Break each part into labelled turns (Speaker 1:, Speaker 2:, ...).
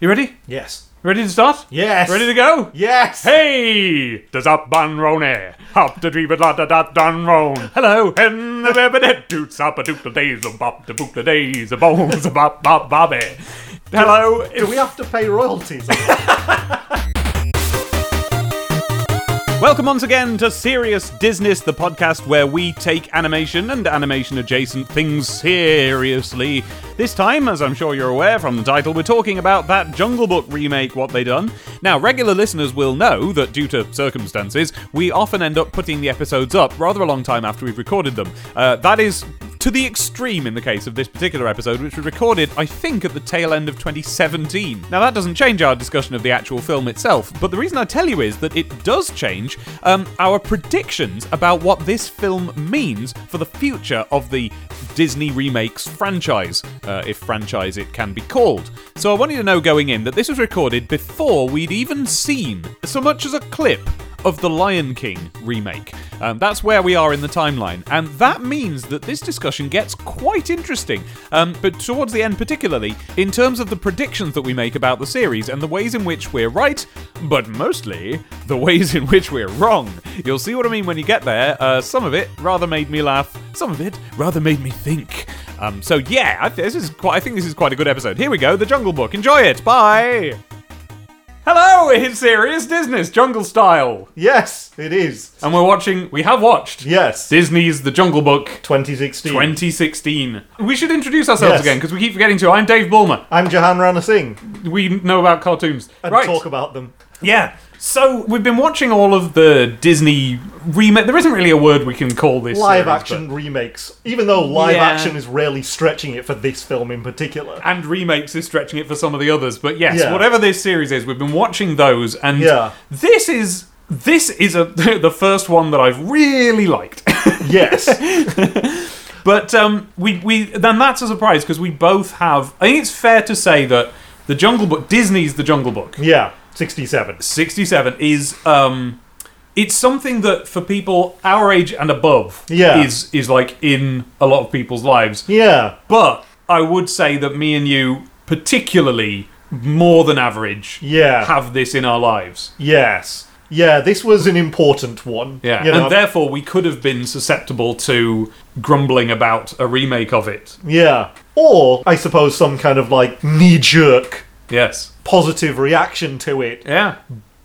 Speaker 1: You ready?
Speaker 2: Yes.
Speaker 1: Ready to start?
Speaker 2: Yes.
Speaker 1: Ready to go?
Speaker 2: Yes.
Speaker 1: Hey! Does up bun rone? Hop the dream la da da dun roan.
Speaker 2: Hello.
Speaker 1: And the babinet toots up a doop the days of bop the boop the days of bones of bop bop bobby. Hello,
Speaker 2: Do we have to pay royalties? on that?
Speaker 1: Welcome once again to Serious Disney, the podcast where we take animation and animation adjacent things seriously. This time, as I'm sure you're aware from the title, we're talking about that Jungle Book remake, what they done. Now, regular listeners will know that due to circumstances, we often end up putting the episodes up rather a long time after we've recorded them. Uh, that is to the extreme in the case of this particular episode, which was recorded, I think, at the tail end of 2017. Now, that doesn't change our discussion of the actual film itself, but the reason I tell you is that it does change um, our predictions about what this film means for the future of the Disney Remakes franchise, uh, if franchise it can be called. So, I want you to know going in that this was recorded before we'd even seen so much as a clip of the Lion King remake. Um, that's where we are in the timeline, and that means that this discussion gets quite interesting. Um, but towards the end, particularly, in terms of the predictions that we make about the series and the ways in which we're right, but mostly the ways in which we're wrong. You'll see what I mean when you get there. Uh, some of it rather made me laugh, some of it rather made me think. Um, so yeah, I, th- this is quite, I think this is quite a good episode. Here we go, The Jungle Book. Enjoy it. Bye. Hello, it's Serious Disney, Jungle Style.
Speaker 2: yes, it is.
Speaker 1: And we're watching, we have watched
Speaker 2: Yes.
Speaker 1: Disney's The Jungle Book
Speaker 2: 2016.
Speaker 1: 2016. We should introduce ourselves
Speaker 2: Yes.
Speaker 1: again because we keep forgetting to. I'm Dave Bulmer.
Speaker 2: I'm Jahan Rana Singh.
Speaker 1: We know about cartoons.
Speaker 2: And talk about them.
Speaker 1: Yeah. So we've been watching all of the Disney remake. There isn't really a word we can call this series,
Speaker 2: Live
Speaker 1: but-
Speaker 2: action remakes. Even though live
Speaker 1: Yeah. Ah.
Speaker 2: action is really stretching it for this film in particular.
Speaker 1: and remakes is stretching it for some of the others. But yes,
Speaker 2: Yeah.
Speaker 1: whatever this series is, we've been watching those, and
Speaker 2: Yeah.
Speaker 1: this is this is a the first one that I've really liked.
Speaker 2: Yes.
Speaker 1: But um, we we then that's a surprise because we both have. I think it's fair to say that the Jungle Book, Disney's The Jungle Book,
Speaker 2: yeah. 67.
Speaker 1: sixty-seven is um, it's something that for people our age and above,
Speaker 2: Yeah.
Speaker 1: is is like in a lot of people's lives.
Speaker 2: Yeah.
Speaker 1: But I would say that me and you, particularly more than average,
Speaker 2: Yeah.
Speaker 1: have this in our lives.
Speaker 2: Yes. Yeah, this was an important one.
Speaker 1: Yeah,
Speaker 2: You know,
Speaker 1: and therefore we could have been susceptible to grumbling about a remake of it.
Speaker 2: yeah. Or, I suppose, some kind of like knee jerk
Speaker 1: Yes.
Speaker 2: positive reaction to it
Speaker 1: Yeah.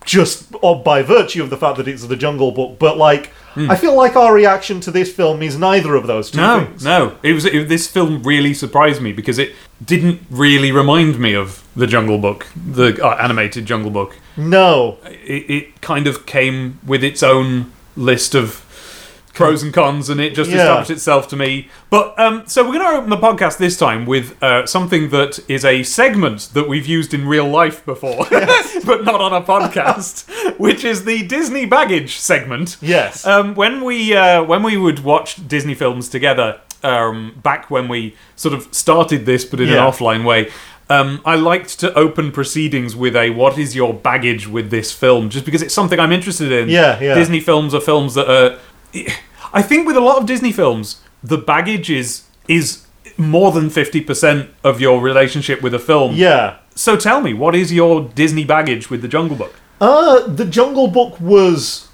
Speaker 2: just or by virtue of the fact that it's the Jungle Book, but like I feel like our reaction to this film is neither of those two
Speaker 1: Hmm. No,
Speaker 2: things.
Speaker 1: no. It was it, this film really surprised me because it didn't really remind me of the Jungle Book, the uh, animated Jungle Book.
Speaker 2: No,
Speaker 1: It, it kind of came with its own list of pros and cons, and it just
Speaker 2: Yeah.
Speaker 1: established itself to me. But um, so we're going to open the podcast this time with uh, something that is a segment that we've used in real life before, but not on a podcast, which is the Disney baggage segment.
Speaker 2: Yes.
Speaker 1: Um, when we uh, when we would watch Disney films together, um, back when we sort of started this, but in an
Speaker 2: Yeah.
Speaker 1: offline way. Um, I liked to open proceedings with a "What is your baggage with this film?" Just because it's something I'm interested in.
Speaker 2: Yeah, yeah.
Speaker 1: Disney films are films that are. I think with a lot of Disney films, the baggage is is more than fifty percent of your relationship with a film.
Speaker 2: yeah.
Speaker 1: So tell me, what is your Disney baggage with the Jungle Book?
Speaker 2: Uh the Jungle Book was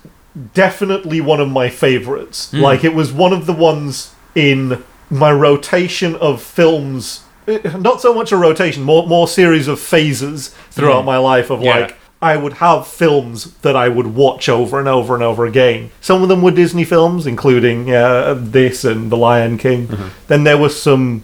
Speaker 2: definitely one of my favorites. Like it was one of the ones in my rotation of films eh, not so much a rotation, more more series of phases throughout my life of
Speaker 1: Yeah.
Speaker 2: like I would have films that I would watch over and over and over again. Some of them were Disney films, including uh, this and The Lion King. Then there was some.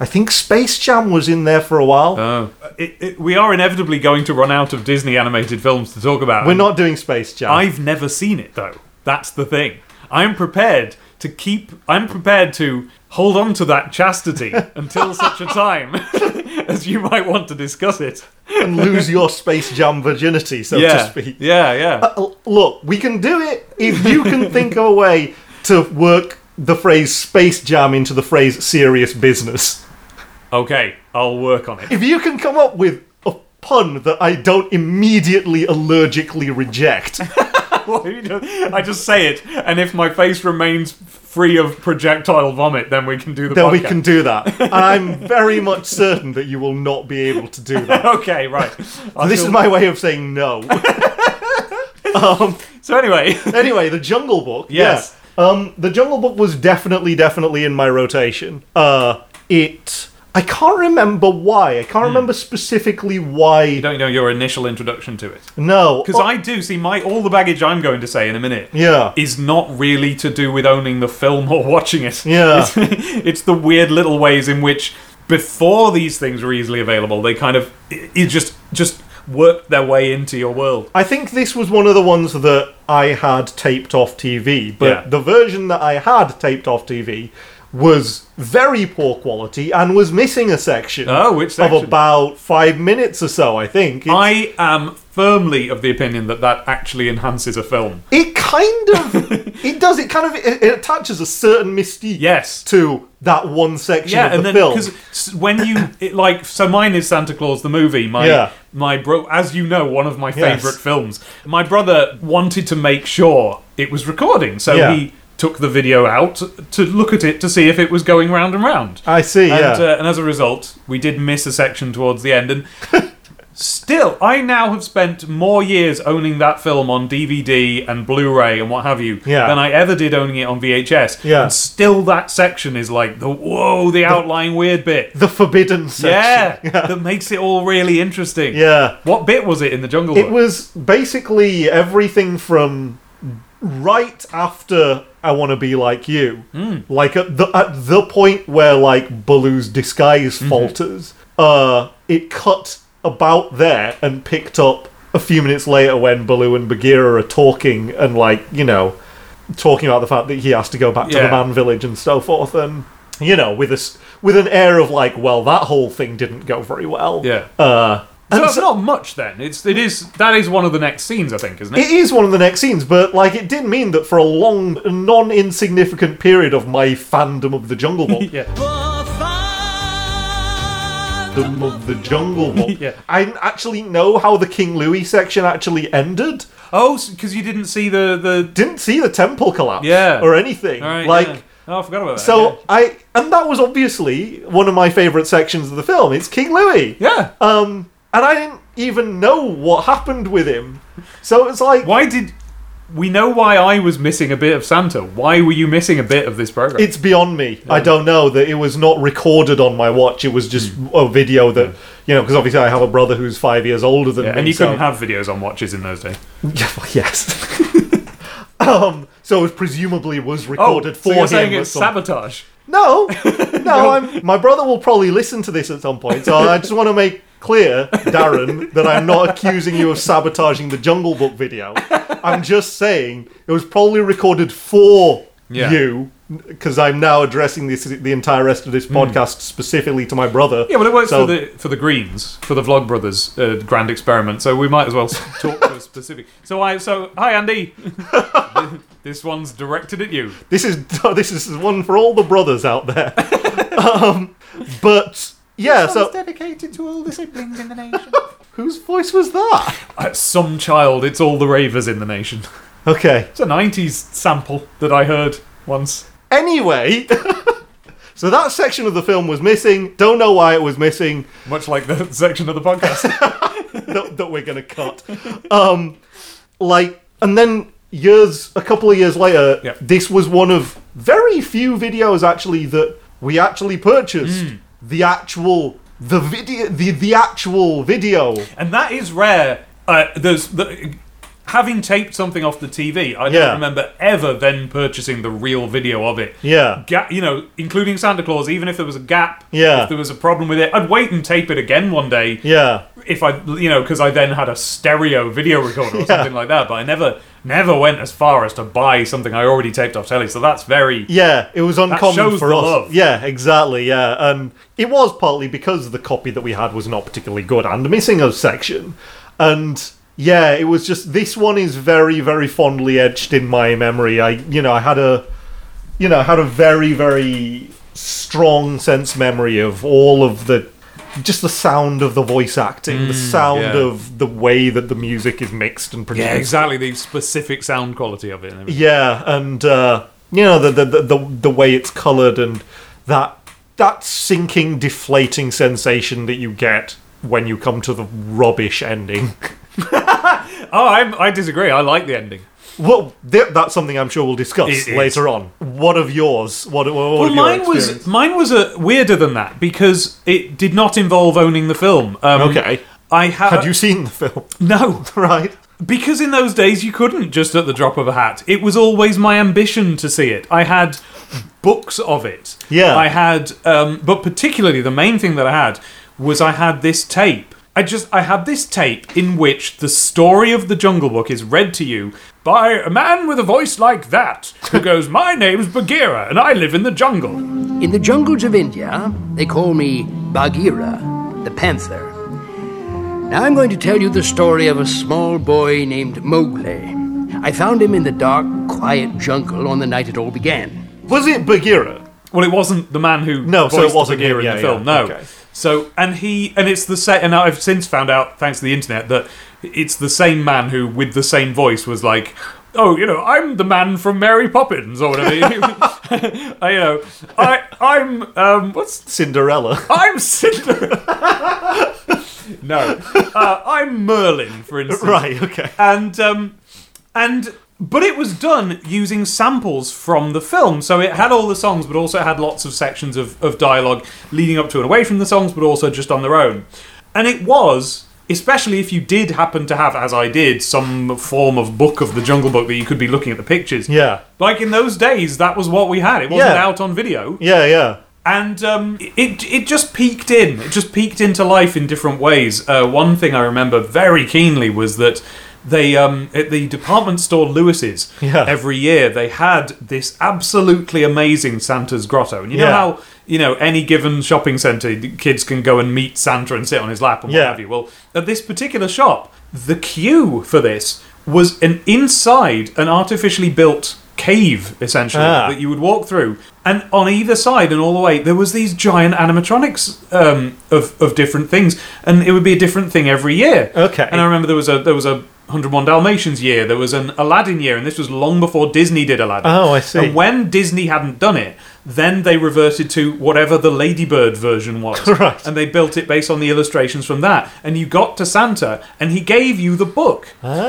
Speaker 2: I think Space Jam was in there for a while.
Speaker 1: Uh, Oh. It, it, we are inevitably going to run out of Disney animated films to talk about.
Speaker 2: We're not doing Space Jam.
Speaker 1: I've never seen it though. That's the thing. I'm prepared to keep. I'm prepared to hold on to that chastity until such a time as you might want to discuss it.
Speaker 2: and lose your Space Jam virginity, so
Speaker 1: yeah.
Speaker 2: to speak. Uh,
Speaker 1: Yeah. Yeah.
Speaker 2: L- Look, we can do it if you can think of a way to work the phrase Space Jam into the phrase serious business.
Speaker 1: okay. I'll work on it.
Speaker 2: If you can come up with a pun that I don't immediately allergically reject.
Speaker 1: I just say it, and if my face remains free of projectile vomit, then we can do the
Speaker 2: then
Speaker 1: podcast.
Speaker 2: we can do that. And I'm very much certain that you will not be able to do that.
Speaker 1: okay, right. I
Speaker 2: this is
Speaker 1: shall-
Speaker 2: my way of saying no. um,
Speaker 1: So anyway,
Speaker 2: anyway, the Jungle Book.
Speaker 1: Yes.
Speaker 2: yeah. Um, the Jungle Book was definitely, definitely in my rotation. Uh, it. I can't remember why. I can't remember specifically
Speaker 1: Hmm. you
Speaker 2: why.
Speaker 1: don't know your initial introduction to it.
Speaker 2: No.
Speaker 1: Because I do see my all the baggage I'm going to say in a minute
Speaker 2: Yeah.
Speaker 1: is not really to do with owning the film or watching it.
Speaker 2: Yeah.
Speaker 1: It's, it's the weird little ways in which before these things were easily available, they kind of it just just worked their way into your world.
Speaker 2: I think this was one of the ones that I had taped off TV, but
Speaker 1: Yeah.
Speaker 2: the version that I had taped off TV was very poor quality and was missing a section.
Speaker 1: Oh, which
Speaker 2: Of
Speaker 1: section?
Speaker 2: about five minutes or so, I think. It,
Speaker 1: I am firmly of the opinion that that actually enhances a film.
Speaker 2: it kind of, it does. It kind of it, it attaches a certain mystique
Speaker 1: Yes.
Speaker 2: to that one section
Speaker 1: yeah,
Speaker 2: of
Speaker 1: and
Speaker 2: the
Speaker 1: then
Speaker 2: film.
Speaker 1: because when you it, like, so mine is Santa Claus the movie. My
Speaker 2: Yeah.
Speaker 1: my bro, as you know, one of my
Speaker 2: Yes.
Speaker 1: favorite films. My brother wanted to make sure it was recording, so
Speaker 2: Yeah.
Speaker 1: he took the video out to look at it to see if it was going round and round.
Speaker 2: I see. yeah.
Speaker 1: And, uh, and as a result, we did miss a section towards the end. And still, I now have spent more years owning that film on DVD and Blu ray and what have you
Speaker 2: Yeah.
Speaker 1: than I ever did owning it on VHS.
Speaker 2: Yeah.
Speaker 1: And still, that section is like the whoa, the outlying weird bit.
Speaker 2: the forbidden section.
Speaker 1: Yeah, that makes it all really interesting.
Speaker 2: Yeah.
Speaker 1: What bit was it in the Jungle
Speaker 2: It
Speaker 1: Book?
Speaker 2: was basically everything from right after I want to be like you,
Speaker 1: Hmm.
Speaker 2: like at the at the point where like Baloo's disguise
Speaker 1: Mm-hmm.
Speaker 2: falters. Uh, it cut about there and picked up a few minutes later when Baloo and Bagheera are talking and like you know talking about the fact that he has to go back to the
Speaker 1: Yeah.
Speaker 2: man village and so forth and you know with a s- with an air of like well that whole thing didn't go very well
Speaker 1: Yeah.
Speaker 2: uh
Speaker 1: so
Speaker 2: and
Speaker 1: it's not much then. It's it is that is one of the next scenes, I think, isn't it?
Speaker 2: it is one of the next scenes, but like it did mean that for a long, non insignificant period of my fandom of the Jungle Book,
Speaker 1: yeah.
Speaker 2: fandom of the Jungle Book,
Speaker 1: Yeah.
Speaker 2: I didn't actually know how the King Louis section actually ended.
Speaker 1: Oh, because you didn't see the the.
Speaker 2: Didn't see the temple collapse,
Speaker 1: Yeah.
Speaker 2: or anything.
Speaker 1: All right,
Speaker 2: like
Speaker 1: yeah. oh, I forgot about that.
Speaker 2: so, I and that was obviously one of my favorite sections of the film. It's King Louis,
Speaker 1: yeah. Uh, yeah.
Speaker 2: um, and I didn't even know what happened with him. So it's like
Speaker 1: Why did we know why I was missing a bit of Santa? Why were you missing a bit of this program?
Speaker 2: It's beyond me. I don't know that it was not recorded on my watch. It was just
Speaker 1: Hmm.
Speaker 2: a video that you know, because obviously I have a brother who's five years older than
Speaker 1: yeah,
Speaker 2: me.
Speaker 1: and you
Speaker 2: so-
Speaker 1: couldn't have videos on watches in those days.
Speaker 2: Yeah, well, yes. um, so it presumably was recorded Oh,
Speaker 1: Oh, so
Speaker 2: for
Speaker 1: you're
Speaker 2: him.
Speaker 1: saying
Speaker 2: at
Speaker 1: it's
Speaker 2: some-
Speaker 1: sabotage?
Speaker 2: no, no. I'm, my brother will probably listen to this at some point. So I just want to make clear, Darren, that I'm not accusing you of sabotaging the Jungle Book video. I'm just saying it was probably recorded for
Speaker 1: Yeah.
Speaker 2: you because I'm now addressing this the entire rest of this podcast specifically to my brother.
Speaker 1: Yeah, well, it works
Speaker 2: So-
Speaker 1: for the for the Greens for the Vlogbrothers uh, grand experiment. So we might as well s- talk to a specific. So I so hi Andy. this one's directed at you.
Speaker 2: This is this is one for all the brothers out there. um, but yeah, so
Speaker 1: dedicated to all the siblings in the nation.
Speaker 2: whose voice was that?
Speaker 1: Uh, some child. It's all the ravers in the nation.
Speaker 2: Okay.
Speaker 1: It's a '90s sample that I heard once.
Speaker 2: Anyway, so that section of the film was missing. Don't know why it was missing.
Speaker 1: Much like the section of the podcast.
Speaker 2: that, that we're gonna cut. Um, like, and then years, a couple of years later,
Speaker 1: Yeah.
Speaker 2: this was one of very few videos actually that we actually purchased. The actual, the video, the the actual video.
Speaker 1: and that is rare. Uh, there's the, having taped something off the TV. I
Speaker 2: Yeah.
Speaker 1: don't remember ever then purchasing the real video of it.
Speaker 2: Yeah,
Speaker 1: Ga- you know, including Santa Claus, even if there was a gap,
Speaker 2: Yeah.
Speaker 1: if there was a problem with it, I'd wait and tape it again one day.
Speaker 2: yeah.
Speaker 1: If I, you know, because I then had a stereo video recorder or something like that. But I never, never went as far as to buy something I already taped off telly. So that's very
Speaker 2: Yeah, it was uncommon
Speaker 1: shows
Speaker 2: for
Speaker 1: the
Speaker 2: us.
Speaker 1: love.
Speaker 2: Yeah, exactly. Yeah, and it was partly because the copy that we had was not particularly good and missing a section, and yeah, it was just this one is very, very fondly etched in my memory. I, you know, I had a, you know, I had a very, very strong sense memory of all of the. Just the sound of the voice acting, the sound
Speaker 1: Mm, yeah.
Speaker 2: of the way that the music is mixed and produced.
Speaker 1: yeah, exactly the specific sound quality of it. And everything.
Speaker 2: Yeah, and uh, you know the the the, the, the way it's coloured and that that sinking, deflating sensation that you get when you come to the rubbish ending.
Speaker 1: Oh, I'm, I disagree. I like the ending.
Speaker 2: Well, th- that's something I'm sure we'll discuss
Speaker 1: It is.
Speaker 2: later on. What of yours? What, what, what
Speaker 1: Well,
Speaker 2: of your
Speaker 1: mine was
Speaker 2: experience?
Speaker 1: mine was a weirder than that because it did not involve owning the film. Um,
Speaker 2: Okay.
Speaker 1: I ha-
Speaker 2: Had you seen the film?
Speaker 1: no
Speaker 2: right.
Speaker 1: because in those days you couldn't just at the drop of a hat. It was always my ambition to see it. I had books of it.
Speaker 2: Yeah.
Speaker 1: I had, um, but particularly the main thing that I had was I had this tape. I just I had this tape in which the story of the Jungle Book is read to you by a man with a voice like that who goes, "My name's Bagheera and I live in the jungle."
Speaker 3: In the jungles of India, they call me Bagheera, the panther. Now I'm going to tell you the story of a small boy named Mowgli. I found him in the dark, quiet jungle on the night it all began.
Speaker 2: Was it Bagheera?
Speaker 1: Well, it wasn't the man who
Speaker 2: No, so it
Speaker 1: voiced
Speaker 2: wasn't
Speaker 1: the Bagheera
Speaker 2: him,
Speaker 1: in the
Speaker 2: yeah,
Speaker 1: film.
Speaker 2: yeah,
Speaker 1: No.
Speaker 2: okay.
Speaker 1: So and he and it's the same. And I've since found out thanks to the internet that it's the same man who, with the same voice, was like, "Oh, you know, I'm the man from Mary Poppins or whatever." you know, I I'm um, what's
Speaker 2: Cinderella.
Speaker 1: I'm Cinderella. no, uh, I'm Merlin, for instance
Speaker 2: right, okay.
Speaker 1: and um, and but it was done using samples from the film, so it had all the songs, but also it had lots of sections of, of dialogue leading up to and away from the songs, but also just on their own. And it was, especially if you did happen to have, as I did, some form of book of the Jungle Book that you could be looking at the pictures.
Speaker 2: Yeah.
Speaker 1: like in those days, that was what we had. It wasn't
Speaker 2: Yeah.
Speaker 1: out on video
Speaker 2: Yeah, yeah.
Speaker 1: and um, it it just peeked in. It just peeked into life in different ways. Uh, one thing I remember very keenly was that they um, at the department store Lewis's
Speaker 2: Yeah.
Speaker 1: every year they had this absolutely amazing Santa's grotto, and you know
Speaker 2: Yeah.
Speaker 1: how you know any given shopping centre the kids can go and meet Santa and sit on his lap and what
Speaker 2: Yeah.
Speaker 1: have you. Well, at this particular shop, the queue for this was an inside an artificially built cave essentially
Speaker 2: Ah.
Speaker 1: that you would walk through and on either side and all the way there was these giant animatronics um, of, of different things and it would be a different thing every year
Speaker 2: Okay.
Speaker 1: and i remember there was a there was a 101 dalmatians year there was an aladdin year and this was long before disney did aladdin
Speaker 2: Oh, I see.
Speaker 1: and when disney hadn't done it then they reverted to whatever the ladybird version was
Speaker 2: Right.
Speaker 1: and they built it based on the illustrations from that and you got to santa and he gave you the book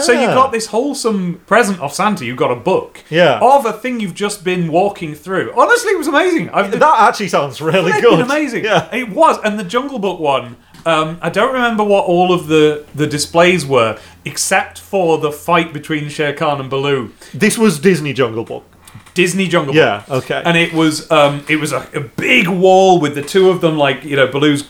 Speaker 1: so you
Speaker 2: Ah.
Speaker 1: got this wholesome present off santa you got a book
Speaker 2: Yeah.
Speaker 1: of a thing you've just been walking through. Honestly, it was amazing. I've been
Speaker 2: That actually sounds really good.
Speaker 1: amazing.
Speaker 2: Yeah.
Speaker 1: It was, and the Jungle Book one. Um, I don't remember what all of the, the displays were, except for the fight between Shere Khan and Baloo.
Speaker 2: This was Disney Jungle Book.
Speaker 1: Disney Jungle
Speaker 2: Yeah,
Speaker 1: Book.
Speaker 2: okay.
Speaker 1: And it was um, it was a, a big wall with the two of them, like you know, Baloo's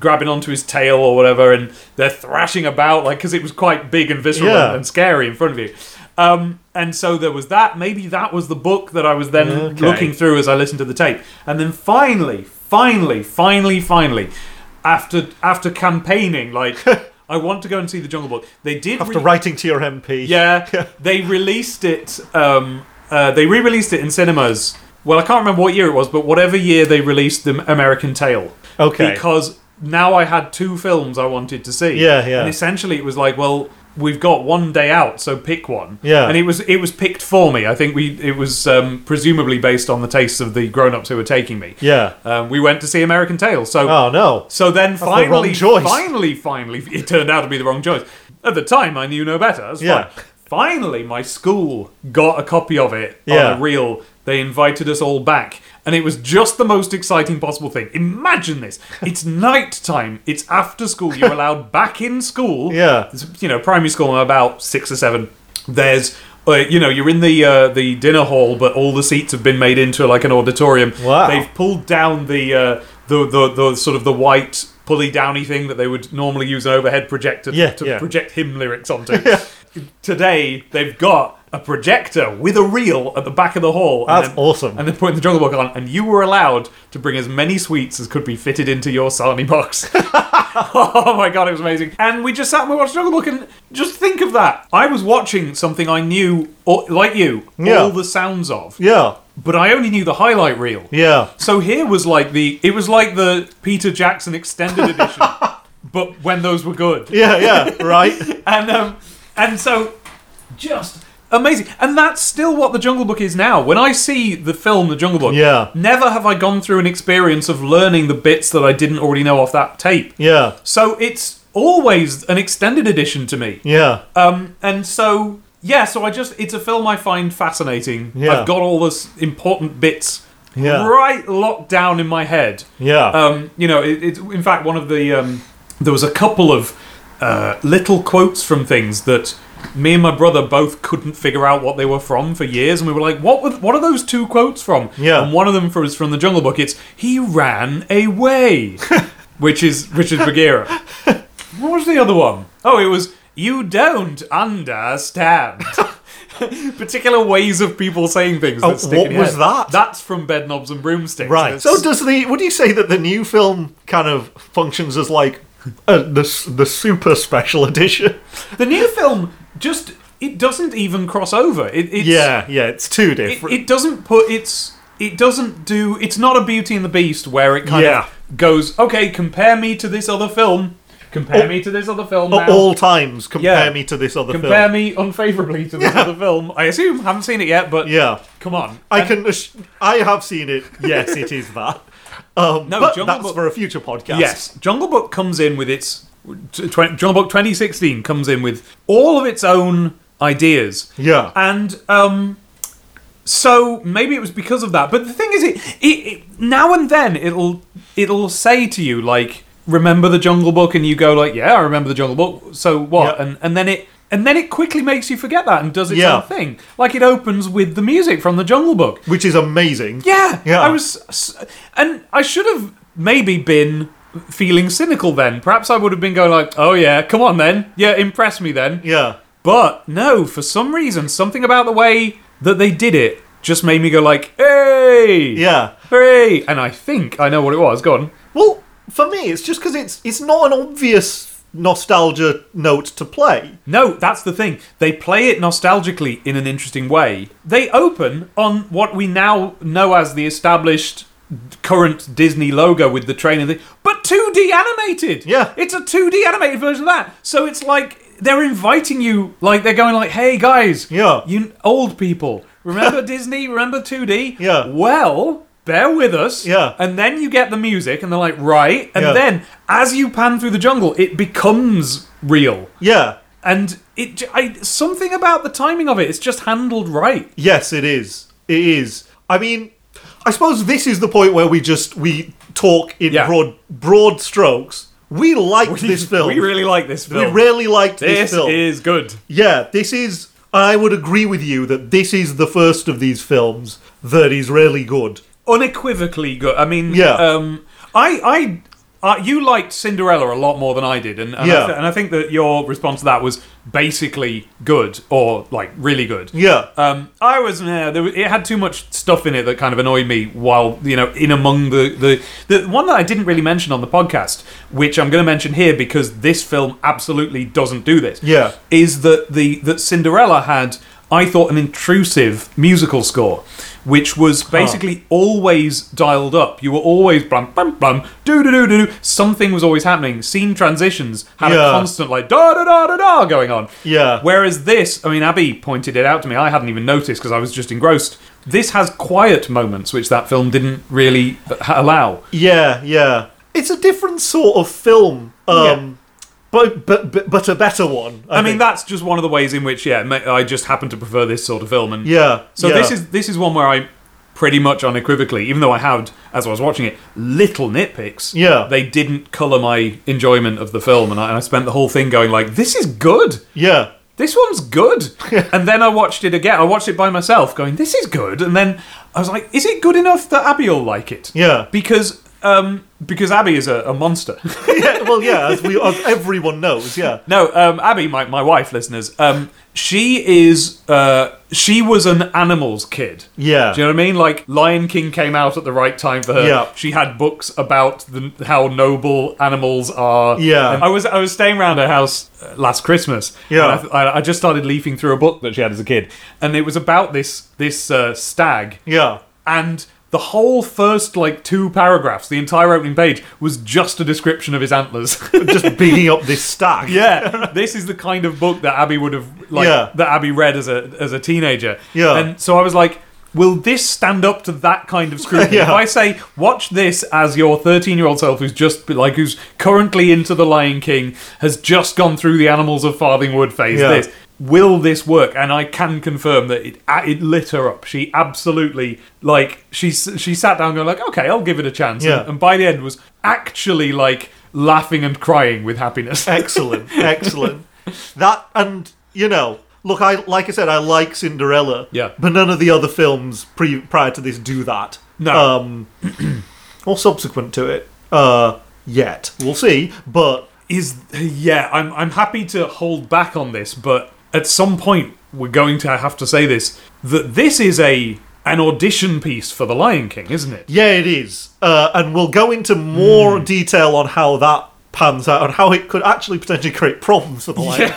Speaker 1: grabbing onto his tail or whatever, and they're thrashing about like because it was quite big and visceral
Speaker 2: Yeah.
Speaker 1: and, and scary in front of you. Um, and so there was that. Maybe that was the book that I was then
Speaker 2: Okay.
Speaker 1: looking through as I listened to the tape. And then finally, finally, finally, finally, after after campaigning, like I want to go and see the Jungle Book. They did
Speaker 2: After
Speaker 1: re-
Speaker 2: writing to your MP.
Speaker 1: yeah, they released it. Um, uh, they re-released it in cinemas. Well, I can't remember what year it was, but whatever year they released the American Tale.
Speaker 2: Okay.
Speaker 1: Because now I had two films I wanted to see.
Speaker 2: Yeah, yeah.
Speaker 1: And essentially, it was like, well, we've got one day out, so pick one.
Speaker 2: Yeah.
Speaker 1: And it was it was picked for me. I think we it was um, presumably based on the tastes of the grown-ups who were taking me.
Speaker 2: Yeah.
Speaker 1: Um, we went to see American Tale. So
Speaker 2: Oh, no.
Speaker 1: so then
Speaker 2: wrong
Speaker 1: finally,
Speaker 2: choice.
Speaker 1: finally, finally, it turned out to be the wrong choice. At the time, I knew no better. That's
Speaker 2: Yeah.
Speaker 1: fine. Finally, my school got a copy of it
Speaker 2: Yeah.
Speaker 1: on a reel. They invited us all back, and it was just the most exciting possible thing. Imagine this: it's night time, it's after school. You're allowed back in school.
Speaker 2: Yeah.
Speaker 1: It's, you know, primary school. I'm about six or seven. There's. Uh, you know, you're in the uh, the dinner hall, but all the seats have been made into like an auditorium.
Speaker 2: Wow.
Speaker 1: They've pulled down the, uh, the the the sort of the white pulley downy thing that they would normally use an overhead projector
Speaker 2: Yeah,
Speaker 1: to
Speaker 2: yeah.
Speaker 1: project hymn lyrics onto. Today they've got a projector with a reel at the back of the hall. and
Speaker 2: That's awesome.
Speaker 1: And they're putting the Jungle Book on, and you were allowed to bring as many sweets as could be fitted into your sarnie box. oh my god, it was amazing. And we just sat and we watched Jungle Book, and just think of that. I was watching something I knew, or, like you,
Speaker 2: Yeah.
Speaker 1: all the sounds of,
Speaker 2: Yeah.
Speaker 1: but I only knew the highlight reel.
Speaker 2: Yeah.
Speaker 1: So here was like the it was like the Peter Jackson extended edition, but when those were good,
Speaker 2: Yeah, yeah. Right?
Speaker 1: and um, and so just amazing. And that's still what the Jungle Book is now. When I see the film The Jungle Book,
Speaker 2: Yeah.
Speaker 1: never have I gone through an experience of learning the bits that I didn't already know off that tape.
Speaker 2: Yeah.
Speaker 1: So it's always an extended edition to me.
Speaker 2: Yeah.
Speaker 1: Um, and so yeah, so I just it's a film I find fascinating.
Speaker 2: Yeah.
Speaker 1: I've got all those important bits
Speaker 2: Yeah.
Speaker 1: right locked down in my head.
Speaker 2: Yeah.
Speaker 1: Um, you know, it, it's in fact one of the um, there was a couple of uh, little quotes from things that me and my brother both couldn't figure out what they were from for years, and we were like, "What? Were, what are those two quotes from?"
Speaker 2: Yeah.
Speaker 1: and one of them for, is from the Jungle Book. It's he ran away, which is Richard Bagheera. what was the other one? Oh, it was you don't understand. Particular ways of people saying things.
Speaker 2: Oh,
Speaker 1: that stick in
Speaker 2: what
Speaker 1: your
Speaker 2: was
Speaker 1: head.
Speaker 2: that?
Speaker 1: That's from Bed Knobs and Broomsticks.
Speaker 2: Right.
Speaker 1: It's-
Speaker 2: So does the would you say that the new film kind of functions as like uh, the s- the super special edition?
Speaker 1: The new film just it doesn't even cross over. It it's,
Speaker 2: Yeah, yeah, it's too
Speaker 1: It,
Speaker 2: different.
Speaker 1: it doesn't put its it doesn't do it's not a Beauty and the Beast where it kind
Speaker 2: Yeah.
Speaker 1: of goes okay compare me to this other film compare me to this other film
Speaker 2: At
Speaker 1: now.
Speaker 2: all times, compare
Speaker 1: Yeah.
Speaker 2: me to this other
Speaker 1: compare
Speaker 2: film.
Speaker 1: me unfavorably to this other film. I assume haven't seen it yet, but
Speaker 2: Yeah,
Speaker 1: come on.
Speaker 2: I can. ass- I have seen it. Yes, it is that. Um,
Speaker 1: No,
Speaker 2: but
Speaker 1: Jungle
Speaker 2: that's
Speaker 1: Book-
Speaker 2: for a future podcast.
Speaker 1: Yes, Jungle Book comes in with its tw- twen- Jungle Book 2016 comes in with all of its own ideas.
Speaker 2: Yeah.
Speaker 1: and um, so maybe it was because of that. But the thing is, it, it, it now and then it'll it'll say to you like, "Remember the Jungle Book," and you go like, "Yeah, I remember the Jungle Book." So what?
Speaker 2: Yeah.
Speaker 1: And and then it. And then it quickly makes you forget that and does its
Speaker 2: Yeah.
Speaker 1: own thing. Like it opens with the music from the Jungle Book.
Speaker 2: which is amazing.
Speaker 1: Yeah,
Speaker 2: Yeah.
Speaker 1: I was, s- and I should have maybe been feeling cynical then. Perhaps I would have been going like, "Oh yeah, come on then, yeah, impress me then."
Speaker 2: yeah,
Speaker 1: But no, for some reason, something about the way that they did it just made me go like, "Hey,
Speaker 2: yeah.
Speaker 1: hey!" And I think I know what it was. Go on.
Speaker 2: Well, for me, it's just because it's it's not an obvious nostalgia note to play.
Speaker 1: No, that's the thing. They play it nostalgically in an interesting way. They open on what we now know as the established current Disney logo with the train and the but 2D animated.
Speaker 2: Yeah.
Speaker 1: It's a 2D animated version of that. So it's like they're inviting you like they're going like, "Hey guys,
Speaker 2: Yeah.
Speaker 1: you old people, remember Disney? Remember 2D?
Speaker 2: Yeah.
Speaker 1: Well, bear with us.
Speaker 2: Yeah.
Speaker 1: And then you get the music and they're like, "Right." And
Speaker 2: Yeah.
Speaker 1: then as you pan through the jungle, it becomes real
Speaker 2: Yeah.
Speaker 1: and it j- I, something about the timing of it it's just handled right
Speaker 2: Yes, it is. It is. I mean, I suppose this is the point where we just we talk in
Speaker 1: Yeah.
Speaker 2: broad broad strokes. We liked this film.
Speaker 1: we really like this
Speaker 2: We
Speaker 1: film
Speaker 2: really liked
Speaker 1: this
Speaker 2: this, film.
Speaker 1: is good
Speaker 2: Yeah, this is. I would agree with you that this is the first of these films that is really good.
Speaker 1: unequivocally good i mean
Speaker 2: Yeah.
Speaker 1: um i i uh, you liked cinderella a lot more than i did and, and, I
Speaker 2: Yeah.
Speaker 1: th- and i think that your response to that was basically good or like really good
Speaker 2: Yeah.
Speaker 1: Um, I was nah, there, was- it had too much stuff in it that kind of annoyed me. While you know, in among the the the one that I didn't really mention on the podcast, which I'm going to mention here because this film absolutely doesn't do this.
Speaker 2: Yeah.
Speaker 1: is that the that Cinderella had. I thought an intrusive musical score, which was basically always dialed up. You were always blum blum blum do do do do do. Something was always happening. Scene transitions had a
Speaker 2: Yeah.
Speaker 1: constant like da da da da da going on.
Speaker 2: Yeah.
Speaker 1: Whereas this, I mean, Abby pointed it out to me. I hadn't even noticed because I was just engrossed. This has quiet moments, which that film didn't really ha- allow.
Speaker 2: yeah. Yeah. It's a different sort of film. Um, but, but but but a better one. I,
Speaker 1: I, mean,
Speaker 2: think.
Speaker 1: that's just one of the ways in which, yeah, ma- I just happen to prefer this sort of film. And
Speaker 2: Yeah.
Speaker 1: so
Speaker 2: yeah.
Speaker 1: this is this is one where I pretty much unequivocally, even though I had as I was watching it little nitpicks,
Speaker 2: Yeah.
Speaker 1: they didn't colour my enjoyment of the film, and I, and I spent the whole thing going like, this is good.
Speaker 2: Yeah.
Speaker 1: this one's good. and then I watched it again. I watched it by myself, going, this is good. And then I was like, is it good enough that Abby will like it?
Speaker 2: Yeah.
Speaker 1: Because um, because Abby is a, a monster.
Speaker 2: yeah, well, yeah, as we as everyone knows, yeah,
Speaker 1: no, um, Abby, my, my wife, listeners, um, she is uh, she was an animals kid.
Speaker 2: Yeah.
Speaker 1: Do you know what I mean? Like Lion King came out at the right time for her.
Speaker 2: Yeah.
Speaker 1: She had books about the, how noble animals are.
Speaker 2: Yeah.
Speaker 1: And I was I was staying around her house uh, last Christmas.
Speaker 2: Yeah.
Speaker 1: and I, th- I, I just started leafing through a book that she had as a kid, and it was about this this uh, stag
Speaker 2: yeah,
Speaker 1: and The whole first like two paragraphs, the entire opening page was just a description of his antlers.
Speaker 2: just beating up this stack.
Speaker 1: yeah, this is the kind of book that Abby would have like
Speaker 2: Yeah.
Speaker 1: that Abby read as a as a teenager.
Speaker 2: Yeah.
Speaker 1: and so I was like. Will this stand up to that kind of scrutiny?
Speaker 2: Yeah.
Speaker 1: If I say, watch this as your 13 year old self who's just, like, who's currently into The Lion King, has just gone through the Animals of Farthingwood phase,
Speaker 2: Yeah.
Speaker 1: this, will this work? And I can confirm that it, uh, it lit her up. She absolutely, like, she, s- she sat down going, like, okay, I'll give it a chance.
Speaker 2: Yeah.
Speaker 1: And, and by the end was actually, like, laughing and crying with happiness.
Speaker 2: Excellent, excellent. That and you know, look, I like I said, I like Cinderella.
Speaker 1: Yeah.
Speaker 2: but none of the other films pre prior to this do that.
Speaker 1: No.
Speaker 2: um, or subsequent to it. Uh, yet we'll see. But
Speaker 1: is yeah i'm i'm happy to hold back on this but at some point we're going to have to say this that this is a an audition piece for the lion king isn't it
Speaker 2: yeah, it is, uh, and we'll go into
Speaker 1: Hmm.
Speaker 2: more detail on how that pans out and how it could actually potentially create problems for the lion,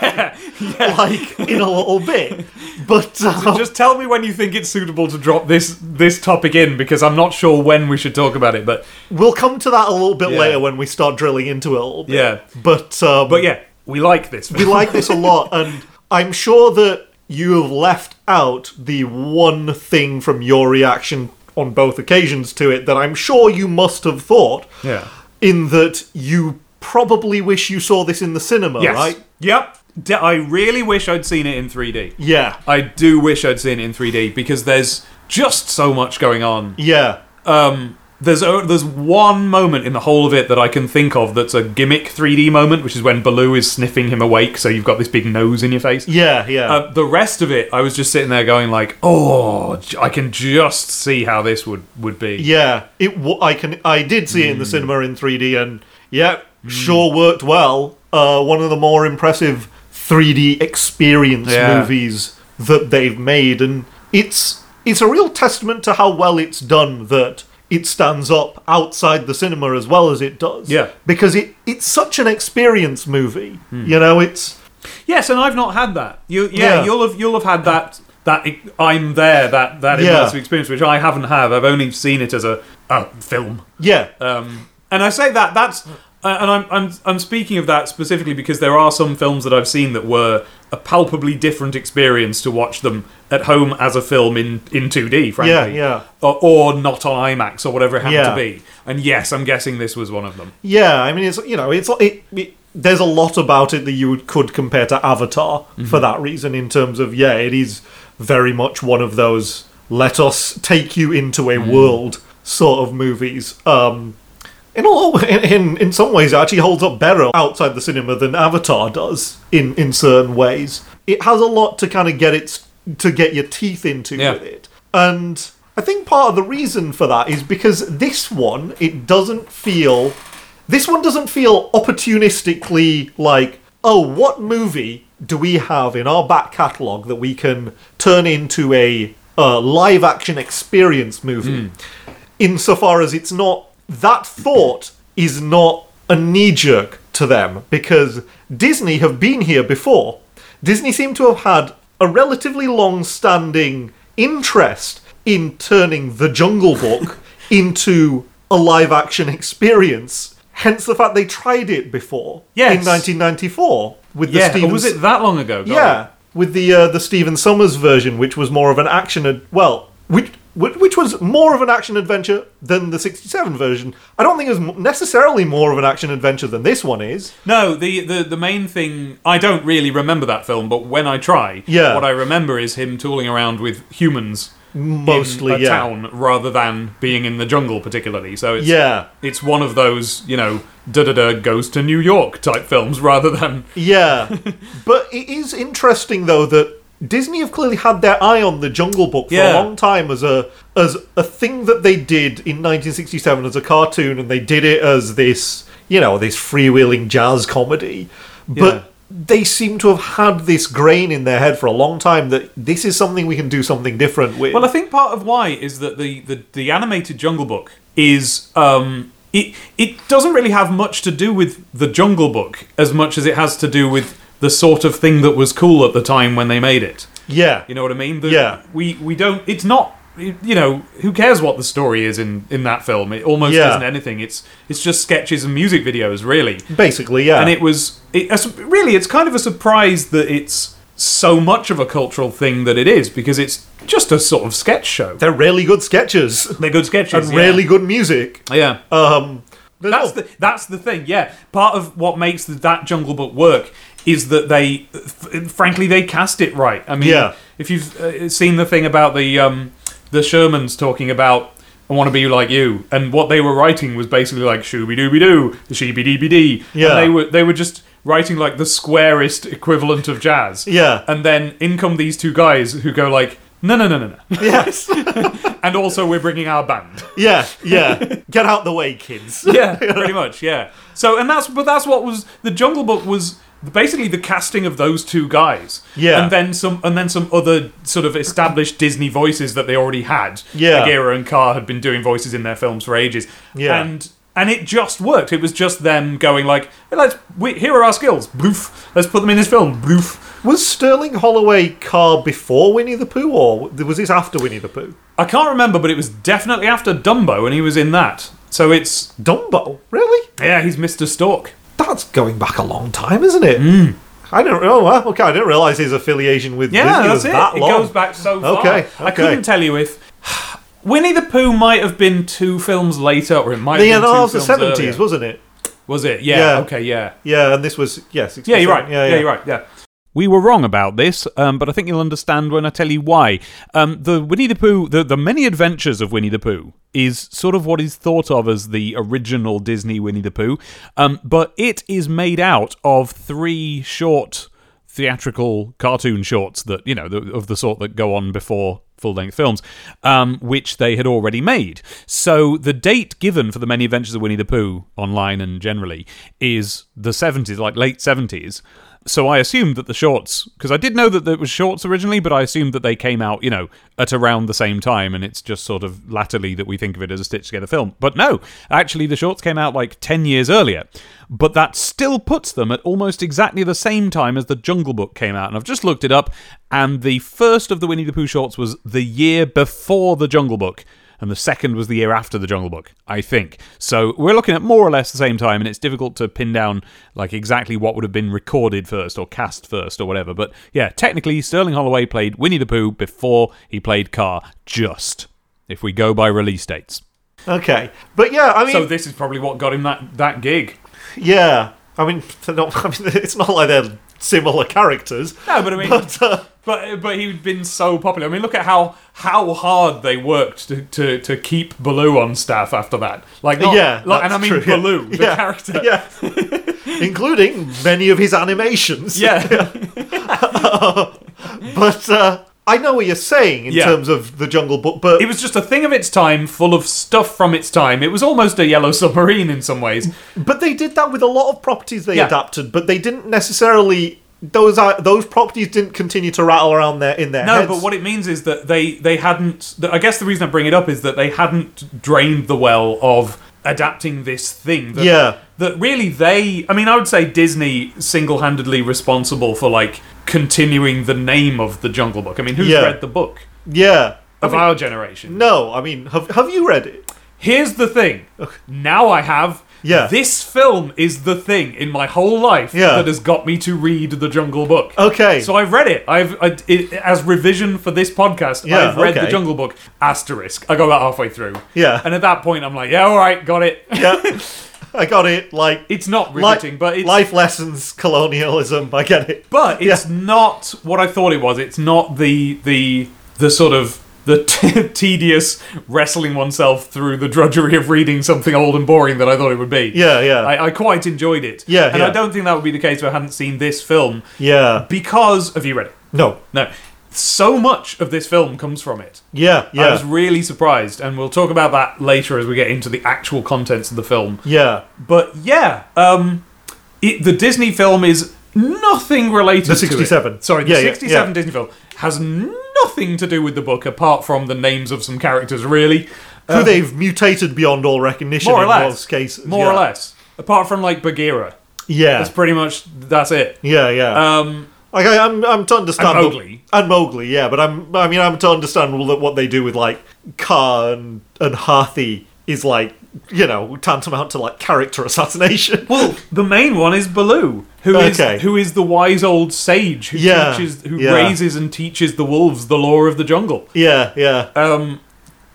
Speaker 2: like in a little bit. But um,
Speaker 1: just tell me when you think it's suitable to drop this this topic in because i'm not sure when we should talk about it but
Speaker 2: we'll come to that a little bit
Speaker 1: Yeah.
Speaker 2: later when we start drilling into it a little bit.
Speaker 1: Yeah.
Speaker 2: but um,
Speaker 1: but yeah we like this
Speaker 2: we like this a lot, and I'm sure that you have left out the one thing from your reaction on both occasions to it that I'm sure you must have thought.
Speaker 1: Yeah.
Speaker 2: In that you probably wish you saw this in the cinema,
Speaker 1: yes
Speaker 2: right?
Speaker 1: yep D- i really wish i'd seen it in 3d
Speaker 2: Yeah.
Speaker 1: i do wish i'd seen it in 3d because there's just so much going on
Speaker 2: Yeah.
Speaker 1: um, there's o there's one moment in the whole of it that I can think of that's a gimmick 3D moment, which is when Baloo is sniffing him awake, so you've got this big nose in your face.
Speaker 2: Yeah. Yeah.
Speaker 1: Uh, the rest of it, I was just sitting there going like, "Oh, j- I can just see how this would would be."
Speaker 2: yeah. It. W- I can. I did see it in the
Speaker 1: Hmm.
Speaker 2: cinema in 3D, and yeah, sure worked well. Uh, one of the more impressive 3D experience
Speaker 1: Yeah.
Speaker 2: movies that they've made, and it's it's a real testament to how well it's done that it stands up outside the cinema as well as it does.
Speaker 1: Yeah. Hmm.
Speaker 2: because it it's such an experience movie. You know, it's
Speaker 1: Yes, and I've not had that. You, yeah,
Speaker 2: Yeah.
Speaker 1: you'll have you'll have had that that i- I'm there that that
Speaker 2: Yeah.
Speaker 1: immersive experience, which I haven't had. I've only seen it as a, a film.
Speaker 2: yeah,
Speaker 1: Um, and I say that that's uh, and I'm, I'm I'm speaking of that specifically because there are some films that I've seen that were a palpably different experience to watch them at home as a film in in 2D, frankly,
Speaker 2: Yeah, yeah.
Speaker 1: Or, or not on IMAX or whatever it happened
Speaker 2: Yeah.
Speaker 1: to be. And yes, I'm guessing this was one of them.
Speaker 2: Yeah, I mean, it's you know, it's it, it, there's a lot about it that you would- could compare to Avatar for that reason. In terms of yeah, it is very much one of those let us take you into a world sort of movies. Um, in all, in, in in some ways, it actually holds up better outside the cinema than Avatar does in in certain ways. It has a lot to kind of get its to get your teeth into
Speaker 1: Yeah.
Speaker 2: with it, and I think part of the reason for that is because this one it doesn't feel, this one doesn't feel opportunistically like oh what movie do we have in our back catalogue that we can turn into a uh, live action experience movie insofar as it's not that thought is not a knee jerk to them because Disney have been here before. Disney seem to have had a relatively long standing interest in turning the Jungle Book into a live action experience. Hence the fact they tried it before in
Speaker 1: Yes.
Speaker 2: 1994 with
Speaker 1: yeah,
Speaker 2: the Steven
Speaker 1: or was it that long ago? God.
Speaker 2: yeah, with the uh, the Stephen Summers version, which was more of an action. Ad- well, which which which was more of an action adventure than the '67 version. I don't think it was m- necessarily more of an action adventure than this one is.
Speaker 1: No, the, the the main thing I don't really remember that film, but when I try,
Speaker 2: Yeah.
Speaker 1: what I remember is him tooling around with humans
Speaker 2: Mostly,
Speaker 1: in a
Speaker 2: yeah.
Speaker 1: town rather than being in the jungle particularly. So it's
Speaker 2: Yeah.
Speaker 1: it's one of those, you know, da da da goes to New York type films rather than
Speaker 2: Yeah, but it is interesting though that Disney have clearly had their eye on the Jungle Book for
Speaker 1: Yeah.
Speaker 2: a long time as a as a thing that they did in 1967 as a cartoon, and they did it as this you know this freewheeling jazz comedy, but.
Speaker 1: Yeah.
Speaker 2: They seem to have had this grain in their head for a long time that this is something we can do something different with.
Speaker 1: Well, I think part of why is that the the, the animated Jungle Book is um, it it doesn't really have much to do with the Jungle Book as much as it has to do with the sort of thing that was cool at the time when they made it.
Speaker 2: yeah,
Speaker 1: You know what I mean? The-
Speaker 2: Yeah.
Speaker 1: We we don't. It's not you you know, who cares what the story is in, in that film? It almost
Speaker 2: Yeah.
Speaker 1: isn't anything. It's it's just sketches and music videos, really.
Speaker 2: Basically, yeah.
Speaker 1: And it was it, a su- really it's kind of a surprise that it's so much of a cultural thing that it is because it's just a sort of sketch show.
Speaker 2: They're really good sketches
Speaker 1: They're good sketches.
Speaker 2: and
Speaker 1: yeah.
Speaker 2: really good music.
Speaker 1: yeah.
Speaker 2: Um, there's
Speaker 1: That's
Speaker 2: no-
Speaker 1: the that's the thing. Yeah, part of what makes the, that Jungle Book work is that they, f- frankly, they cast it right. I mean,
Speaker 2: Yeah.
Speaker 1: if you've uh, seen the thing about the um, the Shermans talking about I want to be like you, and what they were writing was basically like shooby dooby doo, sheeby deeby dee.
Speaker 2: Yeah.
Speaker 1: and they were they were just writing like the squarest equivalent of jazz.
Speaker 2: Yeah.
Speaker 1: and then in come these two guys who go like. No, no, no, no, no.
Speaker 2: yes.
Speaker 1: and also, we're bringing our band.
Speaker 2: yeah, yeah. Get out the way, kids.
Speaker 1: yeah, pretty much. Yeah. So, and that's but that's what was the Jungle Book was basically the casting of those two guys.
Speaker 2: Yeah.
Speaker 1: And then some, and then some other sort of established Disney voices that they already had.
Speaker 2: Yeah.
Speaker 1: Bagheera and Carr had been doing voices in their films for ages.
Speaker 2: Yeah.
Speaker 1: And and it just worked. It was just them going like, "Hey, let's we, here are our skills. Boof. Let's put them in this film. Boof.
Speaker 2: Was Sterling Holloway Carr before Winnie the Pooh, or was this after Winnie the Pooh?
Speaker 1: I can't remember, but it was definitely after Dumbo, and he was in that. So it's
Speaker 2: Dumbo, really?
Speaker 1: yeah, he's Mr. Stork.
Speaker 2: That's going back a long time, isn't it? I didn't. Oh, well, okay. I didn't realize his affiliation with
Speaker 1: Hmm. Yeah,
Speaker 2: Disney
Speaker 1: that's
Speaker 2: was
Speaker 1: it.
Speaker 2: that
Speaker 1: it
Speaker 2: long.
Speaker 1: goes back so far.
Speaker 2: Okay,
Speaker 1: I
Speaker 2: okay.
Speaker 1: couldn't tell you if Winnie the Pooh might have been two films later, or it might
Speaker 2: the
Speaker 1: have
Speaker 2: end
Speaker 1: been two
Speaker 2: of the
Speaker 1: films
Speaker 2: seventies,
Speaker 1: earlier.
Speaker 2: wasn't it?
Speaker 1: was it? Yeah,
Speaker 2: Yeah.
Speaker 1: Okay. Yeah.
Speaker 2: Yeah, and this was yes.
Speaker 1: Yeah, you're right.
Speaker 2: Yeah,
Speaker 1: Yeah, you're right. Yeah. We were wrong about this, um, but I think you'll understand when I tell you why. Um, the Winnie the Pooh, the, the many adventures of Winnie the Pooh, is sort of what is thought of as the original Disney Winnie the Pooh, um, but it is made out of three short theatrical cartoon shorts that you know the, of the sort that go on before full-length films um, which they had already made so the date given for the many adventures of winnie the pooh online and generally is the 70s like late 70s so i assumed that the shorts because i did know that there was shorts originally but i assumed that they came out you know at around the same time and it's just sort of latterly that we think of it as a stitched together film but no actually the shorts came out like 10 years earlier but that still puts them at almost exactly the same time as the Jungle Book came out. And I've just looked it up, and the first of the Winnie the Pooh shorts was the year before the Jungle Book, and the second was the year after the Jungle Book, I think. So we're looking at more or less the same time, and it's difficult to pin down like exactly what would have been recorded first or cast first or whatever. But yeah, technically, Sterling Holloway played Winnie the Pooh before he played Carr, just if we go by release dates.
Speaker 2: Okay, but yeah, I mean,
Speaker 1: this is probably what got him that, that gig.
Speaker 2: yeah, I mean, they're not, I mean, it's not like they're similar characters.
Speaker 1: No, but I mean,
Speaker 2: But, uh,
Speaker 1: But but he'd been so popular. I mean, look at how how hard they worked to, to, to keep Baloo on staff after that. Like, not,
Speaker 2: yeah,
Speaker 1: like, and I
Speaker 2: that's
Speaker 1: mean
Speaker 2: true, yeah.
Speaker 1: Baloo, the
Speaker 2: Yeah,
Speaker 1: character.
Speaker 2: yeah, including many of his animations.
Speaker 1: Yeah.
Speaker 2: but uh, I know what you're saying in
Speaker 1: Yeah.
Speaker 2: terms of the Jungle Book, but
Speaker 1: it was just a thing of its time, full of stuff from its time. It was almost a yellow submarine in some ways.
Speaker 2: but they did that with a lot of properties they
Speaker 1: Yeah.
Speaker 2: adapted, but they didn't necessarily those are those properties didn't continue to rattle around there in their
Speaker 1: No,
Speaker 2: heads.
Speaker 1: but what it means is that they they hadn't. that- I guess the reason I bring it up is that they hadn't drained the well of adapting this thing. That,
Speaker 2: Yeah.
Speaker 1: That really they. I mean, I would say Disney single-handedly responsible for like continuing the name of the Jungle Book. I mean, who's
Speaker 2: Yeah.
Speaker 1: read the book
Speaker 2: yeah.
Speaker 1: of our generation?
Speaker 2: No, I mean, have have you read it?
Speaker 1: Here's the thing. Now I have.
Speaker 2: Yeah.
Speaker 1: This film is the thing in my whole life
Speaker 2: Yeah.
Speaker 1: that has got me to read the Jungle Book.
Speaker 2: Okay.
Speaker 1: So I've read it. I've I, it, as revision for this podcast.
Speaker 2: Yeah,
Speaker 1: I've read
Speaker 2: okay.
Speaker 1: the Jungle Book. Asterisk. I got about halfway through.
Speaker 2: Yeah.
Speaker 1: And at that point, I'm like, yeah, all right, got it.
Speaker 2: yeah, I got it. Like
Speaker 1: It's not
Speaker 2: li-
Speaker 1: riveting, but it's
Speaker 2: life lessons, colonialism. I get it.
Speaker 1: but it's not what I thought it was. It's not the the the sort of the t- tedious wrestling oneself through the drudgery of reading something old and boring that I thought it would be.
Speaker 2: Yeah, yeah.
Speaker 1: I, I quite enjoyed it.
Speaker 2: Yeah,
Speaker 1: and
Speaker 2: yeah.
Speaker 1: I don't think that would be the case if I hadn't seen this film
Speaker 2: yeah.
Speaker 1: because have you read it?
Speaker 2: No.
Speaker 1: No, so much of this film comes from it.
Speaker 2: Yeah. Yeah.
Speaker 1: I was really surprised, and we'll talk about that later as we get into the actual contents of the film.
Speaker 2: yeah.
Speaker 1: But yeah, um, it, the Disney film is nothing related
Speaker 2: The
Speaker 1: to it.
Speaker 2: 67.
Speaker 1: Sorry, the
Speaker 2: Yeah, yeah,
Speaker 1: 67
Speaker 2: yeah.
Speaker 1: Disney film has nothing to do with the book apart from the names of some characters, really. Uh,
Speaker 2: Who they've mutated beyond all recognition
Speaker 1: Um, More
Speaker 2: in
Speaker 1: or less.
Speaker 2: most cases.
Speaker 1: More
Speaker 2: yeah.
Speaker 1: or less. Apart from like Bagheera.
Speaker 2: Yeah.
Speaker 1: That's pretty much that's it.
Speaker 2: Yeah. Yeah.
Speaker 1: Um,
Speaker 2: Like I, I'm, I'm to understand
Speaker 1: And Mowgli.
Speaker 2: and Mowgli, yeah. But I'm, I mean, I'm to understand that what they do with like Car and and Hathi is like you know tantamount to like character assassination.
Speaker 1: Well, the main one is Baloo, who is
Speaker 2: Okay.
Speaker 1: who is the wise old sage who
Speaker 2: Yeah,
Speaker 1: teaches, who
Speaker 2: yeah.
Speaker 1: raises and teaches the wolves the law of the jungle.
Speaker 2: yeah, yeah.
Speaker 1: Um,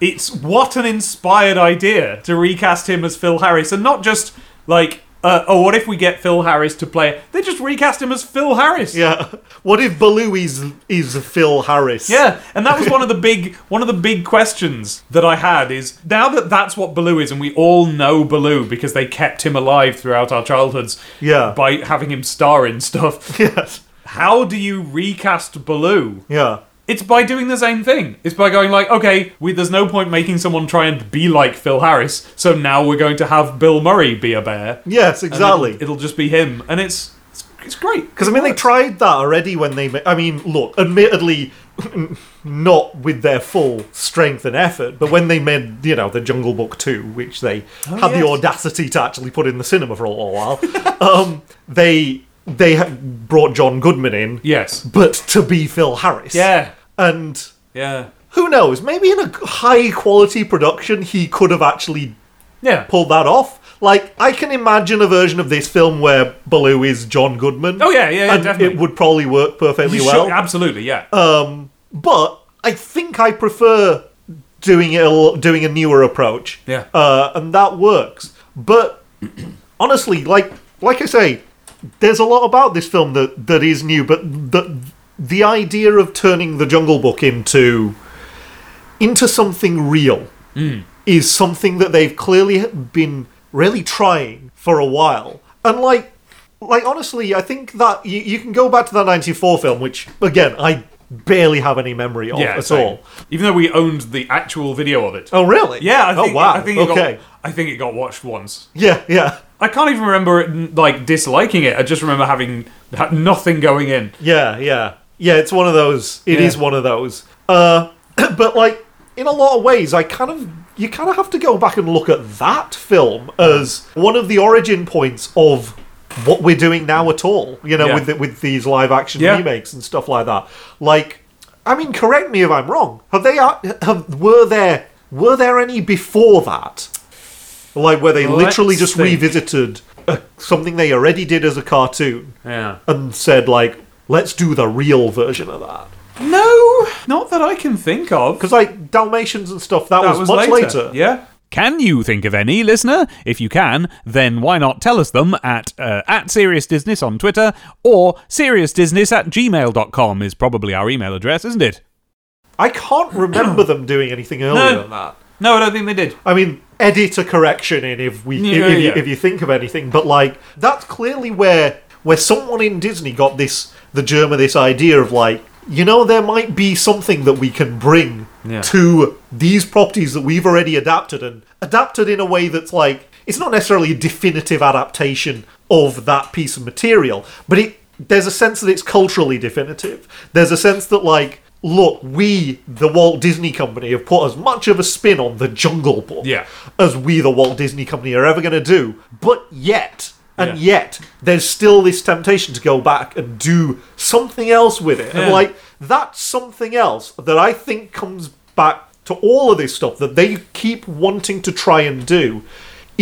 Speaker 1: it's what an inspired idea to recast him as Phil Harris, and not just like, uh, oh, what if we get Phil Harris to play? They just recast him as Phil Harris.
Speaker 2: yeah. What if Baloo is is Phil Harris?
Speaker 1: Yeah, and that was one of the big one of the big questions that I had is now that that's what Baloo is, and we all know Baloo because they kept him alive throughout our childhoods.
Speaker 2: Yeah.
Speaker 1: by having him star in stuff.
Speaker 2: Yes.
Speaker 1: How do you recast Baloo?
Speaker 2: Yeah.
Speaker 1: It's by doing the same thing. It's by going like, okay, we, there's no point making someone try and be like Phil Harris, so now we're going to have Bill Murray be a bear.
Speaker 2: Yes.
Speaker 1: And it'll-
Speaker 2: Exactly.
Speaker 1: It'll, just be him, and it's it's, it's great
Speaker 2: Because I mean, they tried that already when they. ma- I mean, look, admittedly, not with their full strength and effort, but when they made, you know, the Jungle Book two, which they had the
Speaker 1: Oh, yes.
Speaker 2: audacity to actually put in the cinema for a little while, um, they they had brought John Goodman in,
Speaker 1: Yes.
Speaker 2: but to be Phil Harris,
Speaker 1: Yeah.
Speaker 2: and
Speaker 1: Yeah.
Speaker 2: who knows, maybe in a high quality production, he could have actually
Speaker 1: Yeah.
Speaker 2: pulled that off. Like, I can imagine a version of this film where Baloo is John Goodman.
Speaker 1: Oh, yeah, yeah, yeah,
Speaker 2: and
Speaker 1: definitely.
Speaker 2: It would probably work perfectly
Speaker 1: You
Speaker 2: well. Oh,
Speaker 1: should- absolutely, yeah.
Speaker 2: but I think I prefer doing it a l- doing a newer approach.
Speaker 1: Yeah.
Speaker 2: uh, and that works. But honestly, like like I say, there's a lot about this film that that is new, but the the idea of turning the Jungle Book into into something real
Speaker 1: Hmm.
Speaker 2: is something that they've clearly been really trying for a while. And like, like honestly, I think that you, you can go back to that '94 film, which again I barely have any memory of
Speaker 1: yeah,
Speaker 2: at
Speaker 1: same.
Speaker 2: all.
Speaker 1: Even though we owned the actual video of it.
Speaker 2: Oh really?
Speaker 1: Yeah, I think,
Speaker 2: oh wow.
Speaker 1: I think it
Speaker 2: okay.
Speaker 1: got I think it got watched once.
Speaker 2: Yeah, yeah,
Speaker 1: I can't even remember it, like disliking it. I just remember having ha- nothing going in.
Speaker 2: yeah, yeah, yeah. It's one of those. It is
Speaker 1: Yeah.
Speaker 2: one of those. Uh, but like in a lot of ways, I kind of you kind of have to go back and look at that film as one of the origin points of what we're doing now at all. You know,
Speaker 1: Yeah.
Speaker 2: with the, with these live action
Speaker 1: Yeah.
Speaker 2: remakes and stuff like that. Like, I mean, correct me if I'm wrong. Have they? a- Have were there were there any before that? Like where they
Speaker 1: Let's
Speaker 2: literally just
Speaker 1: think.
Speaker 2: revisited uh, something they already did as a cartoon
Speaker 1: Yeah.
Speaker 2: and said like let's do the real version of that
Speaker 1: No, not that I can think of.
Speaker 2: because like dalmatians and stuff that, was, much later,
Speaker 1: Yeah. Can you think of any, listener? If you can, then why not tell us them at uh, at SeriousDisness on Twitter or SeriousDisness at gmail.com is probably our email address, isn't it?
Speaker 2: i can't remember them doing anything earlier than that
Speaker 1: No, I don't think they did.
Speaker 2: i mean edit a correction in if we if-
Speaker 1: Yeah,
Speaker 2: if,
Speaker 1: yeah.
Speaker 2: You, if you think of anything but like that's clearly where where someone in disney got this the germ of this idea of like you know there might be something that we can bring
Speaker 1: Yeah.
Speaker 2: to these properties that we've already adapted and adapted in a way that's like it's not necessarily a definitive adaptation of that piece of material, but it there's a sense that it's culturally definitive. There's a sense that like look, we the Walt Disney Company have put as much of a spin on the Jungle Book
Speaker 1: Yeah.
Speaker 2: as we the Walt Disney Company are ever going to do, but yet and
Speaker 1: Yeah.
Speaker 2: yet there's still this temptation to go back and do something else with it.
Speaker 1: Yeah.
Speaker 2: And like that's something else that I think comes back to all of this stuff that they keep wanting to try and do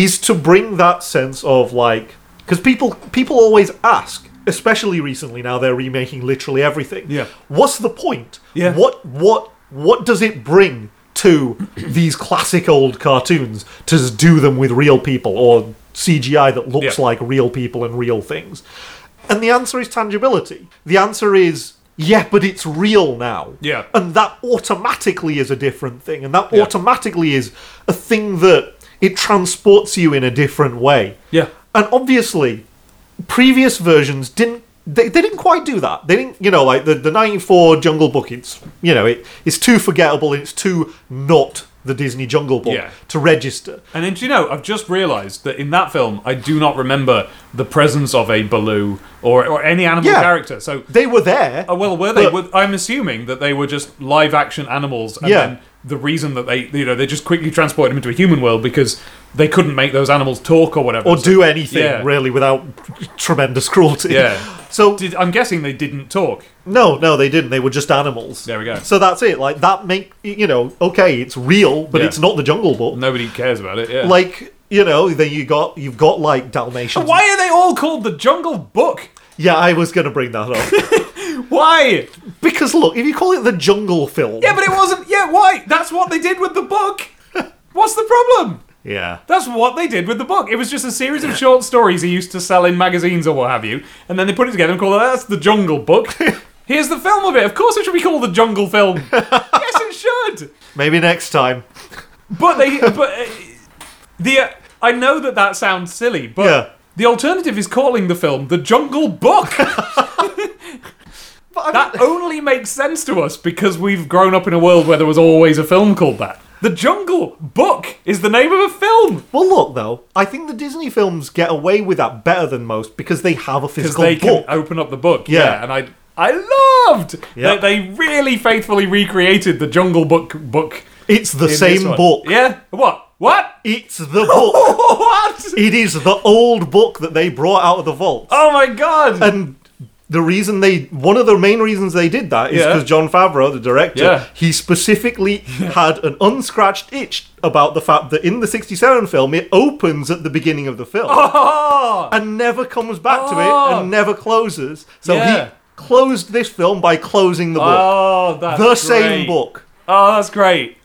Speaker 2: is to bring that sense of like because people people always ask especially recently now they're remaking literally everything
Speaker 1: Yeah.
Speaker 2: what's the point
Speaker 1: Yeah.
Speaker 2: what what what does it bring to these classic old cartoons to s- do them with real people or cgi that looks
Speaker 1: Yeah.
Speaker 2: like real people and real things and the answer is tangibility the answer is yeah but it's real now
Speaker 1: Yeah.
Speaker 2: and that automatically is a different thing and that
Speaker 1: Yeah.
Speaker 2: automatically is a thing that it transports you in a different way
Speaker 1: Yeah.
Speaker 2: and obviously previous versions didn't they, they didn't quite do that they didn't you know like the, the 94 jungle book it's you know it, it's too forgettable and it's too not the disney jungle book
Speaker 1: Yeah.
Speaker 2: to register
Speaker 1: And then, do you know, I've just realised that in that film, I do not remember the presence of a Baloo or, or any animal
Speaker 2: Yeah.
Speaker 1: character. So
Speaker 2: they were there
Speaker 1: Oh, well, were they?
Speaker 2: But-
Speaker 1: Were- I'm assuming that they were just live action animals, and
Speaker 2: Yeah.
Speaker 1: then the reason that they, you know, they just quickly transported them into a human world because they couldn't make those animals talk or whatever.
Speaker 2: or
Speaker 1: So-
Speaker 2: do anything
Speaker 1: Yeah.
Speaker 2: really without tremendous cruelty.
Speaker 1: Yeah.
Speaker 2: So
Speaker 1: Did, I'm guessing they didn't talk.
Speaker 2: no, no, they didn't. They were just animals.
Speaker 1: There we go.
Speaker 2: So that's it. Like that make you know okay, it's real, but
Speaker 1: Yeah.
Speaker 2: it's not the Jungle Book.
Speaker 1: Nobody cares about it. Yeah.
Speaker 2: Like you know, then you got you've got like Dalmatians.
Speaker 1: why are they all called the Jungle Book?
Speaker 2: Yeah, I was gonna bring that up
Speaker 1: Why?
Speaker 2: because look, if you call it the Jungle Film,
Speaker 1: Yeah, but it wasn't. Yeah, why? That's what they did with the book. What's the problem?
Speaker 2: yeah.
Speaker 1: That's what they did with the book. It was just a series of short stories he used to sell in magazines or what have you, and then they put it together and called it "Oh, "That's the Jungle Book." Here's the film of it. Of course, it should be called the Jungle Film. yes, it should.
Speaker 2: Maybe next time.
Speaker 1: But they, but uh, the uh, I know that that sounds silly, but
Speaker 2: Yeah.
Speaker 1: the alternative is calling the film the Jungle Book.
Speaker 2: But I mean-
Speaker 1: That only makes sense to us because we've grown up in a world where there was always a film called that. The Jungle Book is the name of a film
Speaker 2: Well, look though, I think the Disney films get away with that better than most because they have a
Speaker 1: because
Speaker 2: physical
Speaker 1: they
Speaker 2: book.
Speaker 1: can uh, open up the book.
Speaker 2: Yeah.
Speaker 1: and I I loved
Speaker 2: Yeah.
Speaker 1: that they really faithfully recreated the Jungle Book book.
Speaker 2: it's the
Speaker 1: in this
Speaker 2: same
Speaker 1: one.
Speaker 2: book.
Speaker 1: Yeah. What? What?
Speaker 2: It's the book.
Speaker 1: What?
Speaker 2: it is the old book that they brought out of the vault.
Speaker 1: Oh my god.
Speaker 2: And the reason they, one of the main reasons they did that is
Speaker 1: Yeah.
Speaker 2: because John Favreau, the director,
Speaker 1: Yeah.
Speaker 2: he specifically had an unscratched itch about the fact that in the 67 film, it opens at the beginning of the film
Speaker 1: oh.
Speaker 2: and never comes back to it
Speaker 1: Oh.
Speaker 2: and never closes. So
Speaker 1: Yeah.
Speaker 2: he closed this film by closing the book.
Speaker 1: Oh, that's
Speaker 2: the same
Speaker 1: great.
Speaker 2: book.
Speaker 1: Oh, that's great.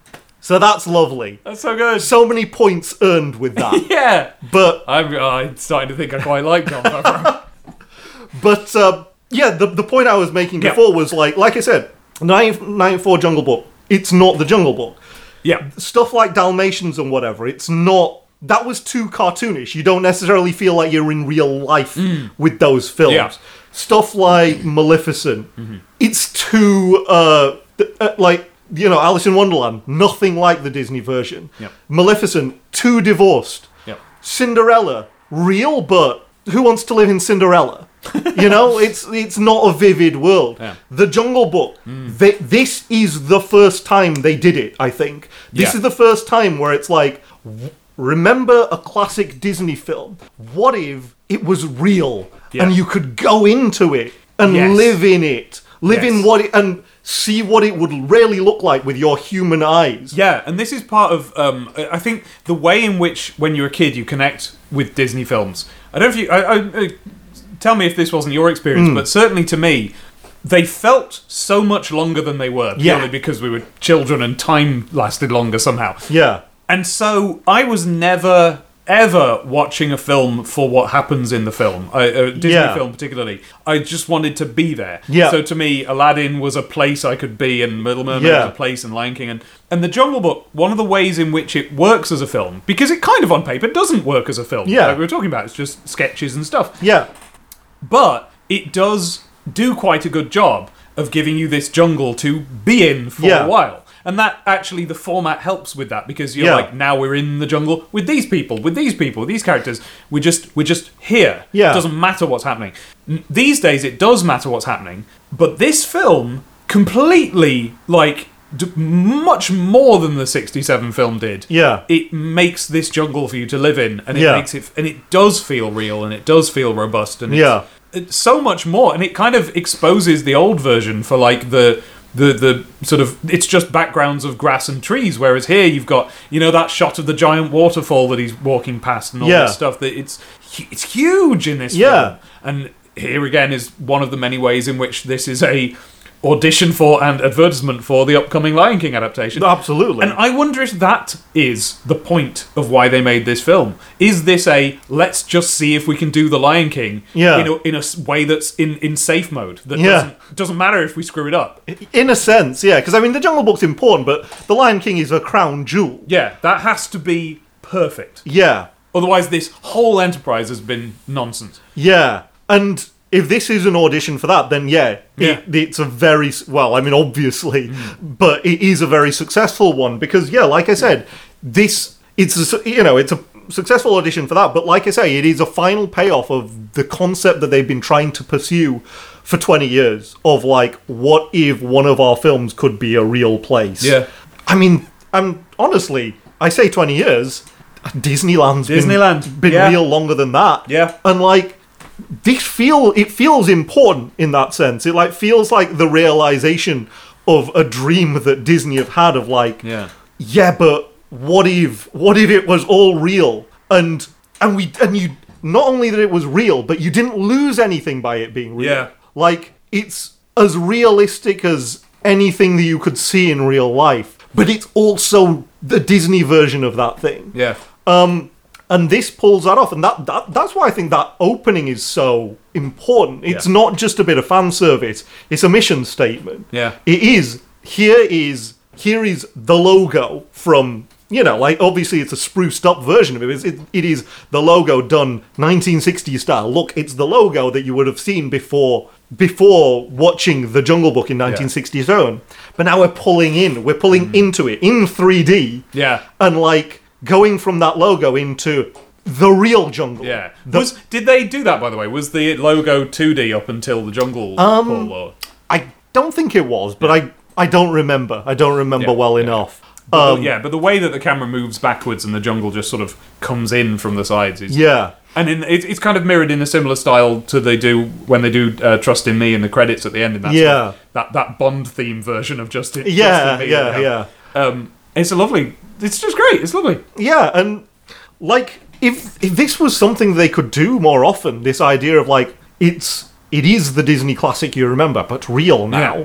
Speaker 2: So that's lovely.
Speaker 1: That's so good.
Speaker 2: So many points earned with that.
Speaker 1: yeah.
Speaker 2: but
Speaker 1: I'm, oh, I'm starting to think I quite like John Favreau.
Speaker 2: But uh, yeah, the, the point I was making
Speaker 1: Yeah.
Speaker 2: before was like, like I said, 994 Jungle Book, it's not the Jungle Book.
Speaker 1: yeah.
Speaker 2: Stuff like Dalmatians and whatever, it's not. That was too cartoonish. You don't necessarily feel like you're in real life with those films.
Speaker 1: Mm. Yeah. Mm-hmm.
Speaker 2: Stuff like Maleficent, it's too. Uh, th- uh, like, you know, Alice in Wonderland, nothing like the Disney version.
Speaker 1: Yep.
Speaker 2: Maleficent, too divorced.
Speaker 1: Yep.
Speaker 2: Cinderella, real, but who wants to live in Cinderella? you know, it's it's not a vivid world.
Speaker 1: Yeah. Mm.
Speaker 2: The Jungle Book. Th- this is the first time they did it. I think this
Speaker 1: Yeah.
Speaker 2: is the first time where it's like, w- remember a classic Disney film? What if it was real
Speaker 1: Yeah.
Speaker 2: and you could go into it and
Speaker 1: Yes.
Speaker 2: live in it, live in
Speaker 1: Yes.
Speaker 2: what it and see what it would really look like with your human eyes?
Speaker 1: Yeah, and this is part of um, I I think the way in which when you're a kid you connect with Disney films. I don't know if you I, I, uh, tell me if this wasn't your experience,
Speaker 2: Hmm.
Speaker 1: but certainly to me, they felt so much longer than they were
Speaker 2: Yeah.
Speaker 1: purely because we were children and time lasted longer somehow.
Speaker 2: Yeah.
Speaker 1: And so I was never ever watching a film for what happens in the film, I, a Disney
Speaker 2: Yeah.
Speaker 1: film particularly. I just wanted to be there.
Speaker 2: Yeah.
Speaker 1: So to me, Aladdin was a place I could be, and Little Mermaid
Speaker 2: Yeah.
Speaker 1: was a place, and Lion King, and and the Jungle Book. One of the ways in which it works as a film, because it kind of on paper doesn't work as a film.
Speaker 2: Yeah.
Speaker 1: Like we were talking about, it's just sketches and stuff
Speaker 2: Yeah.
Speaker 1: but it does do quite a good job of giving you this jungle to be in for
Speaker 2: Yeah.
Speaker 1: a while. And that actually, the format helps with that because you're
Speaker 2: Yeah.
Speaker 1: like, now we're in the jungle with these people, with these people, with these characters. We're just, we're just here.
Speaker 2: Yeah.
Speaker 1: It doesn't matter what's happening. N- These days, it does matter what's happening. But this film completely, like, d- much more than the 67 film did
Speaker 2: Yeah.
Speaker 1: it makes this jungle for you to live in, and it
Speaker 2: Yeah.
Speaker 1: makes it, and it does feel real, and it does feel robust, and it's-
Speaker 2: Yeah.
Speaker 1: it's so much more, and it kind of exposes the old version for like the. The, the sort of it's just backgrounds of grass and trees whereas here you've got you know that shot of the giant waterfall that he's walking past and all
Speaker 2: Yeah.
Speaker 1: this stuff that it's hu- it's huge in this
Speaker 2: Yeah.
Speaker 1: film. and here again is one of the many ways in which this is a audition for and advertisement for the upcoming Lion King adaptation
Speaker 2: Absolutely.
Speaker 1: and I wonder if that is the point of why they made this film. Is this a let's just see if we can do the Lion King
Speaker 2: Yeah.
Speaker 1: in, a, in a s- way that's in, in safe mode that
Speaker 2: Yeah.
Speaker 1: doesn't, doesn't matter if we screw it up?
Speaker 2: In a sense, yeah, because I mean, the Jungle Book's important, but The Lion King is a crown jewel.
Speaker 1: Yeah, that has to be perfect.
Speaker 2: Yeah,
Speaker 1: Otherwise, this whole enterprise has been nonsense.
Speaker 2: yeah. And if this is an audition for that, then yeah,
Speaker 1: Yeah. Hmm.
Speaker 2: It, it's a very, s- well, I mean, obviously, but it is a very successful one because, yeah, like I said, this, it's, a, su- you know, it's a successful audition for that, but like I say, it is a final payoff of the concept that they've been trying to pursue for 20 years of like, what if one of our films could be a real place?
Speaker 1: Yeah.
Speaker 2: I mean, I'm honestly, I say 20 years. Disneyland's
Speaker 1: Disneyland,
Speaker 2: been, been
Speaker 1: yeah.
Speaker 2: real longer than that.
Speaker 1: Yeah.
Speaker 2: And like this feel it feels important in that sense. It like feels like the realization of a dream that Disney have had of like
Speaker 1: Yeah.
Speaker 2: yeah, but what if what if it was all real and and we and you not only that it was real, but you didn't lose anything by it being real.
Speaker 1: Yeah.
Speaker 2: Like it's as realistic as anything that you could see in real life, but it's also the Disney version of that thing.
Speaker 1: Yeah.
Speaker 2: Um, and this pulls that off, and that, that that's why I think that opening is so important. It's
Speaker 1: Yeah.
Speaker 2: not just a bit of fan service; it's a mission statement.
Speaker 1: Yeah.
Speaker 2: it is. Here is here is the logo from you know, like obviously it's a spruced up version of it. It's, it, it is the logo done 1960s style. Look, it's the logo that you would have seen before before watching The Jungle Book in 1967. But now we're pulling in, we're pulling
Speaker 1: Mm.
Speaker 2: into it in 3D
Speaker 1: Yeah.
Speaker 2: and like going from that logo into the real jungle.
Speaker 1: Yeah.
Speaker 2: The-
Speaker 1: was did they do that by the way? Was the logo 2D up until the jungle
Speaker 2: Um,
Speaker 1: pull or
Speaker 2: I don't think it was, but I I don't remember. I don't remember
Speaker 1: Yeah,
Speaker 2: well
Speaker 1: yeah.
Speaker 2: enough.
Speaker 1: But the-
Speaker 2: Um,
Speaker 1: yeah, but the way that the camera moves backwards and the jungle just sort of comes in from the sides is
Speaker 2: yeah.
Speaker 1: and in, it, it's kind of mirrored in a similar style to they do when they do uh, Trust in Me in the credits at the end in that sort
Speaker 2: Yeah.
Speaker 1: of- that that Bond theme version of Just in
Speaker 2: Yeah,
Speaker 1: Trust in Me
Speaker 2: yeah,
Speaker 1: that they have. Um, it's a lovely. It's just great. It's lovely.
Speaker 2: Yeah, and like if if this was something they could do more often, this idea of like it's it is the Disney classic you remember, but real now.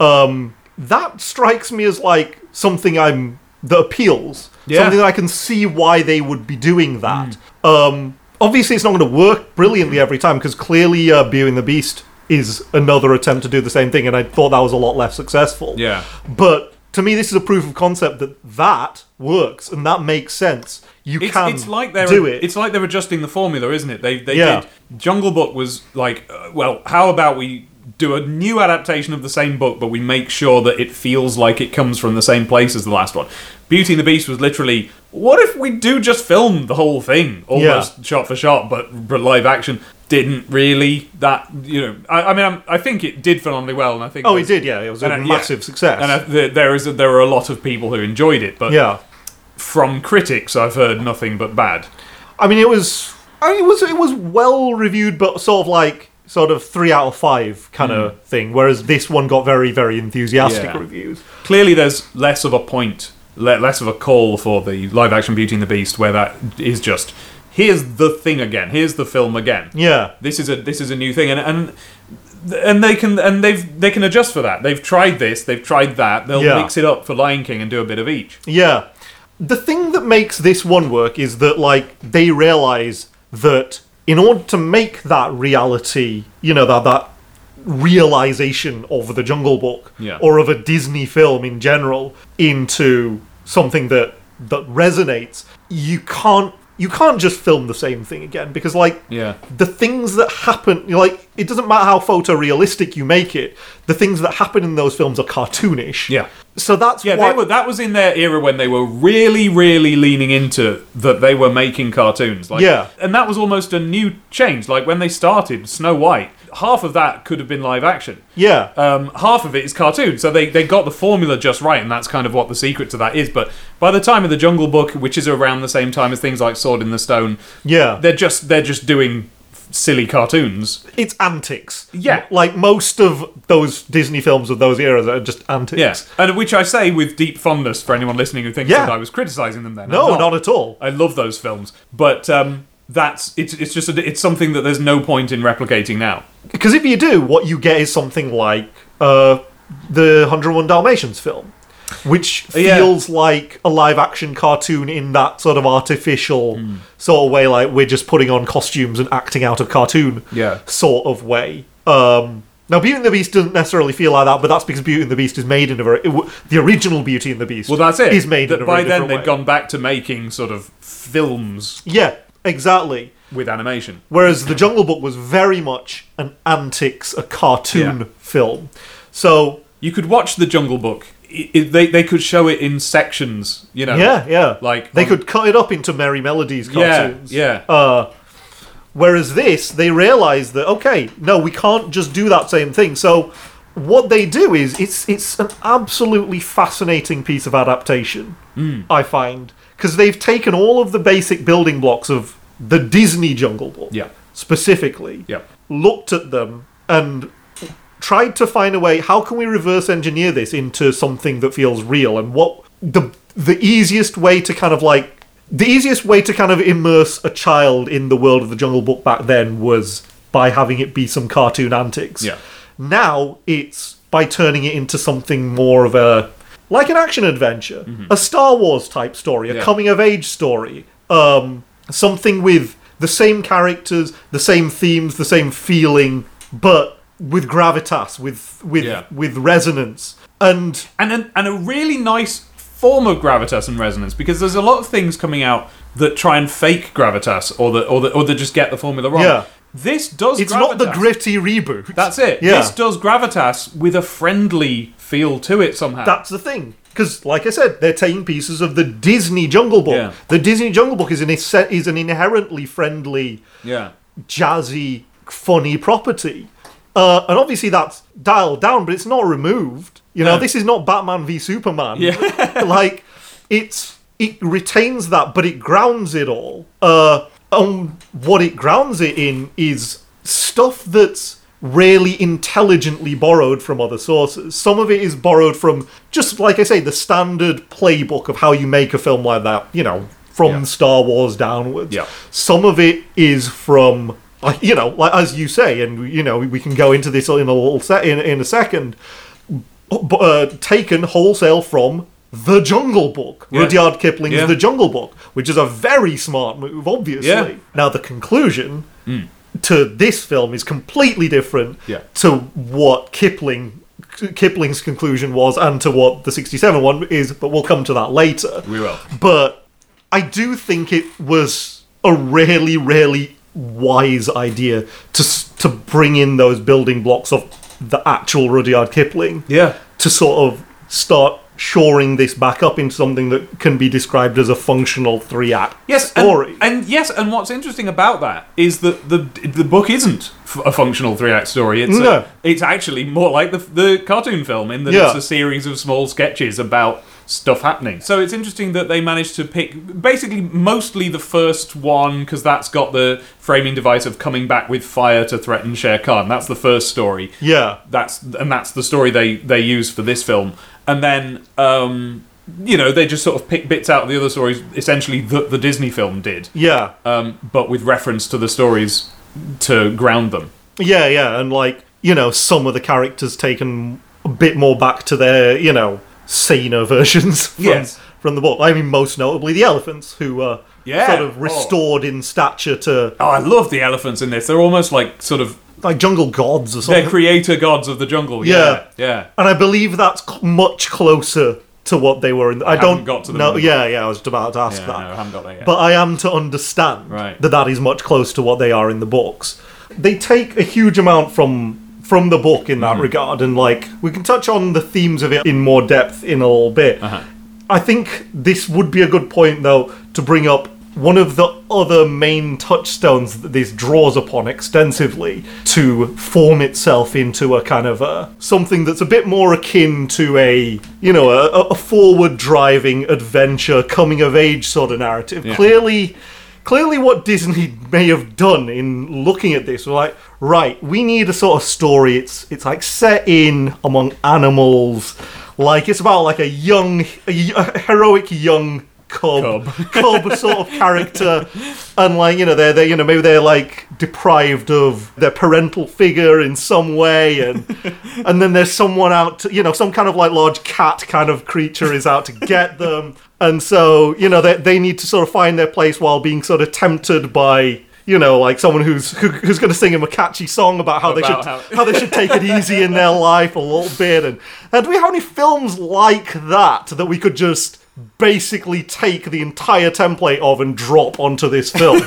Speaker 2: Um, that strikes me as like something I'm that appeals.
Speaker 1: Yeah.
Speaker 2: Something that I can see why they would be doing that. Um, obviously, it's not going to work brilliantly every time because clearly, uh, Beauty and the Beast is another attempt to do the same thing, and I thought that was a lot less successful.
Speaker 1: Yeah.
Speaker 2: But to me, this is a proof of concept that that works and that makes sense. You
Speaker 1: It's,
Speaker 2: can
Speaker 1: it's like they're
Speaker 2: do it.
Speaker 1: It's like they're adjusting the formula, isn't it? They they
Speaker 2: Yeah.
Speaker 1: did Jungle Book was like, uh, well, how about we do a new adaptation of the same book, but we make sure that it feels like it comes from the same place as the last one. Beauty and the Beast was literally, what if we do just film the whole thing, almost shot for shot, but, but live action. Didn't really that you know? I, I mean, I'm, I think it did phenomenally well, and I think
Speaker 2: oh, it
Speaker 1: that's-
Speaker 2: did. Yeah, it was a
Speaker 1: and, uh, yeah.
Speaker 2: massive success.
Speaker 1: And I, there, there is a, there are a lot of people who enjoyed it, but
Speaker 2: yeah,
Speaker 1: from critics, I've heard nothing but bad.
Speaker 2: I mean, it was. I mean, it was it was well reviewed, but sort of like sort of three out of five kind of thing. Whereas this one got very very enthusiastic
Speaker 1: Hmm. Yeah.
Speaker 2: reviews.
Speaker 1: clearly there's less of a point le- less of a call for the live action beauty and the beast where that is just here's the thing again here's the film again
Speaker 2: Yeah,
Speaker 1: this is a this is a new thing and and and they can and they've they can adjust for that they've tried this they've tried that they'll
Speaker 2: Yeah.
Speaker 1: mix it up for lion king and do a bit of each
Speaker 2: yeah. The thing that makes this one work is that like they realize that in order to make that reality, you know, that that realization of the Jungle Book
Speaker 1: Yeah.
Speaker 2: or of a Disney film in general into something that that resonates, you can't you can't just film the same thing again because like
Speaker 1: Yeah.
Speaker 2: the things that happen like it doesn't matter how photorealistic you make it, the things that happen in those films are cartoonish.
Speaker 1: Yeah.
Speaker 2: So that's
Speaker 1: yeah
Speaker 2: why
Speaker 1: they were, that was in their era when they were really really leaning into that they were making cartoons like
Speaker 2: Yeah.
Speaker 1: and that was almost a new change like when they started snow white half of that could have been live action
Speaker 2: Yeah.
Speaker 1: um, half of it is cartoon. So they, they got the formula just right, and that's kind of what the secret to that is. But by the time of the Jungle Book, which is around the same time as things like Sword in the Stone,
Speaker 2: Yeah.
Speaker 1: they're just they're just doing silly cartoons.
Speaker 2: it's antics.
Speaker 1: Yeah.
Speaker 2: Like most of those Disney films of those eras are just antics.
Speaker 1: Yes, and which I say with deep fondness for anyone listening who thinks
Speaker 2: Yeah.
Speaker 1: that I was criticizing them. Then
Speaker 2: No,
Speaker 1: I'm
Speaker 2: not at all.
Speaker 1: I love those films, but um, that's it's it's just a, it's something that there's no point in replicating now.
Speaker 2: Because if you do, what you get is something like uh, the 101 Dalmatians film, which
Speaker 1: Yeah.
Speaker 2: feels like a live action cartoon in that sort of artificial
Speaker 1: Hmm.
Speaker 2: sort of way, like we're just putting on costumes and acting out of cartoon
Speaker 1: Yeah.
Speaker 2: sort of way. Um, now, Beauty and the Beast doesn't necessarily feel like that, but that's because Beauty and the Beast is made in a very. It, w- the original Beauty and the Beast
Speaker 1: Well, that's it.
Speaker 2: is made
Speaker 1: that
Speaker 2: in a
Speaker 1: by
Speaker 2: very
Speaker 1: then
Speaker 2: different
Speaker 1: they'd
Speaker 2: way.
Speaker 1: gone back to making sort of films
Speaker 2: Yeah, exactly.
Speaker 1: with animation.
Speaker 2: Whereas The Jungle Book was very much an antics, a cartoon
Speaker 1: Yeah.
Speaker 2: film. So,
Speaker 1: You could watch The Jungle Book. I i they they could show it in sections, you know.
Speaker 2: yeah, yeah.
Speaker 1: Like,
Speaker 2: they
Speaker 1: um,
Speaker 2: could cut it up into Merry Melodies
Speaker 1: yeah,
Speaker 2: cartoons. Uh,
Speaker 1: yeah.
Speaker 2: Whereas this, they realize that okay, no, we can't just do that same thing. So what they do
Speaker 1: Hmm.
Speaker 2: is it's it's an absolutely fascinating piece of adaptation. I find because they've taken all of the basic building blocks of the Disney Jungle Book,
Speaker 1: Yeah.
Speaker 2: specifically,
Speaker 1: Yeah.
Speaker 2: looked at them and tried to find a way. How can we reverse engineer this into something that feels real? And what the the easiest way to kind of like the easiest way to kind of immerse a child in the world of the Jungle Book back then was by having it be some cartoon antics.
Speaker 1: Yeah.
Speaker 2: Now it's by turning it into something more of a like an action adventure, a Star Wars type story, a
Speaker 1: Mm-hmm. Yeah.
Speaker 2: coming of age story, um, something with the same characters, the same themes, the same feeling, but with gravitas, with with
Speaker 1: Yeah.
Speaker 2: with resonance, and
Speaker 1: and a, and a really nice form of gravitas and resonance because there's a lot of things coming out that try and fake gravitas or that or that, or that just get the formula wrong.
Speaker 2: Yeah.
Speaker 1: This does.
Speaker 2: it's not the
Speaker 1: gravitas.
Speaker 2: gritty reboot.
Speaker 1: That's it.
Speaker 2: Yeah.
Speaker 1: This does gravitas with a friendly feel to it somehow.
Speaker 2: That's the thing. Because, like I said, they're taking pieces of the Disney Jungle Book.
Speaker 1: Yeah.
Speaker 2: The Disney Jungle Book is an is is an inherently friendly
Speaker 1: yeah.
Speaker 2: jazzy, funny property. Uh, and obviously that's dialed down, but it's not removed. You know,
Speaker 1: No.
Speaker 2: this is not Batman v Superman. like, it's it retains that, but it grounds it all. Uh, and what it grounds it in is stuff that's really intelligently borrowed from other sources. Some of it is borrowed from just like I say, the standard playbook of how you make a film like that. You know, from
Speaker 1: Yeah.
Speaker 2: Star Wars downwards.
Speaker 1: Yeah.
Speaker 2: Some of it is from, like, you know, like as you say, and you know, we can go into this in a little set in, in a second. b- Uh, taken wholesale from the Jungle Book,
Speaker 1: Yeah.
Speaker 2: Rudyard Kipling's
Speaker 1: Yeah.
Speaker 2: The Jungle Book, which is a very smart move, obviously.
Speaker 1: Yeah. Hmm.
Speaker 2: Now the conclusion to this film is completely different
Speaker 1: Yeah.
Speaker 2: to what Kipling. Kipling's conclusion was, and to what the 67 one is, but we'll come to that later
Speaker 1: We will.
Speaker 2: but I do think it was a really, really wise idea to s- to bring in those building blocks of the actual Rudyard Kipling
Speaker 1: Yeah.
Speaker 2: to sort of start shoring this back up into something that can be described as a functional three act
Speaker 1: Yes, and-
Speaker 2: story.
Speaker 1: And, yes, and what's interesting about that is that the the book isn't f- a functional three act story. It's a-
Speaker 2: No.
Speaker 1: it's actually more like the the cartoon film in that
Speaker 2: Yeah.
Speaker 1: it's a series of small sketches about stuff happening. So it's interesting that they managed to pick basically mostly the first one because that's got the framing device of coming back with fire to threaten Shere Khan. That's the first story
Speaker 2: yeah,
Speaker 1: that's and that's the story they they use for this film and then um you know they just sort of pick bits out of the other stories essentially that the disney film did
Speaker 2: yeah.
Speaker 1: um but with reference to the stories to ground them
Speaker 2: Yeah, yeah, and like you know, some of the characters taken a bit more back to their you know saner versions from,
Speaker 1: Yes.
Speaker 2: from the book. I mean, most notably the elephants, who uh,
Speaker 1: Yeah.
Speaker 2: sort of
Speaker 1: Oh.
Speaker 2: restored in stature to
Speaker 1: oh i love the elephants in this they're almost like sort of
Speaker 2: like jungle gods or something.
Speaker 1: they're creator gods of the jungle
Speaker 2: Yeah.
Speaker 1: yeah yeah
Speaker 2: and I believe that's cl- much closer to what they were in. I,
Speaker 1: haven't
Speaker 2: don't
Speaker 1: got to them
Speaker 2: No,
Speaker 1: in the
Speaker 2: yeah, yeah. I was about to ask
Speaker 1: yeah,
Speaker 2: that.
Speaker 1: no, i haven't got that yet
Speaker 2: but I am to understand
Speaker 1: Right.
Speaker 2: that that is much close to what they are in the books. They take a huge amount from from the book in
Speaker 1: Mm-hmm.
Speaker 2: that regard, and like we can touch on the themes of it in more depth in a little bit.
Speaker 1: Uh-huh.
Speaker 2: I think this would be a good point though to bring up one of the other main touchstones that this draws upon extensively to form itself into a kind of a something that's a bit more akin to a you know a, a forward driving adventure coming of age sort of narrative
Speaker 1: Yeah.
Speaker 2: clearly clearly what disney may have done in looking at this was like right we need a sort of story it's it's like set in among animals like it's about like a young a, y- a heroic young cub cub, sort of character and like you know they're they you know maybe they're like deprived of their parental figure in some way and and then there's someone out to, you know some kind of like large cat kind of creature is out to get them and so you know they, they need to sort of find their place while being sort of tempted by you know like someone who's who, who's going to sing them a catchy song about how they
Speaker 1: About
Speaker 2: should
Speaker 1: how-
Speaker 2: how they should take it easy in their life a little bit. And, and do we have any films like that that we could just basically take the entire template of and drop onto this film?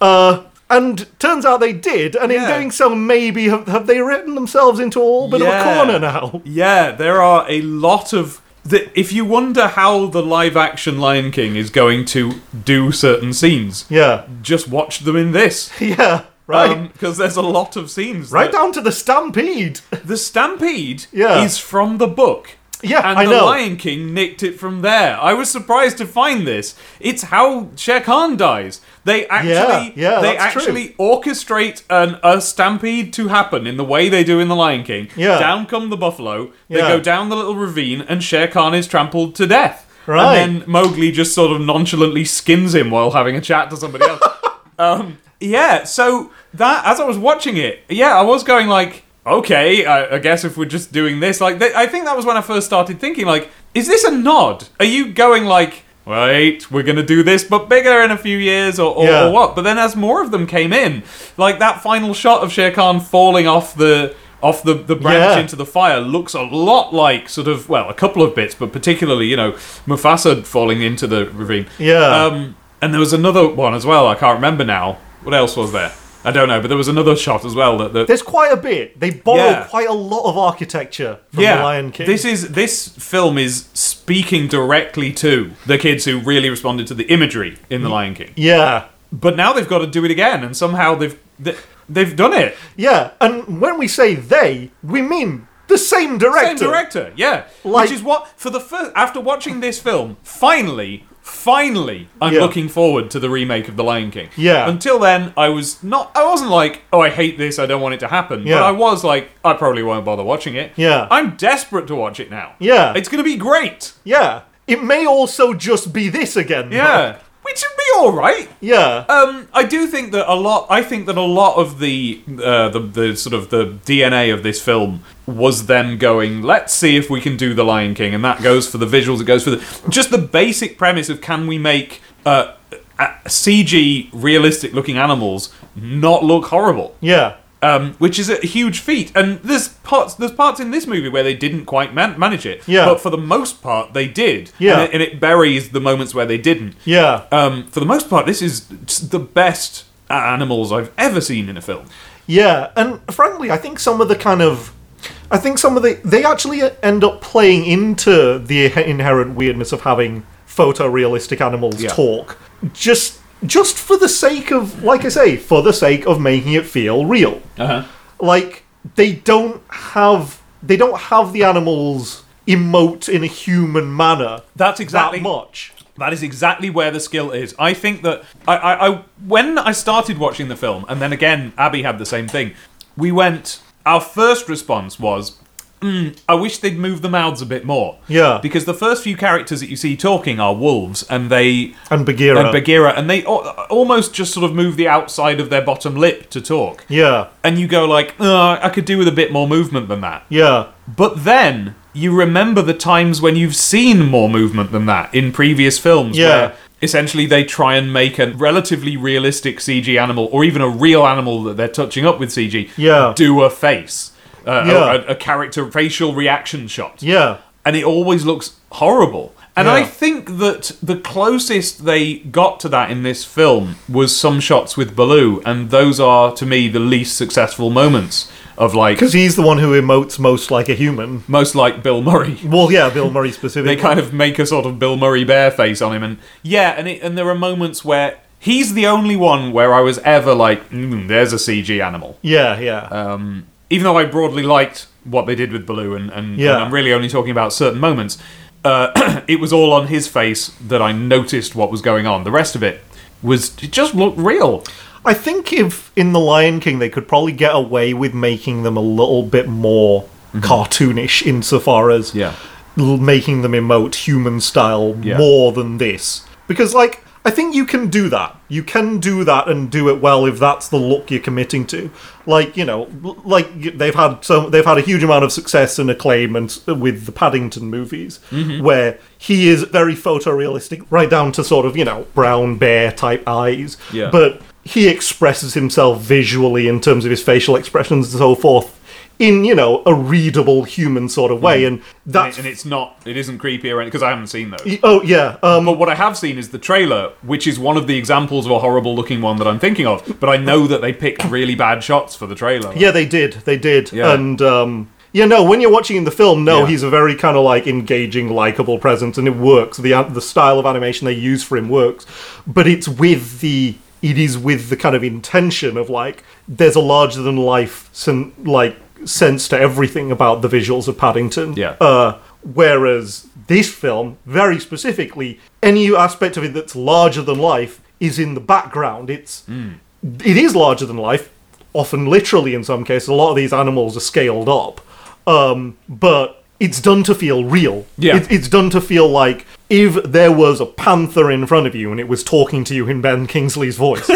Speaker 2: uh, and turns out they did. And in
Speaker 1: Yeah.
Speaker 2: doing so, maybe have, have they written themselves into a little bit
Speaker 1: Yeah.
Speaker 2: of a corner now?
Speaker 1: Yeah, there are a lot of. The, if you wonder how the live action Lion King is going to do certain scenes,
Speaker 2: Yeah.
Speaker 1: just watch them in this.
Speaker 2: Yeah. Right.
Speaker 1: Because Um, there's a lot of scenes.
Speaker 2: right
Speaker 1: that-
Speaker 2: down to the stampede.
Speaker 1: The Stampede
Speaker 2: Yeah.
Speaker 1: is from the book.
Speaker 2: Yeah,
Speaker 1: and
Speaker 2: I
Speaker 1: the
Speaker 2: know.
Speaker 1: Lion King nicked it from there. I was surprised to find this. It's how Shere Khan dies. They actually,
Speaker 2: Yeah, yeah,
Speaker 1: they
Speaker 2: that's true.
Speaker 1: actually orchestrate an, a stampede to happen in the way they do in the Lion King.
Speaker 2: Yeah.
Speaker 1: down come the buffalo. They
Speaker 2: Yeah.
Speaker 1: go down the little ravine, and Shere Khan is trampled to death.
Speaker 2: Right.
Speaker 1: And then Mowgli just sort of nonchalantly skins him while having a chat to somebody else. um, yeah, so that as I was watching it, yeah, I was going like, okay, I, I guess if we're just doing this, like, th- I think that was when I first started thinking, like, is this a nod? Are you going like, wait, we're gonna do this but bigger in a few years, or or,
Speaker 2: Yeah.
Speaker 1: or what? But then as more of them came in, like that final shot of Shere Khan falling off the off the, the branch
Speaker 2: Yeah.
Speaker 1: into the fire looks a lot like sort of well a couple of bits but particularly you know Mufasa falling into the ravine
Speaker 2: Yeah.
Speaker 1: um, and there was another one as well. I can't remember now. What else was there? I don't know, but there was another shot as well that. that
Speaker 2: There's quite a bit. They borrow
Speaker 1: Yeah.
Speaker 2: quite a lot of architecture from
Speaker 1: yeah,
Speaker 2: the Lion King.
Speaker 1: this is this film is speaking directly to the kids who really responded to the imagery in
Speaker 2: Mm.
Speaker 1: the Lion King.
Speaker 2: yeah.
Speaker 1: But now they've got to do it again, and somehow they've they, they've done it.
Speaker 2: Yeah, and when we say they, we mean the same director.
Speaker 1: Same director, yeah.
Speaker 2: Like-
Speaker 1: Which is what for the first after watching this film, finally, finally, I'm
Speaker 2: Yeah.
Speaker 1: looking forward to the remake of The Lion King.
Speaker 2: Yeah.
Speaker 1: Until then, I was not. I wasn't like, oh, I hate this. I don't want it to happen. But
Speaker 2: Yeah.
Speaker 1: I was like, I probably won't bother watching it.
Speaker 2: Yeah.
Speaker 1: I'm desperate to watch it now.
Speaker 2: Yeah.
Speaker 1: It's gonna be great.
Speaker 2: Yeah. It may also just be this again. though.
Speaker 1: Yeah. Which would be all right.
Speaker 2: Yeah.
Speaker 1: Um, I do think that a lot. I think that a lot of the uh, the the sort of the DNA of this film was them going. Let's see if we can do the Lion King, and that goes for the visuals. It goes for the just the basic premise of can we make uh, uh, CG realistic looking animals not look horrible
Speaker 2: yeah.
Speaker 1: um, which is a huge feat. And there's parts there's parts in this movie where they didn't quite man- manage it.
Speaker 2: Yeah.
Speaker 1: But for the most part, they did.
Speaker 2: Yeah.
Speaker 1: And it, and it buries the moments where they didn't.
Speaker 2: Yeah.
Speaker 1: Um, for the most part, this is just the best animals I've ever seen in a film.
Speaker 2: Yeah, and frankly, I think some of the kind of, I think some of the they actually end up playing into the inherent weirdness of having photorealistic animals
Speaker 1: Yeah.
Speaker 2: talk, just just for the sake of, like I say, for the sake of making it feel real.
Speaker 1: Uh-huh.
Speaker 2: Like they don't have they don't have the animals emote in a human manner
Speaker 1: That's exactly
Speaker 2: that much.
Speaker 1: That is exactly where the skill is. I think that I, I, I when I started watching the film, and then again, Abby had the same thing. We went. Our first response was, "Hmm, "I wish they'd move the mouths a bit more."
Speaker 2: Yeah.
Speaker 1: because the first few characters that you see talking are wolves, and they
Speaker 2: And Bagheera.
Speaker 1: and Bagheera, and they al- almost just sort of move the outside of their bottom lip to talk.
Speaker 2: yeah,
Speaker 1: And you go like, "Ugh, I could do with a bit more movement than that.
Speaker 2: yeah,
Speaker 1: But then you remember the times when you've seen more movement than that in previous films
Speaker 2: Yeah.
Speaker 1: where essentially they try and make a relatively realistic CG animal or even a real animal that they're touching up with CG
Speaker 2: Yeah.
Speaker 1: do a face. Uh,
Speaker 2: Yeah.
Speaker 1: a- a, a character facial reaction shot
Speaker 2: yeah,
Speaker 1: and it always looks horrible. And
Speaker 2: Yeah.
Speaker 1: I think that the closest they got to that in this film was some shots with Baloo, and those are to me the least successful moments of like
Speaker 2: because he's the one who emotes most like a human.
Speaker 1: most like Bill Murray.
Speaker 2: Well, yeah, Bill Murray specifically.
Speaker 1: They kind of make a sort of Bill Murray bear face on him, and yeah, and it, and there are moments where he's the only one where I was ever like, mm, "There's a CG animal,"
Speaker 2: Yeah, yeah.
Speaker 1: um, even though I broadly liked what they did with Baloo, and and,
Speaker 2: Yeah.
Speaker 1: and I'm really only talking about certain moments. Uh, it was all on his face that I noticed what was going on. The rest of it was it just looked real.
Speaker 2: I think if in The Lion King they could probably get away with making them a little bit more cartoonish insofar as
Speaker 1: Mm-hmm. Yeah.
Speaker 2: l- making them emote human style
Speaker 1: Yeah.
Speaker 2: more than this. Because, like, I think you can do that. You can do that and do it well if that's the look you're committing to. Like, you know, l- like y- they've had so they've had a huge amount of success and acclaim and s- with the Paddington movies,
Speaker 1: Mm-hmm.
Speaker 2: where he is very photorealistic, right down to sort of you know brown bear type eyes.
Speaker 1: Yeah.
Speaker 2: But but he expresses himself visually in terms of his facial expressions and so forth in you know a readable human sort of way and
Speaker 1: Mm. And,
Speaker 2: that's
Speaker 1: it, and it's not, it isn't creepy or anything because I haven't seen those.
Speaker 2: oh yeah um
Speaker 1: But what I have seen is the trailer, which is one of the examples of a horrible looking one that I'm thinking of. But I know that they picked really bad shots for the trailer.
Speaker 2: yeah they did they did
Speaker 1: Yeah.
Speaker 2: and um yeah no when you're watching the film no
Speaker 1: Yeah.
Speaker 2: he's a very kind of like engaging likable presence and it works the uh, the style of animation they use for him works but it's with the it is with the kind of intention of like there's a larger than life sen- like sense to everything about the visuals of Paddington
Speaker 1: Yeah.
Speaker 2: uh, Whereas this film, very specifically, any aspect of it that's larger than life is in the background. It's
Speaker 1: Hmm.
Speaker 2: it is larger than life, often literally in some cases. A lot of these animals are scaled up, um, but it's done to feel real.
Speaker 1: Yeah.
Speaker 2: It- it's done to feel like if there was a panther in front of you and it was talking to you in Ben Kingsley's voice,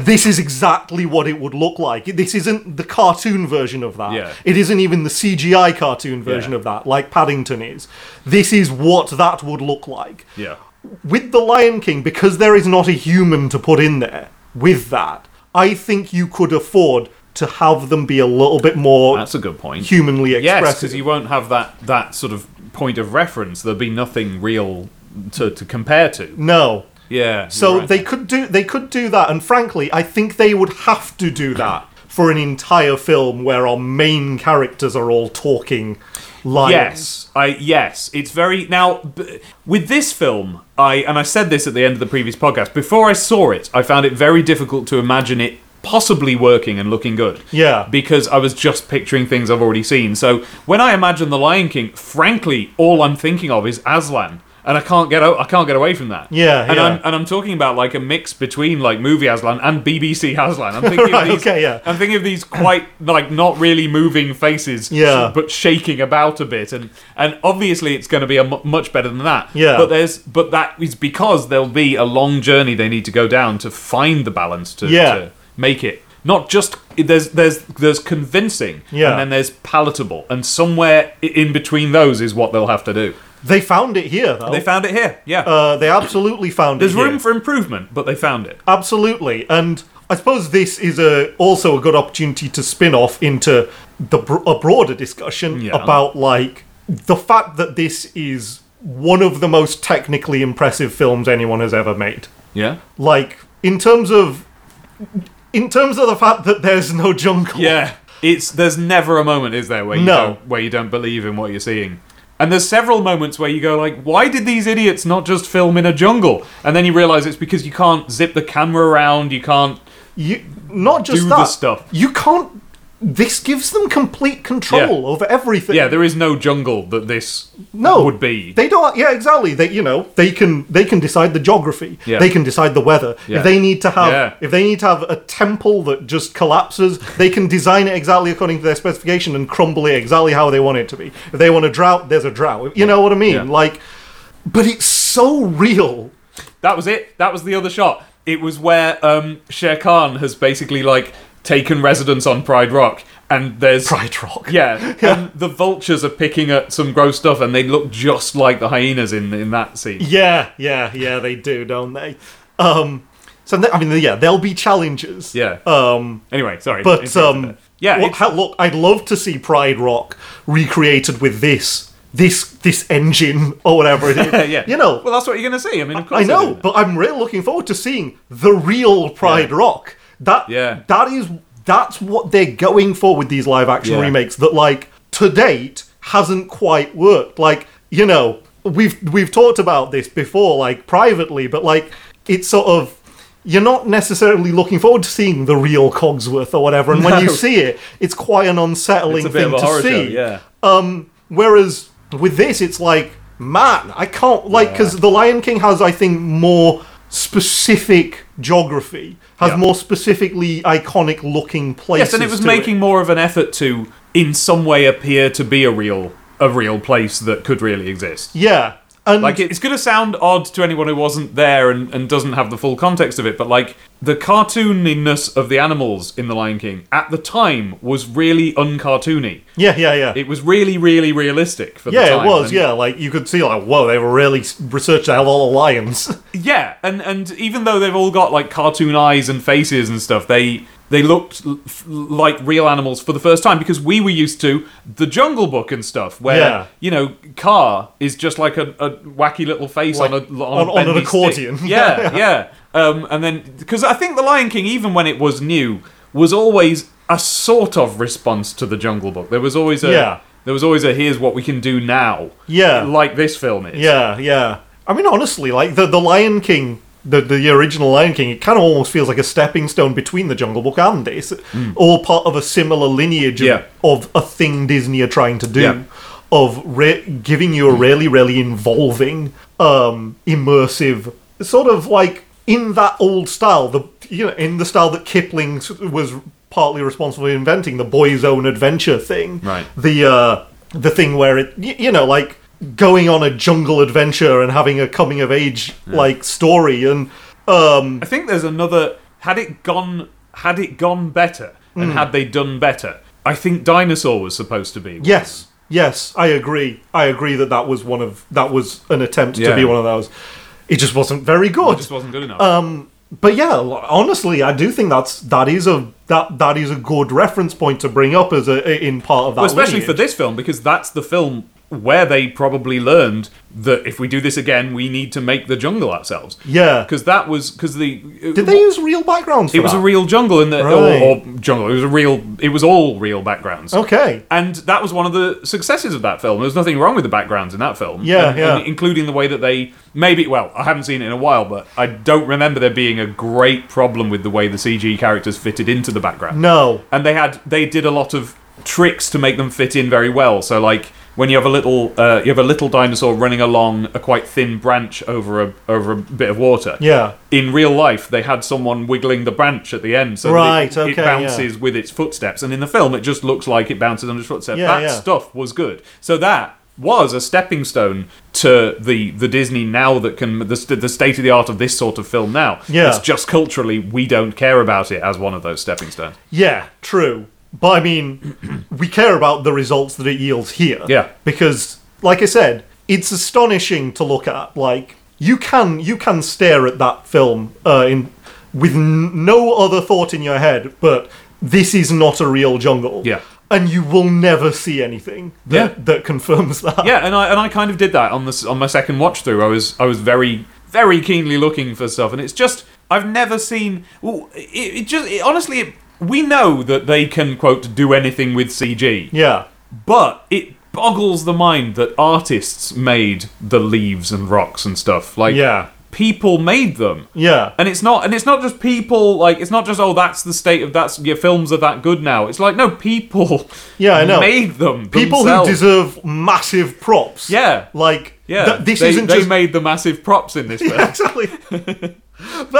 Speaker 2: this is exactly what it would look like. This isn't the cartoon version of that.
Speaker 1: Yeah.
Speaker 2: It isn't even the CGI cartoon version
Speaker 1: Yeah.
Speaker 2: of that, like Paddington is. This is what that would look like
Speaker 1: Yeah.
Speaker 2: with the Lion King, because there is not a human to put in there with that, I think you could afford to have them be a little bit more
Speaker 1: That's a good point.
Speaker 2: humanly
Speaker 1: Yes,
Speaker 2: expressive.
Speaker 1: because you won't have that that sort of point of reference. There'll be nothing real to, to compare to.
Speaker 2: no.
Speaker 1: Yeah.
Speaker 2: So
Speaker 1: you're right.
Speaker 2: they could do they could do that, and frankly, I think they would have to do that for an entire film where our main characters are all talking lions.
Speaker 1: Yes, I yes, it's very now b- with this film. I and I said this at the end of the previous podcast. Before I saw it, I found it very difficult to imagine it possibly working and looking good.
Speaker 2: Yeah.
Speaker 1: because I was just picturing things I've already seen. So when I imagine the Lion King, frankly, all I'm thinking of is Aslan. And I can't get o- I can't get away from that.
Speaker 2: Yeah,
Speaker 1: and
Speaker 2: yeah.
Speaker 1: I'm and I'm talking about like a mix between like movie Aslan and BBC Aslan. I'm thinking
Speaker 2: Right,
Speaker 1: of these,
Speaker 2: okay, yeah.
Speaker 1: I'm thinking of these quite like not really moving faces,
Speaker 2: Yeah.
Speaker 1: but shaking about a bit, and and obviously it's going to be a mu much better than that.
Speaker 2: Yeah.
Speaker 1: But there's but that is because there'll be a long journey they need to go down to find the balance to,
Speaker 2: Yeah.
Speaker 1: to make it not just there's there's there's convincing
Speaker 2: Yeah.
Speaker 1: and then there's palatable and somewhere i- in between those is what they'll have to do.
Speaker 2: They found it here though.
Speaker 1: They found it here. Yeah.
Speaker 2: Oh. uh, they absolutely found
Speaker 1: there's
Speaker 2: it. here.
Speaker 1: room for improvement, but they found it.
Speaker 2: absolutely and i suppose this is a also a good opportunity to spin off into the br- a broader discussion
Speaker 1: Yeah.
Speaker 2: about like the fact that this is one of the most technically impressive films anyone has ever made
Speaker 1: Yeah.
Speaker 2: like in terms of in terms of the fact that there's no jungle
Speaker 1: Yeah, it's there's never a moment, is there, where you
Speaker 2: No.
Speaker 1: don't, where you don't believe in what you're seeing. And there's several moments where you go like, why did these idiots not just film in a jungle? And then you realise it's because you can't zip the camera around, you can't.
Speaker 2: you not just
Speaker 1: Do the
Speaker 2: that
Speaker 1: stuff.
Speaker 2: you can't this gives them complete control
Speaker 1: Yeah.
Speaker 2: over everything
Speaker 1: Yeah, there is no jungle that this
Speaker 2: no
Speaker 1: would be.
Speaker 2: they don't yeah exactly they you know they can they can decide the geography
Speaker 1: Yeah.
Speaker 2: they can decide the weather
Speaker 1: Yeah.
Speaker 2: if they need to have
Speaker 1: Yeah.
Speaker 2: if they need to have a temple that just collapses they can design it exactly according to their specification and crumble it exactly how they want it to be if they want a drought there's a drought you know what i mean
Speaker 1: Yeah.
Speaker 2: like but it's so real
Speaker 1: That was it. That was the other shot. It was where um, Shere Khan has basically like taken residence on Pride Rock, and there's
Speaker 2: pride rock
Speaker 1: Yeah, and the vultures are picking at some gross stuff, and they look just like the hyenas in in that scene.
Speaker 2: yeah yeah yeah they do don't they um so th- i mean yeah there'll be challenges
Speaker 1: Yeah.
Speaker 2: um
Speaker 1: Anyway, sorry.
Speaker 2: But
Speaker 1: Interrupted
Speaker 2: um,
Speaker 1: there. yeah,
Speaker 2: well,
Speaker 1: it's-
Speaker 2: how- look, I'd love to see Pride Rock recreated with this, this, this engine or whatever it is.
Speaker 1: yeah.
Speaker 2: you know,
Speaker 1: Well, that's what you're going to see. I mean, of course.
Speaker 2: I
Speaker 1: they're
Speaker 2: know,
Speaker 1: doing that.
Speaker 2: but I'm really looking forward to seeing the real Pride Rock. That
Speaker 1: Yeah.
Speaker 2: that is that's what they're going for with these live action
Speaker 1: Yeah.
Speaker 2: remakes. That like to date hasn't quite worked. Like you know, we've we've talked about this before, like privately, but like it's sort of. You're not necessarily looking forward to seeing the real Cogsworth or whatever, and when you
Speaker 1: No.
Speaker 2: see it, it's quite an unsettling
Speaker 1: It's a bit
Speaker 2: thing
Speaker 1: of a
Speaker 2: to
Speaker 1: horror
Speaker 2: see.
Speaker 1: show. Yeah.
Speaker 2: Um, Whereas with this, it's like, man, I can't like because the Lion King has, I think, more specific geography, has
Speaker 1: Yeah.
Speaker 2: more specifically iconic looking places.
Speaker 1: Yes, and it was
Speaker 2: to
Speaker 1: making more of an effort to, in some way, appear to be a real a real place that could really exist.
Speaker 2: Yeah, and
Speaker 1: Like it's going to sound odd to anyone who wasn't there and, and doesn't have the full context of it, but like the cartooniness of the animals in The Lion King at the time was really uncartoony.
Speaker 2: yeah, yeah, yeah.
Speaker 1: It was really, really realistic for the
Speaker 2: yeah,
Speaker 1: time.
Speaker 2: it was.
Speaker 1: and-
Speaker 2: Yeah, like you could see, like, whoa, they were really s- researched the hell all the lions.
Speaker 1: Yeah, and and even though they've all got like cartoon eyes and faces and stuff, they they looked l- f- like real animals for the first time because we were used to the Jungle Book and stuff, where
Speaker 2: Yeah.
Speaker 1: you know Car is just like a, a wacky little face on
Speaker 2: Like,
Speaker 1: a
Speaker 2: on-
Speaker 1: on, a
Speaker 2: on an
Speaker 1: bendy
Speaker 2: accordion.
Speaker 1: stick. Yeah, yeah. Um, and then because I think the Lion King, even when it was new, was always a sort of response to the Jungle Book. There was always a
Speaker 2: Yeah.
Speaker 1: there was always a here's what we can do now.
Speaker 2: Yeah.
Speaker 1: like this film is.
Speaker 2: yeah, yeah. I mean, honestly, like the the Lion King. The, the original Lion King, it kind of almost feels like a stepping stone between the Jungle Book and this, all part of a similar lineage
Speaker 1: Hmm.
Speaker 2: of,
Speaker 1: Yeah.
Speaker 2: of a thing Disney are trying to do.
Speaker 1: Yeah.
Speaker 2: of re- giving you a really, really involving, um, immersive sort of like in that old style, the you know, in the style that Kipling s- was partly responsible for inventing, the boy's own adventure thing.
Speaker 1: Right.
Speaker 2: The uh, the thing where it y- you know like going on a jungle adventure and having a coming of age like story and um
Speaker 1: I think there's another. Had it gone, had it gone better, and
Speaker 2: Hmm.
Speaker 1: had they done better, I think Dinosaur was supposed to be.
Speaker 2: yes yes i agree i agree that that was one of that was an attempt
Speaker 1: Yeah.
Speaker 2: to be one of those it just wasn't very good
Speaker 1: It just wasn't good enough.
Speaker 2: Uh, but yeah l- honestly i do think that's that is a that that is a good reference point to bring up as a in part of that
Speaker 1: Well, especially
Speaker 2: lineage.
Speaker 1: for this film because that's the film where they probably learned that if we do this again, we need to make the jungle ourselves.
Speaker 2: yeah
Speaker 1: Because that was because the
Speaker 2: did they use real backgrounds for
Speaker 1: It was
Speaker 2: that?
Speaker 1: a real jungle in the
Speaker 2: Right.
Speaker 1: or, or jungle. It was a real. It was all real backgrounds.
Speaker 2: okay
Speaker 1: And that was one of the successes of that film. There's nothing wrong with the backgrounds in that film.
Speaker 2: Yeah,
Speaker 1: And-
Speaker 2: yeah.
Speaker 1: and including the way that they maybe well, I haven't seen it in a while, but I don't remember there being a great problem with the way the CG characters fitted into the background
Speaker 2: no
Speaker 1: and they had they did a lot of tricks to make them fit in very well. So like when you have a little uh, you have a little dinosaur running along a quite thin branch over a over a bit of water.
Speaker 2: yeah
Speaker 1: In real life, they had someone wiggling the branch at the end, so that
Speaker 2: Right,
Speaker 1: it, it
Speaker 2: okay,
Speaker 1: bounces with its footsteps. And in the film, it just looks like it bounces on its footsteps.
Speaker 2: Yeah,
Speaker 1: that
Speaker 2: yeah.
Speaker 1: stuff was good. So that was a stepping stone to the the Disney now that can the, st- the state of the art of this sort of film now.
Speaker 2: Yeah.
Speaker 1: it's just culturally we don't care about it as one of those stepping stones.
Speaker 2: Yeah, true. But I mean, we care about the results that it yields here.
Speaker 1: Yeah.
Speaker 2: Because, like I said, it's astonishing to look at. Like you can you can stare at that film uh, in with n- no other thought in your head, but this is not a real jungle.
Speaker 1: Yeah.
Speaker 2: And you will never see anything that,
Speaker 1: Yeah.
Speaker 2: that confirms that.
Speaker 1: yeah, and I and I kind of did that on this on my second watch through. I was I was very very keenly looking for stuff, and it's just I've never seen. Well, it, it just it, honestly, it, we know that they can quote do anything with CG,
Speaker 2: Yeah.
Speaker 1: but it boggles the mind that artists made the leaves and rocks and stuff. Like
Speaker 2: Yeah.
Speaker 1: people made them.
Speaker 2: Yeah.
Speaker 1: And it's not, and it's not just people. Like it's not just oh, that's the state of that's your films are that good now. It's like no, people.
Speaker 2: Yeah, I know.
Speaker 1: Made them.
Speaker 2: People who
Speaker 1: themselves.
Speaker 2: deserve massive props.
Speaker 1: Yeah.
Speaker 2: Like
Speaker 1: Yeah,
Speaker 2: th- this
Speaker 1: they,
Speaker 2: isn't
Speaker 1: they
Speaker 2: just
Speaker 1: made the massive props in this film.
Speaker 2: exactly. but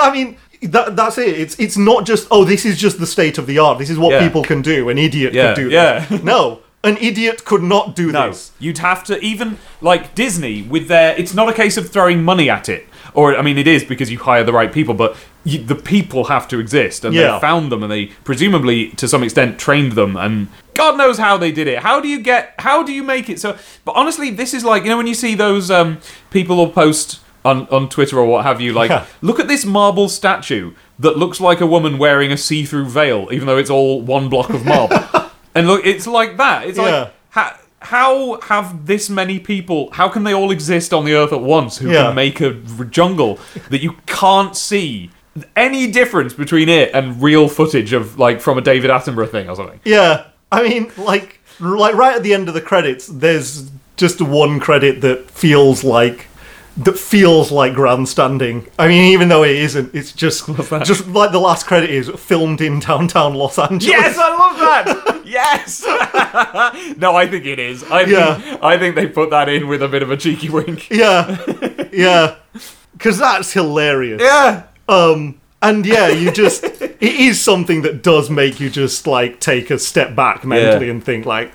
Speaker 2: I mean, that, that's it. It's it's not just oh, this is just the state of the art. This is what
Speaker 1: Yeah.
Speaker 2: people can do. An idiot
Speaker 1: Yeah,
Speaker 2: could do
Speaker 1: yeah.
Speaker 2: this. No, an idiot could not do this.
Speaker 1: You'd have to even like Disney with their. It's not a case of throwing money at it, or I mean, it is because you hire the right people, but you, the people have to exist, and
Speaker 2: Yeah.
Speaker 1: they found them, and they presumably to some extent trained them, and God knows how they did it. How do you get? How do you make it so? But honestly, this is like you know when you see those um, people will post. On, on Twitter or what have you, like,
Speaker 2: Yeah.
Speaker 1: look at this marble statue that looks like a woman wearing a see through veil, even though it's all one block of marble. and look, it's like that. It's
Speaker 2: Yeah.
Speaker 1: like, how, how have this many people? How can they all exist on the Earth at once? Who
Speaker 2: Yeah.
Speaker 1: can make a r- jungle that you can't see any difference between it and real footage of like from a David Attenborough thing or something?
Speaker 2: Yeah, I mean, like like right at the end of the credits, there's just one credit that feels like that feels like grandstanding. I mean, even though it isn't, it's just just like the last credit is filmed in downtown Los Angeles.
Speaker 1: Yes, I love that. yes. no, I think it is. I think,
Speaker 2: Yeah.
Speaker 1: I think they put that in with a bit of a cheeky wink.
Speaker 2: Yeah, yeah, because that's hilarious.
Speaker 1: Yeah.
Speaker 2: Um, and yeah, you just it is something that does make you just like take a step back mentally
Speaker 1: Yeah.
Speaker 2: and think like,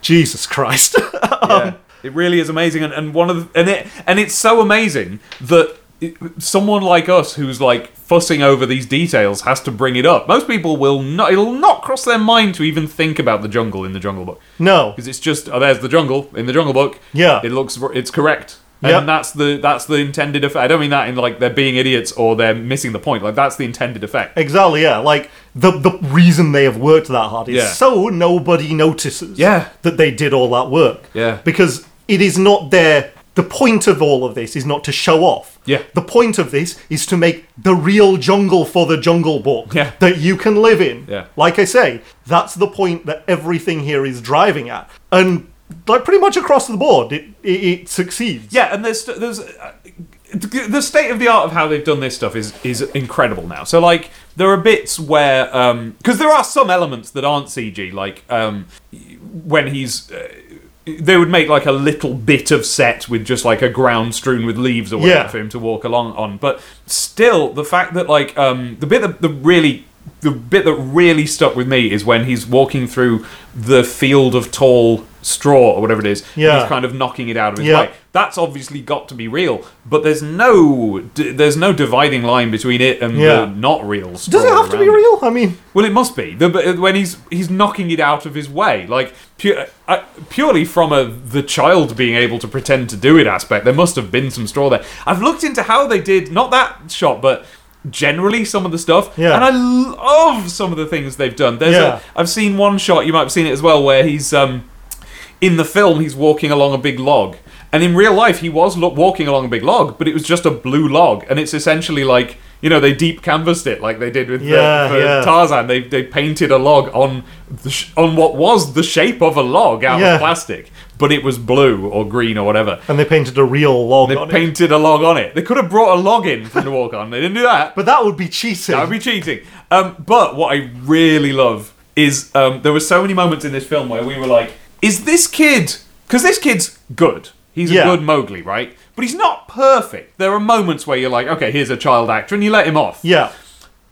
Speaker 2: Jesus Christ.
Speaker 1: yeah. It really is amazing, and, and one of the, and it and it's so amazing that it, someone like us who's like fussing over these details has to bring it up. Most people will not; it'll not cross their mind to even think about the jungle in the Jungle Book
Speaker 2: no,
Speaker 1: because it's just oh, there's the jungle in the Jungle Book.
Speaker 2: Yeah.
Speaker 1: it looks it's correct.
Speaker 2: Yep.
Speaker 1: And that's the that's the intended effect. I don't mean that in like they're being idiots or they're missing the point. Like that's the intended effect.
Speaker 2: exactly. Yeah, like the the reason they have worked that hard is
Speaker 1: Yeah.
Speaker 2: so nobody notices.
Speaker 1: Yeah.
Speaker 2: that they did all that work.
Speaker 1: Yeah.
Speaker 2: because it is not their. The point of all of this is not to show off.
Speaker 1: Yeah.
Speaker 2: The point of this is to make the real jungle for the jungle book
Speaker 1: Yeah.
Speaker 2: that you can live in.
Speaker 1: Yeah.
Speaker 2: Like I say, that's the point that everything here is driving at, and like pretty much across the board, it it, it succeeds.
Speaker 1: Yeah, and there's there's uh, the state of the art of how they've done this stuff is is incredible now. So like there are bits where because there are some elements that aren't CG, like um, when um, he's uh, they would make like a little bit of set with just like a ground strewn with leaves or whatever
Speaker 2: Yeah.
Speaker 1: for him to walk along on. But still, the fact that like um, the bit that the really the bit that really stuck with me is when he's walking through the field of tall straw or whatever it is. and
Speaker 2: Yeah.
Speaker 1: he's kind of knocking it out of his
Speaker 2: Yeah.
Speaker 1: way. That's obviously got to be real, but there's no d- there's no dividing line between it and
Speaker 2: Yeah.
Speaker 1: the not real.
Speaker 2: Does it
Speaker 1: straw
Speaker 2: have to be
Speaker 1: around it.
Speaker 2: real? I mean,
Speaker 1: Well, it must be the, but uh, when he's he's knocking it out of his way, like pu- uh, purely from a the child being able to pretend to do it aspect. There must have been some straw there. I've looked into how they did not that shot, but generally some of the stuff.
Speaker 2: Yeah.
Speaker 1: and I love some of the things they've done. There's
Speaker 2: Yeah.
Speaker 1: a, I've seen one shot you might have seen it as well where he's um in the film he's walking along a big log. And in real life, he was lo- walking along a big log, but it was just a blue log, and it's essentially like you know they deep canvassed it, like they did with the-
Speaker 2: Yeah,
Speaker 1: for
Speaker 2: yeah.
Speaker 1: Tarzan. They they painted a log on the sh- on what was the shape of a log out
Speaker 2: Yeah.
Speaker 1: of plastic, but it was blue or green or whatever.
Speaker 2: and they painted a real log
Speaker 1: They
Speaker 2: on it.
Speaker 1: painted a log on it. They could have brought a log in from the walk on. They didn't do that.
Speaker 2: But that would be cheating.
Speaker 1: That would be cheating. Um, but what I really love is um, there were so many moments in this film where we were like, is this kid. Because this kid's good. He's a
Speaker 2: Yeah.
Speaker 1: good Mowgli, right? But he's not perfect. There are moments where you're like, okay, here's a child actor, and you let him off.
Speaker 2: yeah.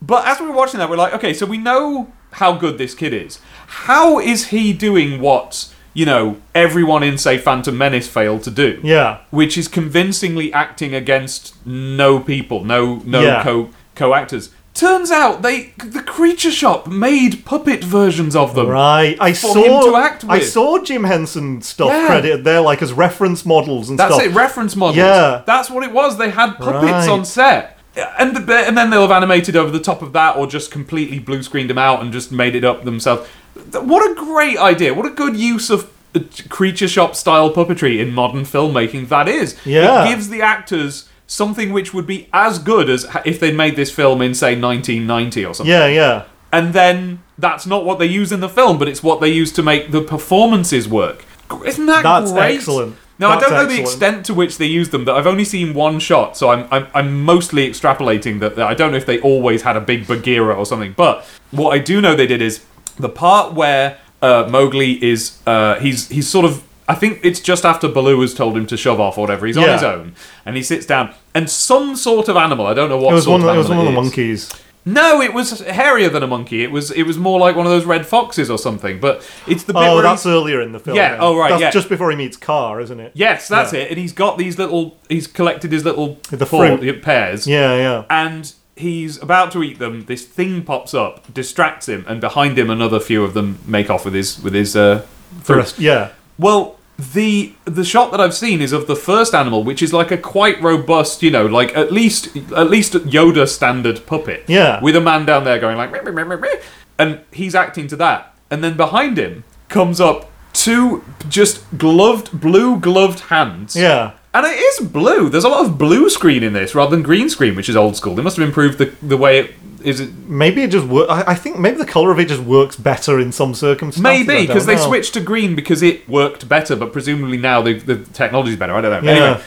Speaker 1: But as we were watching that, we're like, okay, so we know how good this kid is. How is he doing what, you know, everyone in, say, Phantom Menace failed to do?
Speaker 2: Yeah.
Speaker 1: Which is convincingly acting against no people, no no
Speaker 2: Yeah.
Speaker 1: co co actors. Turns out they the creature shop made puppet versions of them.
Speaker 2: Right. I
Speaker 1: For
Speaker 2: saw
Speaker 1: him to act
Speaker 2: I
Speaker 1: with.
Speaker 2: saw Jim Henson stuff
Speaker 1: Yeah.
Speaker 2: credited there like as reference models and
Speaker 1: That's
Speaker 2: stuff.
Speaker 1: it. Reference models.
Speaker 2: Yeah.
Speaker 1: That's what it was. They had puppets
Speaker 2: Right.
Speaker 1: on set. And the, and then they'll have animated over the top of that, or just completely blue screened them out and just made it up themselves. Th- What a great idea! What a good use of uh, creature shop style puppetry in modern filmmaking that is.
Speaker 2: Yeah.
Speaker 1: it gives the actors something which would be as good as ha- if they made this film in say 1990 or something.
Speaker 2: Yeah, yeah.
Speaker 1: And then that's not what they use in the film, but it's what they use to make the performances work. Isn't that
Speaker 2: That's
Speaker 1: great?
Speaker 2: excellent.
Speaker 1: Now
Speaker 2: That's
Speaker 1: I don't know the
Speaker 2: excellent.
Speaker 1: extent to which they use them. That I've only seen one shot, so I'm I'm, I'm mostly extrapolating that, that I don't know if they always had a big Bagheera or something. But what I do know they did is the part where uh, Mowgli is uh, he's he's sort of I think it's just after Baloo has told him to shove off or whatever. He's on
Speaker 2: Yeah.
Speaker 1: his own and he sits down and some sort of animal I don't know what
Speaker 2: It was
Speaker 1: sort
Speaker 2: one
Speaker 1: of
Speaker 2: it was
Speaker 1: animal
Speaker 2: one of the
Speaker 1: it is.
Speaker 2: monkeys.
Speaker 1: No, it was hairier than a monkey. It was it was more like one of those red foxes or something. But it's the bit
Speaker 2: Oh,
Speaker 1: where
Speaker 2: that's
Speaker 1: he's-
Speaker 2: earlier in the film.
Speaker 1: Yeah,
Speaker 2: then.
Speaker 1: oh, right,
Speaker 2: That's
Speaker 1: yeah.
Speaker 2: just before he meets Carr, isn't it?
Speaker 1: yes, that's it. And he's got these little. He's collected his little
Speaker 2: The
Speaker 1: four,
Speaker 2: fruit.
Speaker 1: pears.
Speaker 2: Yeah, yeah.
Speaker 1: and he's about to eat them. This thing pops up, distracts him, and behind him, another few of them make off with his with his uh,
Speaker 2: The
Speaker 1: fruit.
Speaker 2: rest, yeah.
Speaker 1: Well, the the shot that I've seen is of the first animal, which is like a quite robust, you know, like at least at least Yoda standard puppet.
Speaker 2: Yeah.
Speaker 1: With a man down there going like, "Meow, meow, meow, meow, meow," and he's acting to that, and then behind him comes up two just gloved blue gloved hands.
Speaker 2: Yeah.
Speaker 1: And it is blue. There's a lot of blue screen in this rather than green screen, which is old school. They must have improved the the way it is.
Speaker 2: Maybe it just works. I, I think maybe the color of it just works better in some circumstances. I
Speaker 1: Maybe
Speaker 2: don't
Speaker 1: because they
Speaker 2: know.
Speaker 1: switched to green because it worked better, but presumably now the the technology's better. I don't know.
Speaker 2: Yeah.
Speaker 1: Anyway,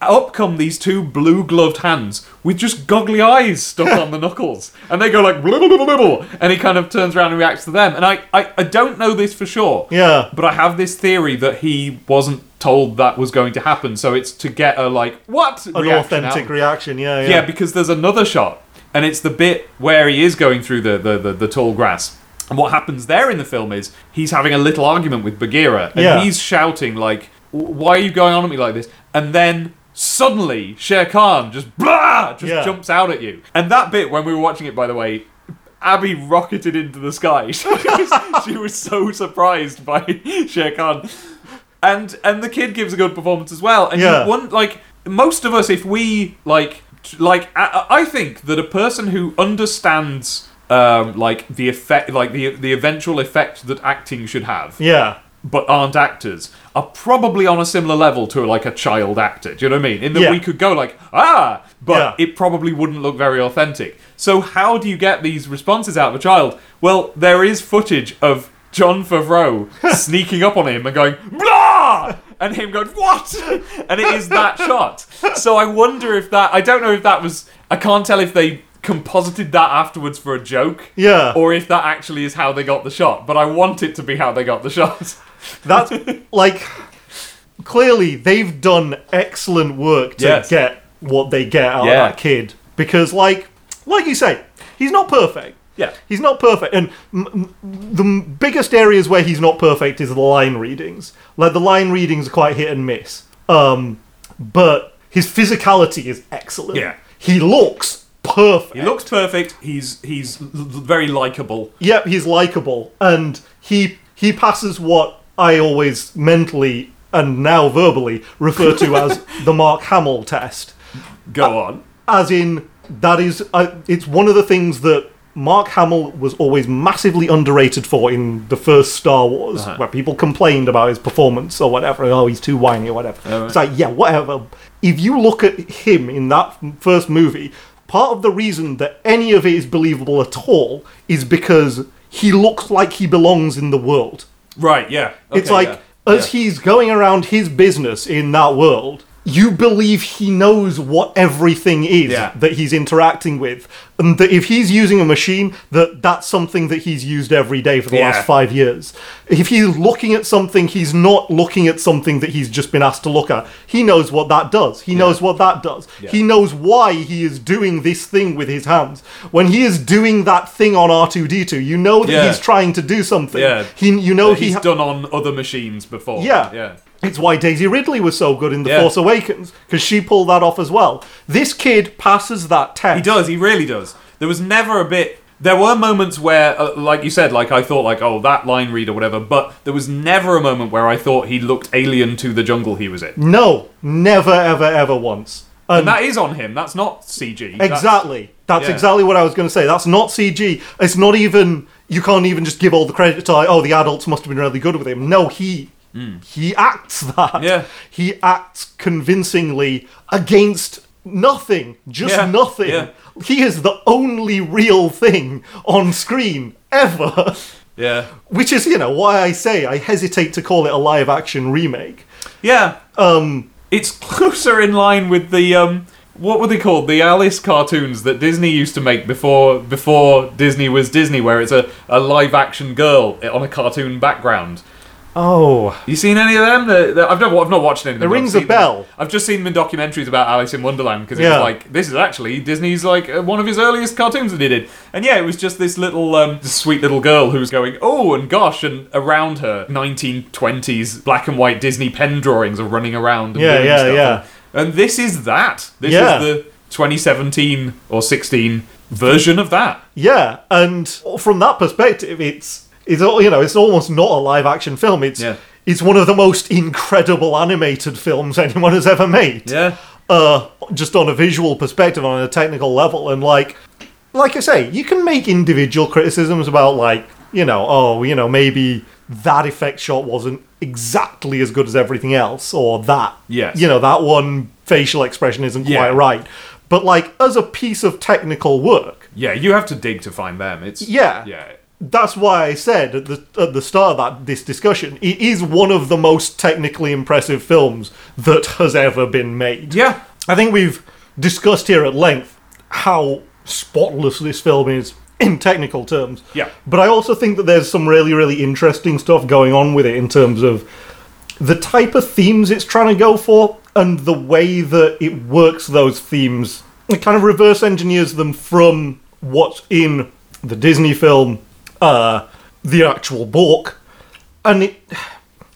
Speaker 1: up come these two blue gloved hands with just goggly eyes stuck on the knuckles, and they go like blibble blibble blibble, and he kind of turns around and reacts to them. And I, I I don't know this for sure.
Speaker 2: Yeah.
Speaker 1: But I have this theory that he wasn't told that was going to happen, so it's to get a like what
Speaker 2: An
Speaker 1: reaction out
Speaker 2: authentic
Speaker 1: of
Speaker 2: reaction, yeah, yeah.
Speaker 1: yeah, because there's another shot, and it's the bit where he is going through the, the, the, the tall grass. And what happens there in the film is he's having a little argument with Bagheera, and
Speaker 2: Yeah.
Speaker 1: he's shouting like, "W- "Why are you going on at me like this?" And then suddenly Shere Khan just blah just
Speaker 2: Yeah.
Speaker 1: jumps out at you. And that bit when we were watching it, by the way. Abby rocketed into the sky. She was, she was so surprised by Shere Khan, and and the kid gives a good performance as well. And
Speaker 2: Yeah.
Speaker 1: you wonder, like most of us, if we like, like I, I think that a person who understands um, like the effect, like the the eventual effect that acting should have,
Speaker 2: yeah.
Speaker 1: but aren't actors, are probably on a similar level to like a child actor. Do you know what I mean? In that
Speaker 2: Yeah.
Speaker 1: we could go like ah, but
Speaker 2: Yeah.
Speaker 1: it probably wouldn't look very authentic. So how do you get these responses out of a child? Well, there is footage of John Favreau sneaking up on him and going blah. And him going, what? And it is that shot. So I wonder if that. I don't know if that was. I can't tell if they composited that afterwards for a joke.
Speaker 2: Yeah.
Speaker 1: Or if that actually is how they got the shot. But I want it to be how they got the shot.
Speaker 2: That's like clearly they've done excellent work to
Speaker 1: Yes.
Speaker 2: get what they get out
Speaker 1: Yeah.
Speaker 2: of that kid because, like, like you say, he's not perfect.
Speaker 1: Yeah.
Speaker 2: He's not perfect, and m- m- the m- biggest areas where he's not perfect is the line readings. Like the line readings are quite hit and miss. Um, but his physicality is excellent.
Speaker 1: Yeah.
Speaker 2: he looks perfect.
Speaker 1: He looks perfect. He's he's l- l- very likable.
Speaker 2: Yep, he's likable, and he he passes what I always mentally and now verbally refer to as the Mark Hamill test.
Speaker 1: Go on.
Speaker 2: As in, that is, uh, it's one of the things that Mark Hamill was always massively underrated for in the first Star Wars, where people complained about his performance or whatever. Oh, he's too whiny or whatever. It's like, yeah, whatever. If you look at him in that f- first movie, part of the reason that any of it is believable at all is because he looks like he belongs in the world.
Speaker 1: Right. Yeah.
Speaker 2: It's like as he's going around his business in that world, you believe he knows what everything is
Speaker 1: Yeah.
Speaker 2: that he's interacting with, and that if he's using a machine, that that's something that he's used every day for the
Speaker 1: Yeah.
Speaker 2: last five years. If he's looking at something, he's not looking at something that he's just been asked to look at. He knows what that does. He knows what that does. He knows why he is doing this thing with his hands. When he is doing that thing on R2D2, you know that
Speaker 1: Yeah.
Speaker 2: he's trying to do something.
Speaker 1: Yeah.
Speaker 2: He, you know
Speaker 1: Oh,
Speaker 2: he
Speaker 1: he's
Speaker 2: ha-
Speaker 1: done on other machines before.
Speaker 2: yeah.
Speaker 1: Yeah.
Speaker 2: It's why Daisy Ridley was so good in The
Speaker 1: Yeah.
Speaker 2: Force Awakens, because she pulled that off as well. This kid passes that test.
Speaker 1: He does. He really does. There was never a bit. There were moments where, uh, like you said, like I thought, like oh that line read or whatever. But there was never a moment where I thought he looked alien to the jungle he was in.
Speaker 2: No, never, ever, ever once.
Speaker 1: And that is on him. That's not CG. That's-
Speaker 2: Exactly. That's
Speaker 1: yeah.
Speaker 2: exactly what I was going to say. That's not CG. It's not even. You can't even just give all the credit to like, oh the adults must have been really good with him. No, he he acts that.
Speaker 1: Hmm. Yeah.
Speaker 2: He acts convincingly against nothing, just
Speaker 1: Yeah,
Speaker 2: nothing.
Speaker 1: yeah.
Speaker 2: He is the only real thing on screen ever.
Speaker 1: Yeah.
Speaker 2: Which is, you know, why I say I hesitate to call it a live action remake.
Speaker 1: Yeah. Um, it's closer in line with the um, what were they called? The Alice cartoons that Disney used to make before before Disney was Disney, where it's a, a live action girl on a cartoon background.
Speaker 2: Oh.
Speaker 1: You seen any of them? The, the, I've never, I've not watched any. Of them.
Speaker 2: It rings
Speaker 1: I've seen
Speaker 2: a bell.
Speaker 1: Them. I've just seen them in documentaries about Alice in Wonderland because it
Speaker 2: Yeah.
Speaker 1: was like this is actually Disney's like uh, one of his earliest cartoons that he did, and yeah, it was just this little um, this sweet little girl who was going oh and gosh and around her 1920s black and white Disney pen drawings are running around. And
Speaker 2: Yeah,
Speaker 1: doing
Speaker 2: yeah,
Speaker 1: stuff.
Speaker 2: yeah.
Speaker 1: And, and this is that. This
Speaker 2: Yeah.
Speaker 1: is the 2017 or 16 version of that.
Speaker 2: Yeah, and from that perspective, it's it's al- you know it's almost not a live action film. It's
Speaker 1: Yeah.
Speaker 2: it's one of the most incredible animated films anyone has ever made.
Speaker 1: Yeah.
Speaker 2: Uh, just on a visual perspective, on a technical level, and like like I say, you can make individual criticisms about like you know oh you know maybe that effect shot wasn't exactly as good as everything else or that
Speaker 1: Yes.
Speaker 2: you know that one facial expression isn't
Speaker 1: Yeah.
Speaker 2: quite right. But like as a piece of technical work,
Speaker 1: Yeah, you have to dig to find them. It's
Speaker 2: Yeah.
Speaker 1: yeah.
Speaker 2: that's why I said at the at the start of that this discussion, it is one of the most technically impressive films that has ever been made.
Speaker 1: Yeah.
Speaker 2: I think we've discussed here at length how spotless this film is in technical terms.
Speaker 1: Yeah.
Speaker 2: But I also think that there's some really, really interesting stuff going on with it in terms of the type of themes it's trying to go for and the way that it works those themes. It kind of reverse engineers them from what's in the Disney film, uh, the actual book, and it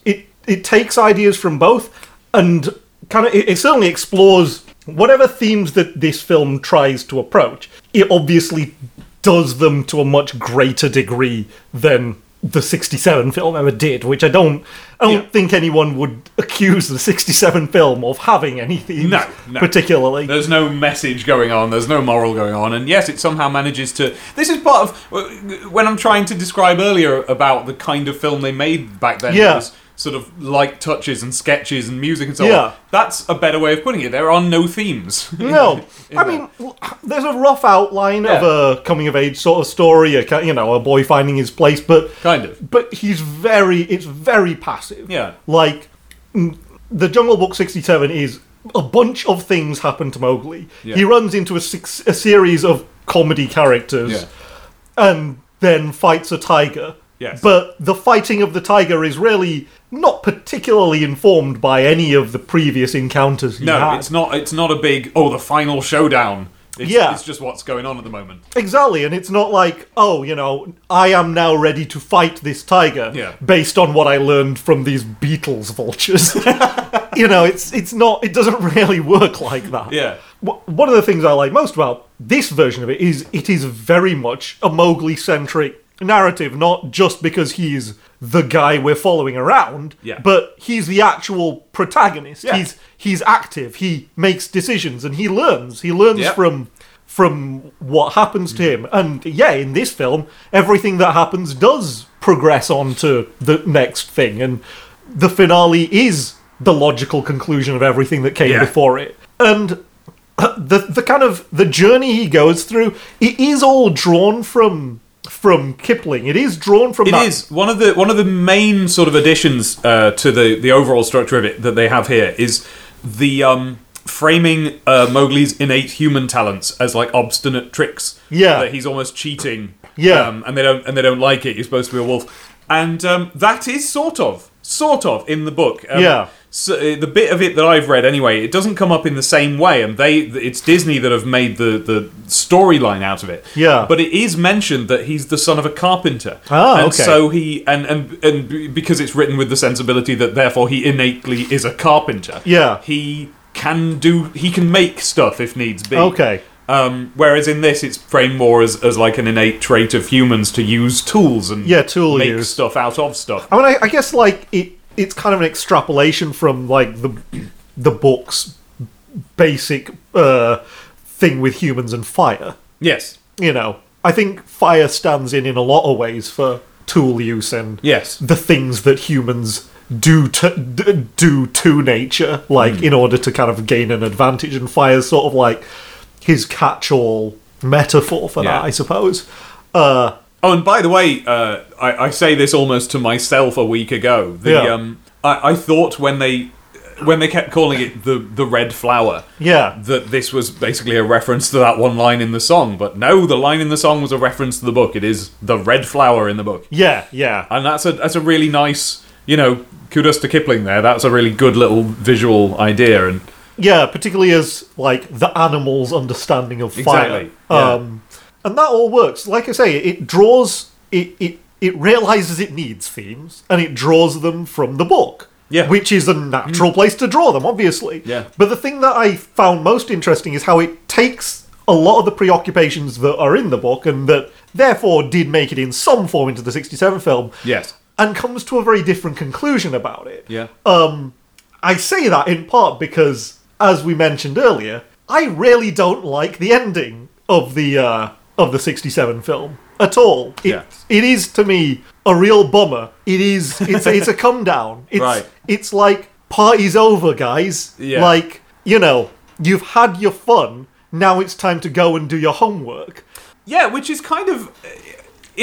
Speaker 2: it it takes ideas from both and kind of it, it certainly explores whatever themes that this film tries to approach it obviously does them to a much greater degree than the 67 film ever did which i don't i don't
Speaker 1: Yeah.
Speaker 2: think anyone would accuse the 67 film of having any themes
Speaker 1: No, no.
Speaker 2: particularly
Speaker 1: There's no message going on. There's no moral going on. And yes, it somehow manages to. This is part of uh, when I'm trying to describe earlier about the kind of film they made back then.
Speaker 2: Yeah.
Speaker 1: It was sort of light touches and sketches and music and so
Speaker 2: Yeah.
Speaker 1: on. That's a better way of putting it. There are no themes.
Speaker 2: No,
Speaker 1: in there.
Speaker 2: I mean, there's a rough outline of a coming of age sort of story, a ki- you know, a boy finding his place, but
Speaker 1: Kind of.
Speaker 2: but he's very, it's very passive.
Speaker 1: Yeah.
Speaker 2: like mm, the Jungle Book '67 is a bunch of things happen to Mowgli.
Speaker 1: Yeah.
Speaker 2: He runs into a, six, a series of comedy characters
Speaker 1: Yeah.
Speaker 2: and then fights a tiger
Speaker 1: Yes.
Speaker 2: But the fighting of the tiger is really not particularly informed by any of the previous encounters he
Speaker 1: no,
Speaker 2: had.
Speaker 1: it's not. It's not a big. Oh, the final showdown. It's,
Speaker 2: Yeah.
Speaker 1: it's just what's going on at the moment.
Speaker 2: Exactly, and it's not like, oh, you know, I am now ready to fight this tiger
Speaker 1: Yeah.
Speaker 2: based on what I learned from these Beatles vultures. you know, it's it's not it doesn't really work like that.
Speaker 1: Yeah.
Speaker 2: Wh- One of the things I like most about this version of it is it is very much a Mowgli centric narrative, not just because he's the guy we're following around,
Speaker 1: Yeah.
Speaker 2: but he's the actual protagonist.
Speaker 1: Yeah.
Speaker 2: He's he's active. He makes decisions and he learns. He learns
Speaker 1: Yep.
Speaker 2: from from what happens to him. And yeah, in this film, everything that happens does progress on to the next thing and the finale is the logical conclusion of everything that came
Speaker 1: Yeah.
Speaker 2: before it. And uh, the the kind of the journey he goes through, it is all drawn from from Kipling. It is drawn from
Speaker 1: It
Speaker 2: that
Speaker 1: is one of the one of the main sort of additions uh, to the the overall structure of it that they have here is the um, framing uh, Mowgli's innate human talents as like obstinate tricks.
Speaker 2: Yeah.
Speaker 1: that he's almost cheating.
Speaker 2: Yeah.
Speaker 1: um, and they don't and they don't like it. You're supposed to be a wolf, and um, that is sort of sort of in the book. Um,
Speaker 2: Yeah.
Speaker 1: So, uh, the bit of it that I've read, anyway, it doesn't come up in the same way, and they—it's Disney that have made the the storyline out of it.
Speaker 2: Yeah.
Speaker 1: but it is mentioned that he's the son of a carpenter.
Speaker 2: Ah,
Speaker 1: and
Speaker 2: okay.
Speaker 1: So he and and and b- because it's written with the sensibility that therefore he innately is a carpenter.
Speaker 2: Yeah.
Speaker 1: He can do. He can make stuff if needs be.
Speaker 2: Okay.
Speaker 1: Um, whereas in this, it's framed more as, as like an innate trait of humans to use tools and
Speaker 2: Yeah, tool
Speaker 1: make
Speaker 2: use.
Speaker 1: stuff out of stuff.
Speaker 2: I mean, I, I guess like it, it's kind of an extrapolation from like the the book's basic uh, thing with humans and fire.
Speaker 1: Yes.
Speaker 2: You know, I think fire stands in in a lot of ways for tool use and
Speaker 1: Yes.
Speaker 2: the things that humans do to d- do to nature, like
Speaker 1: Hmm.
Speaker 2: in order to kind of gain an advantage. And fire's sort of like his catch-all metaphor for
Speaker 1: Yeah.
Speaker 2: that, I suppose. Uh,
Speaker 1: Oh, and by the way, uh, I, I say this almost to myself a week ago. The,
Speaker 2: Yeah.
Speaker 1: um, I, I thought when they when they kept calling it the the red flower,
Speaker 2: yeah,
Speaker 1: that this was basically a reference to that one line in the song. But no, the line in the song was a reference to the book. It is the red flower in the book,
Speaker 2: yeah, yeah.
Speaker 1: and that's a that's a really nice, you know, kudos to Kipling there. That's a really good little visual idea, and
Speaker 2: Yeah, particularly as like the animal's understanding of fire.
Speaker 1: Exactly, yeah.
Speaker 2: Um and that all works. Like I say, it draws it it it realizes it needs themes and it draws them from the book.
Speaker 1: Yeah. Mm.
Speaker 2: Which is a natural place to draw them, obviously.
Speaker 1: Yeah.
Speaker 2: But the thing that I found most interesting is how it takes a lot of the preoccupations that are in the book and that therefore did make it in some form into the 67 film.
Speaker 1: Yes.
Speaker 2: And comes to a very different conclusion about it.
Speaker 1: yeah,
Speaker 2: I say that in part because, as we mentioned earlier, I really don't like the ending of the uh, of the '67 film at all. It,
Speaker 1: Yeah.
Speaker 2: it is to me a real bummer. It is. It's it's a come down. It's
Speaker 1: Right.
Speaker 2: it's like party's over, guys.
Speaker 1: Yeah.
Speaker 2: Like you know, you've had your fun. Now it's time to go and do your homework.
Speaker 1: yeah. Which is kind of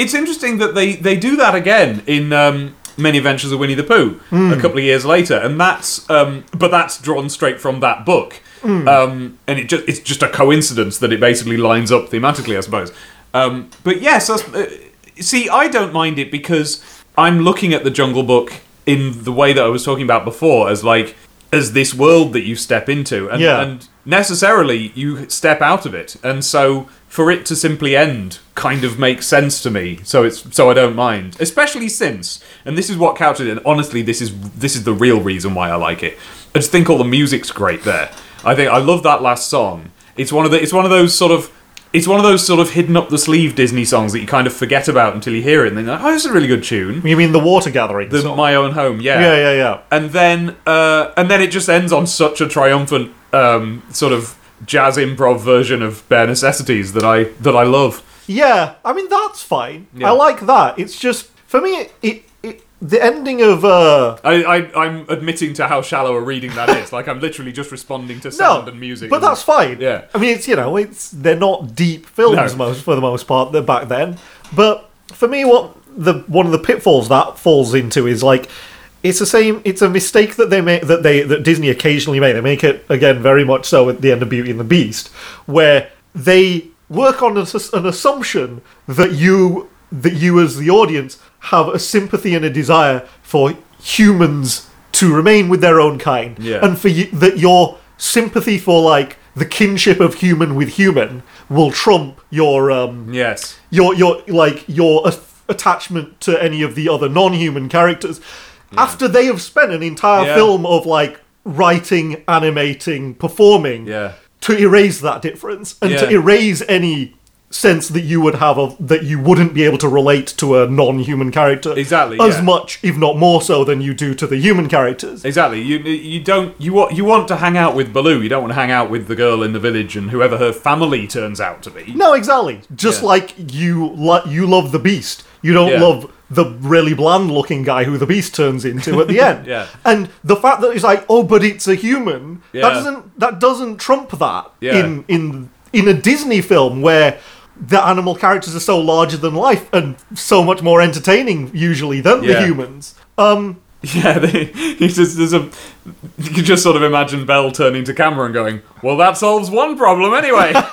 Speaker 1: it's interesting that they they do that again in. Um, Many Adventures of Winnie the Pooh a couple of years later, and that's um, but that's drawn straight from that book, um, and it just it's just a coincidence that it basically lines up thematically, I suppose. Um, but yes, that's, uh, see, I don't mind it because I'm looking at the Jungle Book in the way that I was talking about before, as like as this world that you step into, and,
Speaker 2: Yeah.
Speaker 1: and necessarily you step out of it and so for it to simply end kind of makes sense to me so it's so i don't mind especially since and this is what couches it and honestly this is this is the real reason why i like it i just think all the music's great there i think i love that last song it's one of the it's one of those sort of it's one of those sort of hidden up the sleeve disney songs that you kind of forget about until you hear it and then you're like oh this is a really good tune
Speaker 2: You mean the water gathering?
Speaker 1: the,
Speaker 2: song?
Speaker 1: my own home
Speaker 2: yeah, yeah, yeah.
Speaker 1: and then uh, and then it just ends on such a triumphant um, sort of jazz improv version of bare necessities that I that I love.
Speaker 2: Yeah, I mean that's fine.
Speaker 1: Yeah.
Speaker 2: I like that. It's just for me, it, it, it the ending of uh
Speaker 1: I, I I'm admitting to how shallow a reading that is. Like I'm literally just responding to
Speaker 2: no,
Speaker 1: sound and music.
Speaker 2: but
Speaker 1: and-
Speaker 2: that's fine.
Speaker 1: Yeah.
Speaker 2: I mean it's you know it's they're not deep films
Speaker 1: No.
Speaker 2: most for the most part they're back then, but for me what the one of the pitfalls that falls into is like it's the same it's a mistake that they make that they that Disney occasionally make they make it again very much so at the end of Beauty and the Beast where they work on an ass- an assumption that you that you as the audience have a sympathy and a desire for humans to remain with their own kind,
Speaker 1: Yeah.
Speaker 2: and for you, that your sympathy for like the kinship of human with human will trump your um
Speaker 1: Yes.
Speaker 2: your your like your a- attachment to any of the other non-human characters after they have spent an entire
Speaker 1: Yeah.
Speaker 2: film of like writing animating performing
Speaker 1: Yeah.
Speaker 2: to erase that difference and to
Speaker 1: Yeah.
Speaker 2: erase any sense that you would have of that you wouldn't be able to relate to a non-human character
Speaker 1: Exactly,
Speaker 2: as
Speaker 1: yeah.
Speaker 2: much if not more so than you do to the human characters
Speaker 1: Exactly. You you don't you want you want to hang out with Baloo. You don't want to hang out with the girl in the village and whoever her family turns out to be.
Speaker 2: No, exactly. Just
Speaker 1: Yeah.
Speaker 2: like you lo- you love the beast. You don't
Speaker 1: Yeah.
Speaker 2: love the really bland looking guy who the beast turns into at the end.
Speaker 1: Yeah.
Speaker 2: And the fact that it's like, oh, but it's a human.
Speaker 1: Yeah.
Speaker 2: That doesn't that doesn't trump that
Speaker 1: Yeah.
Speaker 2: in in in a Disney film where the animal characters are so larger than life and so much more entertaining usually than
Speaker 1: Yeah.
Speaker 2: the humans. Um,
Speaker 1: Yeah, they, he just there's a you can just sort of imagine Bell turning to camera and going, "Well, that solves one problem anyway."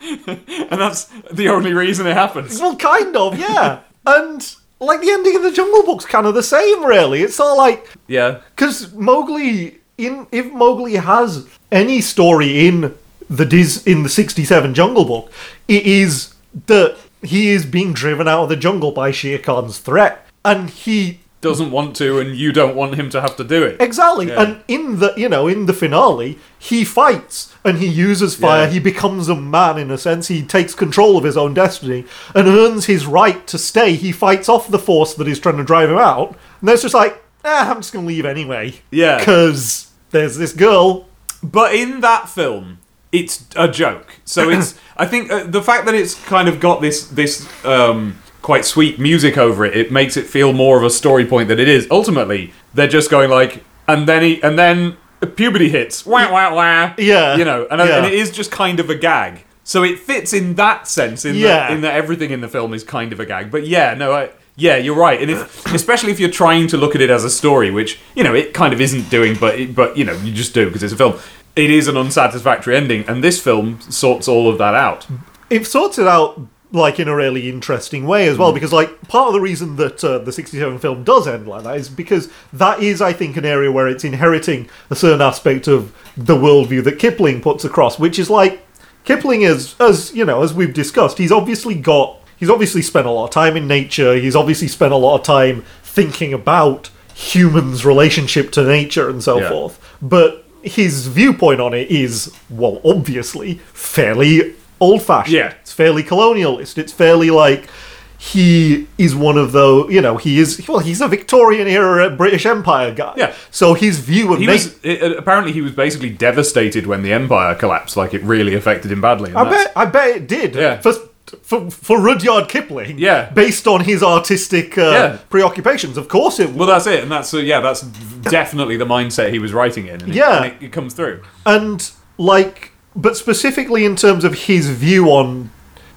Speaker 1: and that's the only reason it happens.
Speaker 2: Well, kind of, yeah. and like the ending of the Jungle Book's kind of the same, really. It's sort of like
Speaker 1: Yeah.
Speaker 2: Because Mowgli, in if Mowgli has any story in the Dis in the '67 Jungle Book, it is that he is being driven out of the jungle by Shere Khan's threat, and he
Speaker 1: Doesn't want to and you don't want him to have to do it.
Speaker 2: exactly,
Speaker 1: Yeah.
Speaker 2: and in the you know in the finale, he fights and he uses fire.
Speaker 1: Yeah.
Speaker 2: He becomes a man in a sense. He takes control of his own destiny and earns his right to stay. He fights off the force that is trying to drive him out, and that's just like, ah, I'm just gonna leave anyway.
Speaker 1: Yeah.
Speaker 2: because there's this girl.
Speaker 1: But in that film, it's a joke. So it's I think uh, the fact that it's kind of got this this um, quite sweet music over it, it makes it feel more of a story point than it is. Ultimately, they're just going like, and then he, and then puberty hits, wah wah wah.
Speaker 2: Yeah.
Speaker 1: you know, and,
Speaker 2: Yeah.
Speaker 1: and it is just kind of a gag. So it fits in that sense, in
Speaker 2: Yeah.
Speaker 1: that in that everything in the film is kind of a gag. But yeah, no, I, yeah, you're right. And if, especially if you're trying to look at it as a story, which you know it kind of isn't doing, but it, but you know you just do because it's a film. It is an unsatisfactory ending, and this film sorts all of that out.
Speaker 2: It sorts it out like in a really interesting way as well, because like part of the reason that uh, the '67 film does end like that is because that is, I think, an area where it's inheriting a certain aspect of the worldview that Kipling puts across, which is like Kipling is, as you know, as we've discussed, he's obviously got, he's obviously spent a lot of time in nature. He's obviously spent a lot of time thinking about humans' relationship to nature and so
Speaker 1: Yeah.
Speaker 2: forth. But his viewpoint on it is, well, obviously, fairly old fashioned.
Speaker 1: Yeah.
Speaker 2: It's fairly colonialist. It's fairly like he is one of those, you know, he is, well, he's a Victorian era British Empire guy.
Speaker 1: Yeah.
Speaker 2: So his view of
Speaker 1: He
Speaker 2: na-
Speaker 1: was it, uh, apparently he was basically devastated when the empire collapsed. Like it really affected him badly. and
Speaker 2: I
Speaker 1: that's-
Speaker 2: bet, I bet it did.
Speaker 1: Yeah.
Speaker 2: For, for, for Rudyard Kipling,
Speaker 1: Yeah.
Speaker 2: based on his artistic uh,
Speaker 1: Yeah.
Speaker 2: preoccupations, of course it would.
Speaker 1: Well, that's it, and that's uh, yeah, that's definitely the mindset he was writing in. And it-
Speaker 2: Yeah.
Speaker 1: and it, it comes through.
Speaker 2: and like but specifically in terms of his view on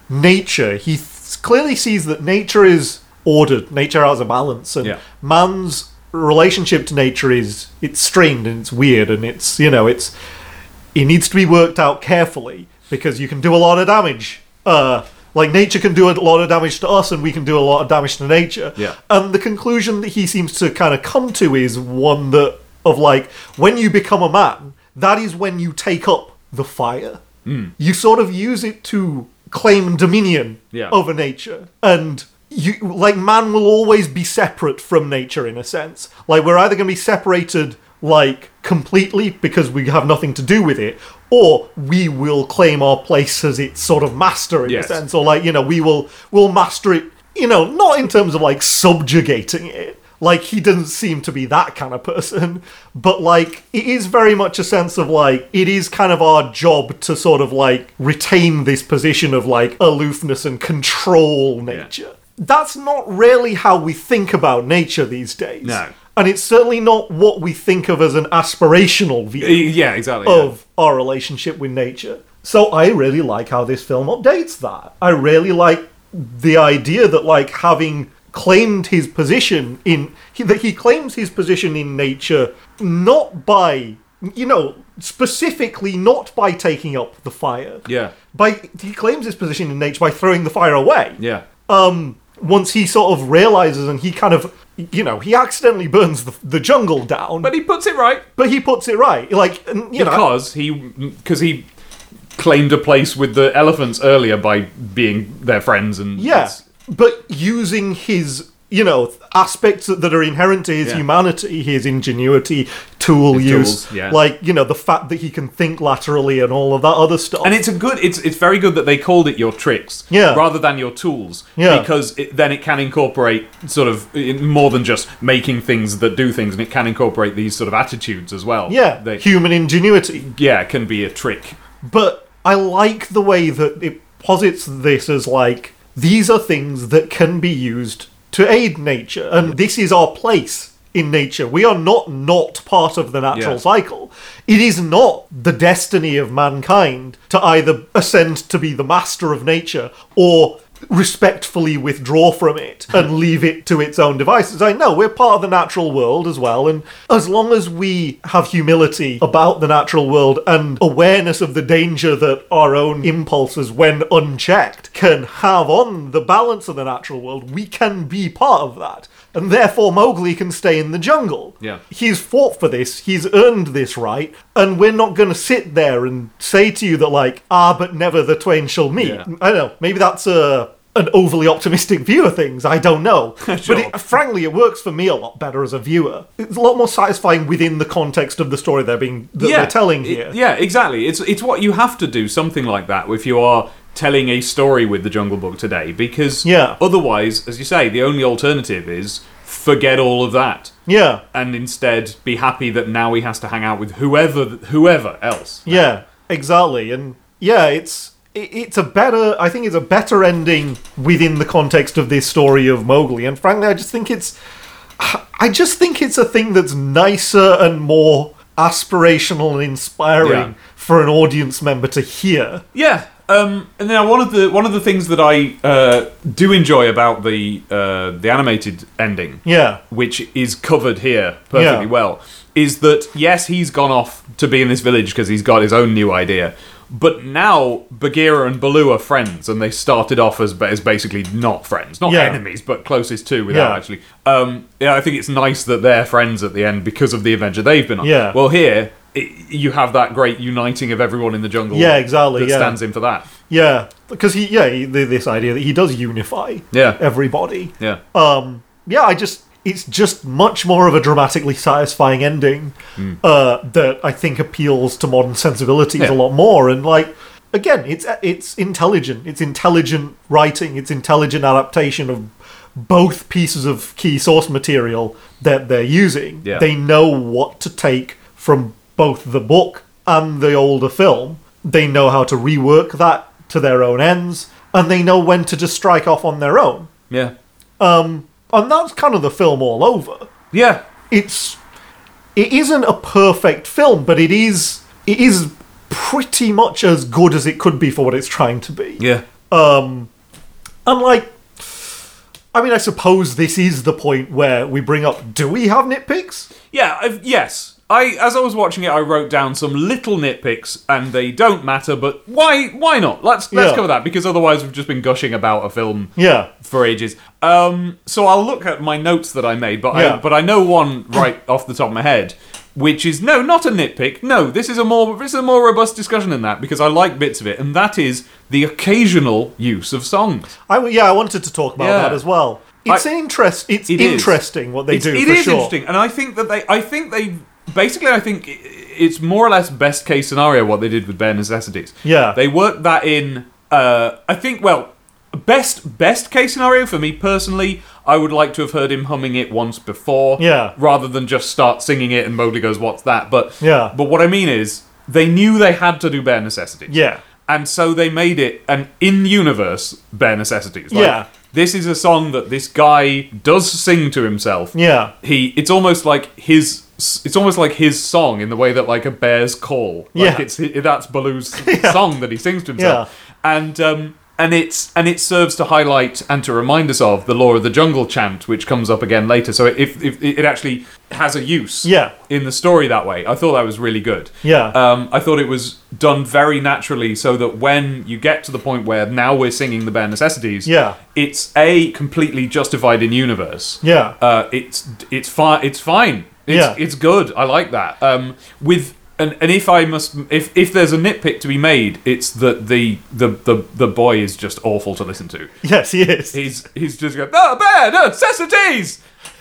Speaker 2: nature he th- clearly sees that nature is ordered nature has a balance and
Speaker 1: Yeah.
Speaker 2: man's relationship to nature is it's strained and it's weird and it's you know it's it needs to be worked out carefully because you can do a lot of damage uh like nature can do a lot of damage to us and we can do a lot of damage to nature
Speaker 1: Yeah.
Speaker 2: and the conclusion that he seems to kind of come to is one that of like when you become a man, that is when you take up the fire.
Speaker 1: Hmm.
Speaker 2: You sort of use it to claim dominion
Speaker 1: Yeah.
Speaker 2: over nature and you like man will always be separate from nature in a sense. Like we're either going to be separated like completely because we have nothing to do with it or we will claim our place as its sort of master in
Speaker 1: Yes.
Speaker 2: a sense sense, or like you know, we will will master it. You know, not in terms of like subjugating it. Like he doesn't seem to be that kind of person, but like it is very much a sense of like it is kind of our job to sort of like retain this position of like aloofness and control nature. That's not really how we think about nature these days.
Speaker 1: No.
Speaker 2: And it's certainly not what we think of as an aspirational view
Speaker 1: Yeah, exactly. yeah.
Speaker 2: of our relationship with nature. So I really like how this film updates that. I really like the idea that like having claimed his position in he, that he claims his position in nature not by you know specifically not by taking up the fire.
Speaker 1: Yeah.
Speaker 2: By he claims his position in nature by throwing the fire away
Speaker 1: yeah.
Speaker 2: once he sort of realizes and he kind of you know he accidentally burns the, the jungle down
Speaker 1: But
Speaker 2: but,
Speaker 1: he puts it right
Speaker 2: he puts it right like and, you know
Speaker 1: because he because he claimed a place with the elephants earlier by being their friends and
Speaker 2: yeah
Speaker 1: it's-
Speaker 2: but using his you know aspects that that are inherent to his
Speaker 1: Yeah.
Speaker 2: humanity his ingenuity tool use
Speaker 1: tools, yeah.
Speaker 2: like you know the fact that he can think laterally and all of that other stuff
Speaker 1: and it's a good it's it's very good that they called it your tricks
Speaker 2: Yeah.
Speaker 1: rather than your tools
Speaker 2: Yeah.
Speaker 1: because it, then it can incorporate sort of in- more than just making things that do things and it can incorporate these sort of attitudes as well
Speaker 2: yeah
Speaker 1: They-
Speaker 2: human ingenuity
Speaker 1: yeah can be a trick
Speaker 2: but I like the way that it posits this as like these are things that can be used to aid nature, and this is our place in nature. We are not not part of the natural
Speaker 1: Yeah.
Speaker 2: cycle. It is not the destiny of mankind to either ascend to be the master of nature or respectfully withdraw from it and leave it to its own devices. I know we're part of the natural world as well, and as long as we have humility about the natural world and awareness of the danger that our own impulses, when unchecked, can have on the balance of the natural world, we can be part of that. And therefore, Mowgli can stay in the jungle.
Speaker 1: Yeah.
Speaker 2: He's fought for this, he's earned this right, and we're not going to sit there and say to you that, like, ah, but never the twain shall meet.
Speaker 1: Yeah.
Speaker 2: I don't know. Maybe that's a an overly optimistic view of things. I don't know,
Speaker 1: Sure.
Speaker 2: but it, frankly, it works for me a lot better as a viewer. It's a lot more satisfying within the context of the story they're being that they're telling
Speaker 1: it-
Speaker 2: here.
Speaker 1: yeah, exactly. It's it's what you have to do something like that if you are telling a story with the Jungle Book today, because
Speaker 2: Yeah.
Speaker 1: otherwise, as you say, the only alternative is forget all of that
Speaker 2: yeah,
Speaker 1: and instead be happy that now he has to hang out with whoever whoever else.
Speaker 2: yeah, exactly. And yeah, it's it, it's a better. I think it's a better ending within the context of this story of Mowgli. And frankly, I just think it's I just think it's a thing that's nicer and more aspirational and inspiring
Speaker 1: Yeah.
Speaker 2: for an audience member to hear.
Speaker 1: Yeah. Um, and now one of the one of the things that I uh, do enjoy about the uh, the animated ending
Speaker 2: Yeah.
Speaker 1: which is covered here perfectly
Speaker 2: Yeah.
Speaker 1: well, is that yes, he's gone off to be in this village because he's got his own new idea. But now Bagheera and Baloo are friends, and they started off as, as basically not friends, not
Speaker 2: Yeah.
Speaker 1: enemies, but closest to without
Speaker 2: Yeah.
Speaker 1: actually. Um, yeah, I think it's nice that they're friends at the end because of the adventure they've been on.
Speaker 2: Yeah.
Speaker 1: Well, here it, you have that great uniting of everyone in the jungle.
Speaker 2: Yeah, exactly,
Speaker 1: That
Speaker 2: yeah.
Speaker 1: stands in for that.
Speaker 2: Yeah, because he yeah he, th- this idea that he does unify
Speaker 1: Yeah.
Speaker 2: everybody.
Speaker 1: Yeah.
Speaker 2: Um, yeah, I just it's just much more of a dramatically satisfying ending
Speaker 1: Hmm.
Speaker 2: uh, that I think appeals to modern sensibilities
Speaker 1: Yeah.
Speaker 2: a lot more. And like again, it's it's intelligent. It's intelligent writing. It's intelligent adaptation of both pieces of key source material that they're using.
Speaker 1: Yeah.
Speaker 2: They know what to take from both the book and the older film. They know how to rework that to their own ends, and they know when to just strike off on their own.
Speaker 1: Yeah.
Speaker 2: And that's kind of the film all over.
Speaker 1: Yeah.
Speaker 2: It's it isn't a perfect film, but it is it is pretty much as good as it could be for what it's trying to be.
Speaker 1: Yeah.
Speaker 2: And like I mean, I suppose this is the point where we bring up do we have nitpicks?
Speaker 1: Yeah, I've, yes. I as I was watching it, I wrote down some little nitpicks, and they don't matter. But why? Why not? Let's let's
Speaker 2: Yeah.
Speaker 1: cover that because otherwise we've just been gushing about a film
Speaker 2: Yeah.
Speaker 1: for ages. Um, so I'll look at my notes that I made, but I,
Speaker 2: Yeah.
Speaker 1: but I know one right off the top of my head, which is no, not a nitpick. No, this is a more this is a more robust discussion than that because I like bits of it, and that is the occasional use of songs.
Speaker 2: I yeah, I wanted to talk about
Speaker 1: Yeah.
Speaker 2: that as well. It's
Speaker 1: I-
Speaker 2: an interest it's
Speaker 1: It is.
Speaker 2: interesting what they
Speaker 1: It's-
Speaker 2: do
Speaker 1: It
Speaker 2: for
Speaker 1: is
Speaker 2: sure.
Speaker 1: interesting, and I think that they, I think they, basically, I think i- it's more or less best case scenario what they did with bare necessities.
Speaker 2: Yeah.
Speaker 1: they worked that in. Uh, I think well, best best case scenario for me personally, I would like to have heard him humming it once before.
Speaker 2: Yeah.
Speaker 1: rather than just start singing it and Mowgli goes, "What's that?" But
Speaker 2: Yeah.
Speaker 1: but what I mean is they knew they had to do bare necessities.
Speaker 2: Yeah.
Speaker 1: And so they made it an in universe bare necessities. Like,
Speaker 2: Yeah.
Speaker 1: This is a song that this guy does sing to himself.
Speaker 2: Yeah.
Speaker 1: He it's almost like his it's almost like his song in the way that like a bear's call. Like
Speaker 2: Yeah.
Speaker 1: it's that's Baloo's song that he sings to himself. And um and it's and it serves to highlight and to remind us of the law of the jungle chant, which comes up again later. So if, if it actually has a use,
Speaker 2: Yeah.
Speaker 1: in the story that way, I thought that was really good.
Speaker 2: Yeah.
Speaker 1: um, I thought it was done very naturally, so that when you get to the point where now we're singing the bare necessities,
Speaker 2: Yeah.
Speaker 1: it's a completely justified in universe.
Speaker 2: Yeah.
Speaker 1: uh, it's it's fine. It's fine. It's,
Speaker 2: Yeah.
Speaker 1: it's good. I like that. Um, with and, and if I must, if if there's a nitpick to be made, it's that the the the, the boy is just awful to listen to.
Speaker 2: yes, he is.
Speaker 1: He's he's just going oh bear no necessities,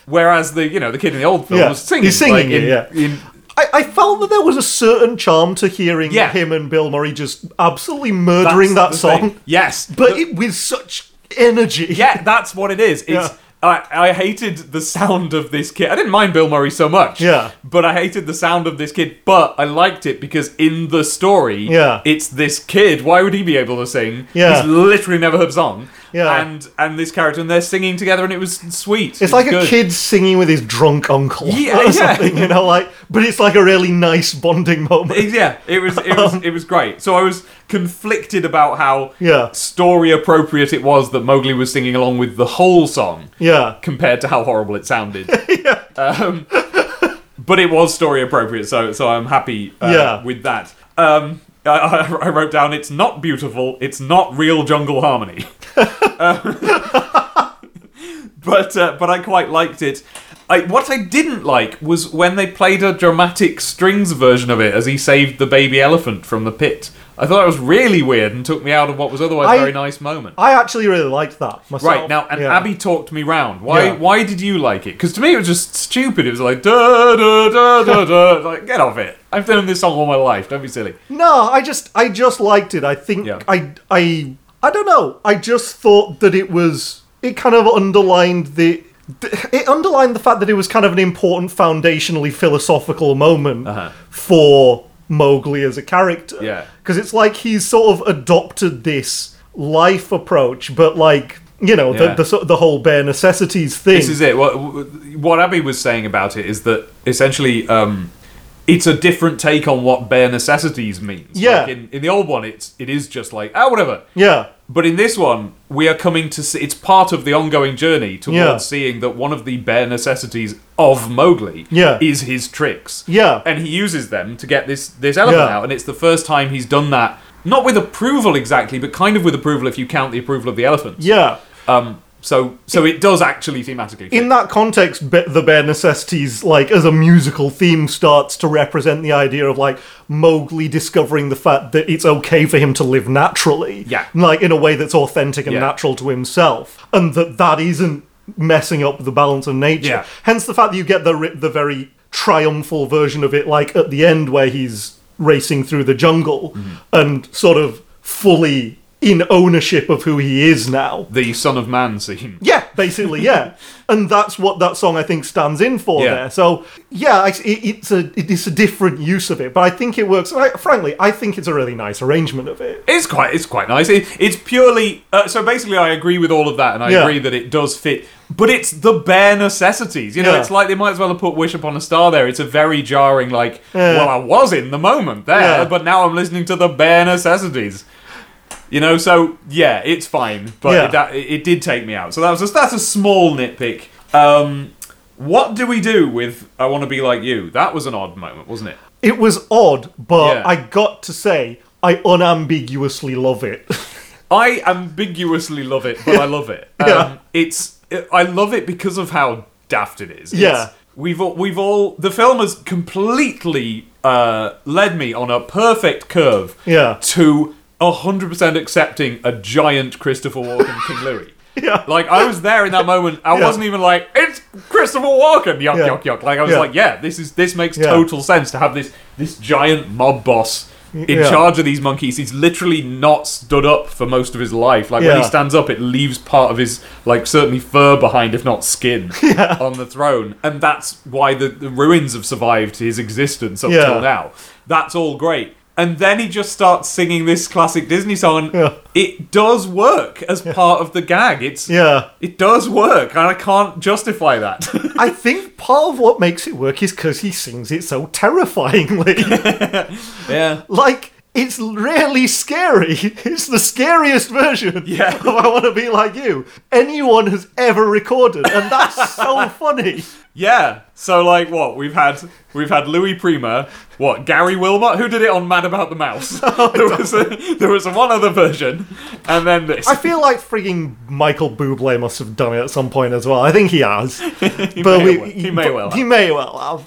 Speaker 1: whereas the you know the kid in the old film
Speaker 2: Yeah.
Speaker 1: was singing.
Speaker 2: He's singing
Speaker 1: like,
Speaker 2: it,
Speaker 1: in-
Speaker 2: yeah.
Speaker 1: in-
Speaker 2: I, I felt that there was a certain charm to hearing
Speaker 1: Yeah.
Speaker 2: him and Bill Murray just absolutely murdering that
Speaker 1: that's the
Speaker 2: song,
Speaker 1: thing. Yes,
Speaker 2: but it with such energy.
Speaker 1: Yeah, that's what it is. It's I, I hated the sound of this kid. I didn't mind Bill Murray so much.
Speaker 2: Yeah.
Speaker 1: But I hated the sound of this kid, but I liked it because in the story,
Speaker 2: Yeah.
Speaker 1: it's this kid. Why would he be able to sing?
Speaker 2: Yeah.
Speaker 1: He's literally never heard song.
Speaker 2: Yeah.
Speaker 1: And and this character and they're singing together and it was sweet.
Speaker 2: It's like a kid singing with his drunk uncle
Speaker 1: Yeah, yeah.
Speaker 2: or something, you know, like but it's like a really nice bonding moment.
Speaker 1: Yeah, it was it was it was great. So I was conflicted about how
Speaker 2: Yeah.
Speaker 1: story appropriate it was that Mowgli was singing along with the whole song.
Speaker 2: yeah.
Speaker 1: compared to how horrible it sounded. um, but it was story appropriate, so so I'm happy uh,
Speaker 2: Yeah.
Speaker 1: with that. Um, I, I, I wrote down it's not beautiful, it's not real jungle harmony, Uh, but uh, but I quite liked it. I, what I didn't like was when they played a dramatic strings version of it as he saved the baby elephant from the pit. I thought that was really weird and took me out of what was otherwise
Speaker 2: I-
Speaker 1: a very nice moment.
Speaker 2: I actually really liked that myself.
Speaker 1: Right now, and
Speaker 2: Yeah.
Speaker 1: Abby talked me round. Why?
Speaker 2: Yeah.
Speaker 1: Why did you like it? Because to me, it was just stupid. It was like da da da da da. Like, get off it! I've done this song all my life. Don't be silly.
Speaker 2: No, I just I just liked it. I think
Speaker 1: Yeah.
Speaker 2: I I I don't know. I just thought that it was it kind of underlined the it underlined the fact that it was kind of an important foundationally philosophical moment
Speaker 1: Uh-huh.
Speaker 2: for Mowgli as a character.
Speaker 1: Yeah.
Speaker 2: Cuz it's like he's sort of adopted this life approach but like you know
Speaker 1: Yeah.
Speaker 2: the, the sort- the whole bare necessities thing.
Speaker 1: This is it. What what Abby was saying about it is that essentially, um, it's a different take on what bare necessities means.
Speaker 2: Yeah.
Speaker 1: Like in, in the old one, it's it is just like ah whatever.
Speaker 2: yeah.
Speaker 1: But in this one, we are coming to see it's part of the ongoing journey towards
Speaker 2: Yeah.
Speaker 1: seeing that one of the bare necessities of Mowgli
Speaker 2: Yeah.
Speaker 1: is his tricks.
Speaker 2: Yeah.
Speaker 1: And he uses them to get this this elephant
Speaker 2: Yeah.
Speaker 1: out, and it's the first time he's done that not with approval exactly, but kind of with approval if you count the approval of the elephant.
Speaker 2: Yeah.
Speaker 1: Um so so it does actually thematically fit.
Speaker 2: in that context, be- the bare necessities, like as a musical theme, starts to represent the idea of like Mowgli discovering the fact that it's okay for him to live naturally,
Speaker 1: Yeah.
Speaker 2: like in a way that's authentic and
Speaker 1: Yeah.
Speaker 2: natural to himself, and that that isn't messing up the balance of nature.
Speaker 1: Yeah.
Speaker 2: Hence the fact that you get the ri- the very triumphal version of it, like at the end where he's racing through the jungle
Speaker 1: Mm-hmm.
Speaker 2: and sort of fully in ownership of who he is now.
Speaker 1: the Son of Man scene.
Speaker 2: Yeah, basically, yeah, and that's what that song I think stands in for
Speaker 1: Yeah.
Speaker 2: there. So yeah, I- it, it's a it- it's a different use of it, but I think it works. And I, frankly, I think it's a really nice arrangement of it.
Speaker 1: It's quite it's quite nice. It, it's purely uh, so basically I agree with all of that and I
Speaker 2: Yeah.
Speaker 1: agree that it does fit. But it's the bare necessities. You know,
Speaker 2: Yeah.
Speaker 1: it's like they might as well have put Wish Upon a Star there. It's a very jarring like well I was in the moment there,
Speaker 2: Yeah.
Speaker 1: but now I'm listening to the bare necessities. You know, so yeah, it's fine, but
Speaker 2: Yeah.
Speaker 1: it, that, it, it did take me out. So that was a, that's a small nitpick. Um what do we do with I want to be like you? That was an odd moment, wasn't it?
Speaker 2: It was odd, but
Speaker 1: Yeah.
Speaker 2: I got to say, I unambiguously love it.
Speaker 1: I ambiguously love it, but I love it. Um,
Speaker 2: Yeah.
Speaker 1: It's I love it because of how daft it is. It's-
Speaker 2: Yeah.
Speaker 1: we've all, we've all the film has completely uh, led me on a perfect curve.
Speaker 2: Yeah.
Speaker 1: to hundred percent accepting a giant Christopher Walken King Louis.
Speaker 2: Yeah.
Speaker 1: Like I was there in that moment. I
Speaker 2: Yeah.
Speaker 1: wasn't even like it's Christopher Walken. Yuck
Speaker 2: Yeah.
Speaker 1: yuck yuck. Like I was
Speaker 2: Yeah.
Speaker 1: like, yeah, this is this makes
Speaker 2: Yeah.
Speaker 1: total sense to have this this giant mob boss in
Speaker 2: yeah.
Speaker 1: charge charge of these monkeys. He's literally not stood up for most of his life. Like when
Speaker 2: Yeah.
Speaker 1: he stands up, it leaves part of his like certainly fur behind, if not skin, on the throne. And that's why the, the ruins have survived his existence up
Speaker 2: Yeah.
Speaker 1: till now. That's all great. And then he just starts singing this classic Disney song. and
Speaker 2: Yeah.
Speaker 1: It does work as part of the gag. It's
Speaker 2: yeah,
Speaker 1: it does work, and I can't justify that.
Speaker 2: I think part of what makes it work is because he sings it so terrifyingly.
Speaker 1: yeah.
Speaker 2: like it's really scary. It's the scariest version
Speaker 1: Yeah.
Speaker 2: of I Want to Be Like You anyone has ever recorded, and that's so funny.
Speaker 1: Yeah. So like what? We've had we've had Louis Prima, what, Gary Wilmot? Who did it on Mad About the Mouse?
Speaker 2: Oh,
Speaker 1: there was a, there was one other version. And then this.
Speaker 2: I feel like frigging Michael Bublé must have done it at some point as well. I think he has.
Speaker 1: he,
Speaker 2: but
Speaker 1: may
Speaker 2: we-
Speaker 1: well, he may well
Speaker 2: He
Speaker 1: have,
Speaker 2: may well have.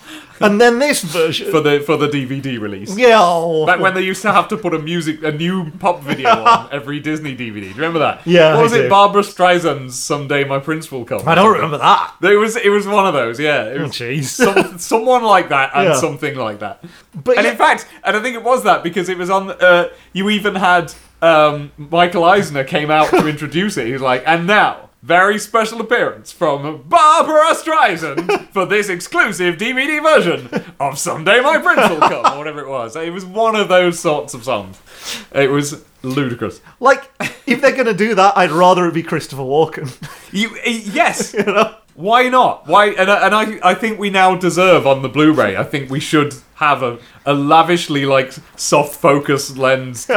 Speaker 2: And then this version.
Speaker 1: for the for the DVD release.
Speaker 2: yeah. oh.
Speaker 1: Back when they used to have to put a music, a new pop video on every Disney DVD. Do you remember that?
Speaker 2: Yeah,
Speaker 1: What
Speaker 2: I
Speaker 1: was it?
Speaker 2: do.
Speaker 1: Barbara Streisand's "Someday My Prince Will Come."
Speaker 2: I don't Oh, remember that.
Speaker 1: It was it was one of those. Yeah. It was
Speaker 2: Jeez.
Speaker 1: some, someone like that and
Speaker 2: Yeah.
Speaker 1: something like that.
Speaker 2: But
Speaker 1: and
Speaker 2: yeah-
Speaker 1: in fact, and I think it was that because it was on. Uh, you even had um, Michael Eisner came out to introduce it. He was like, and now. Very special appearance from Barbara Streisand for this exclusive DVD version of Someday My Prince Will Come, or whatever it was. It was one of those sorts of songs. It was ludicrous.
Speaker 2: Like, if they're going to do that, I'd rather it be Christopher Walken.
Speaker 1: You eh, yes. Why not? Why? And, I- and I, I think we now deserve on the Blu-ray. I think we should have a, a lavishly like soft focus lens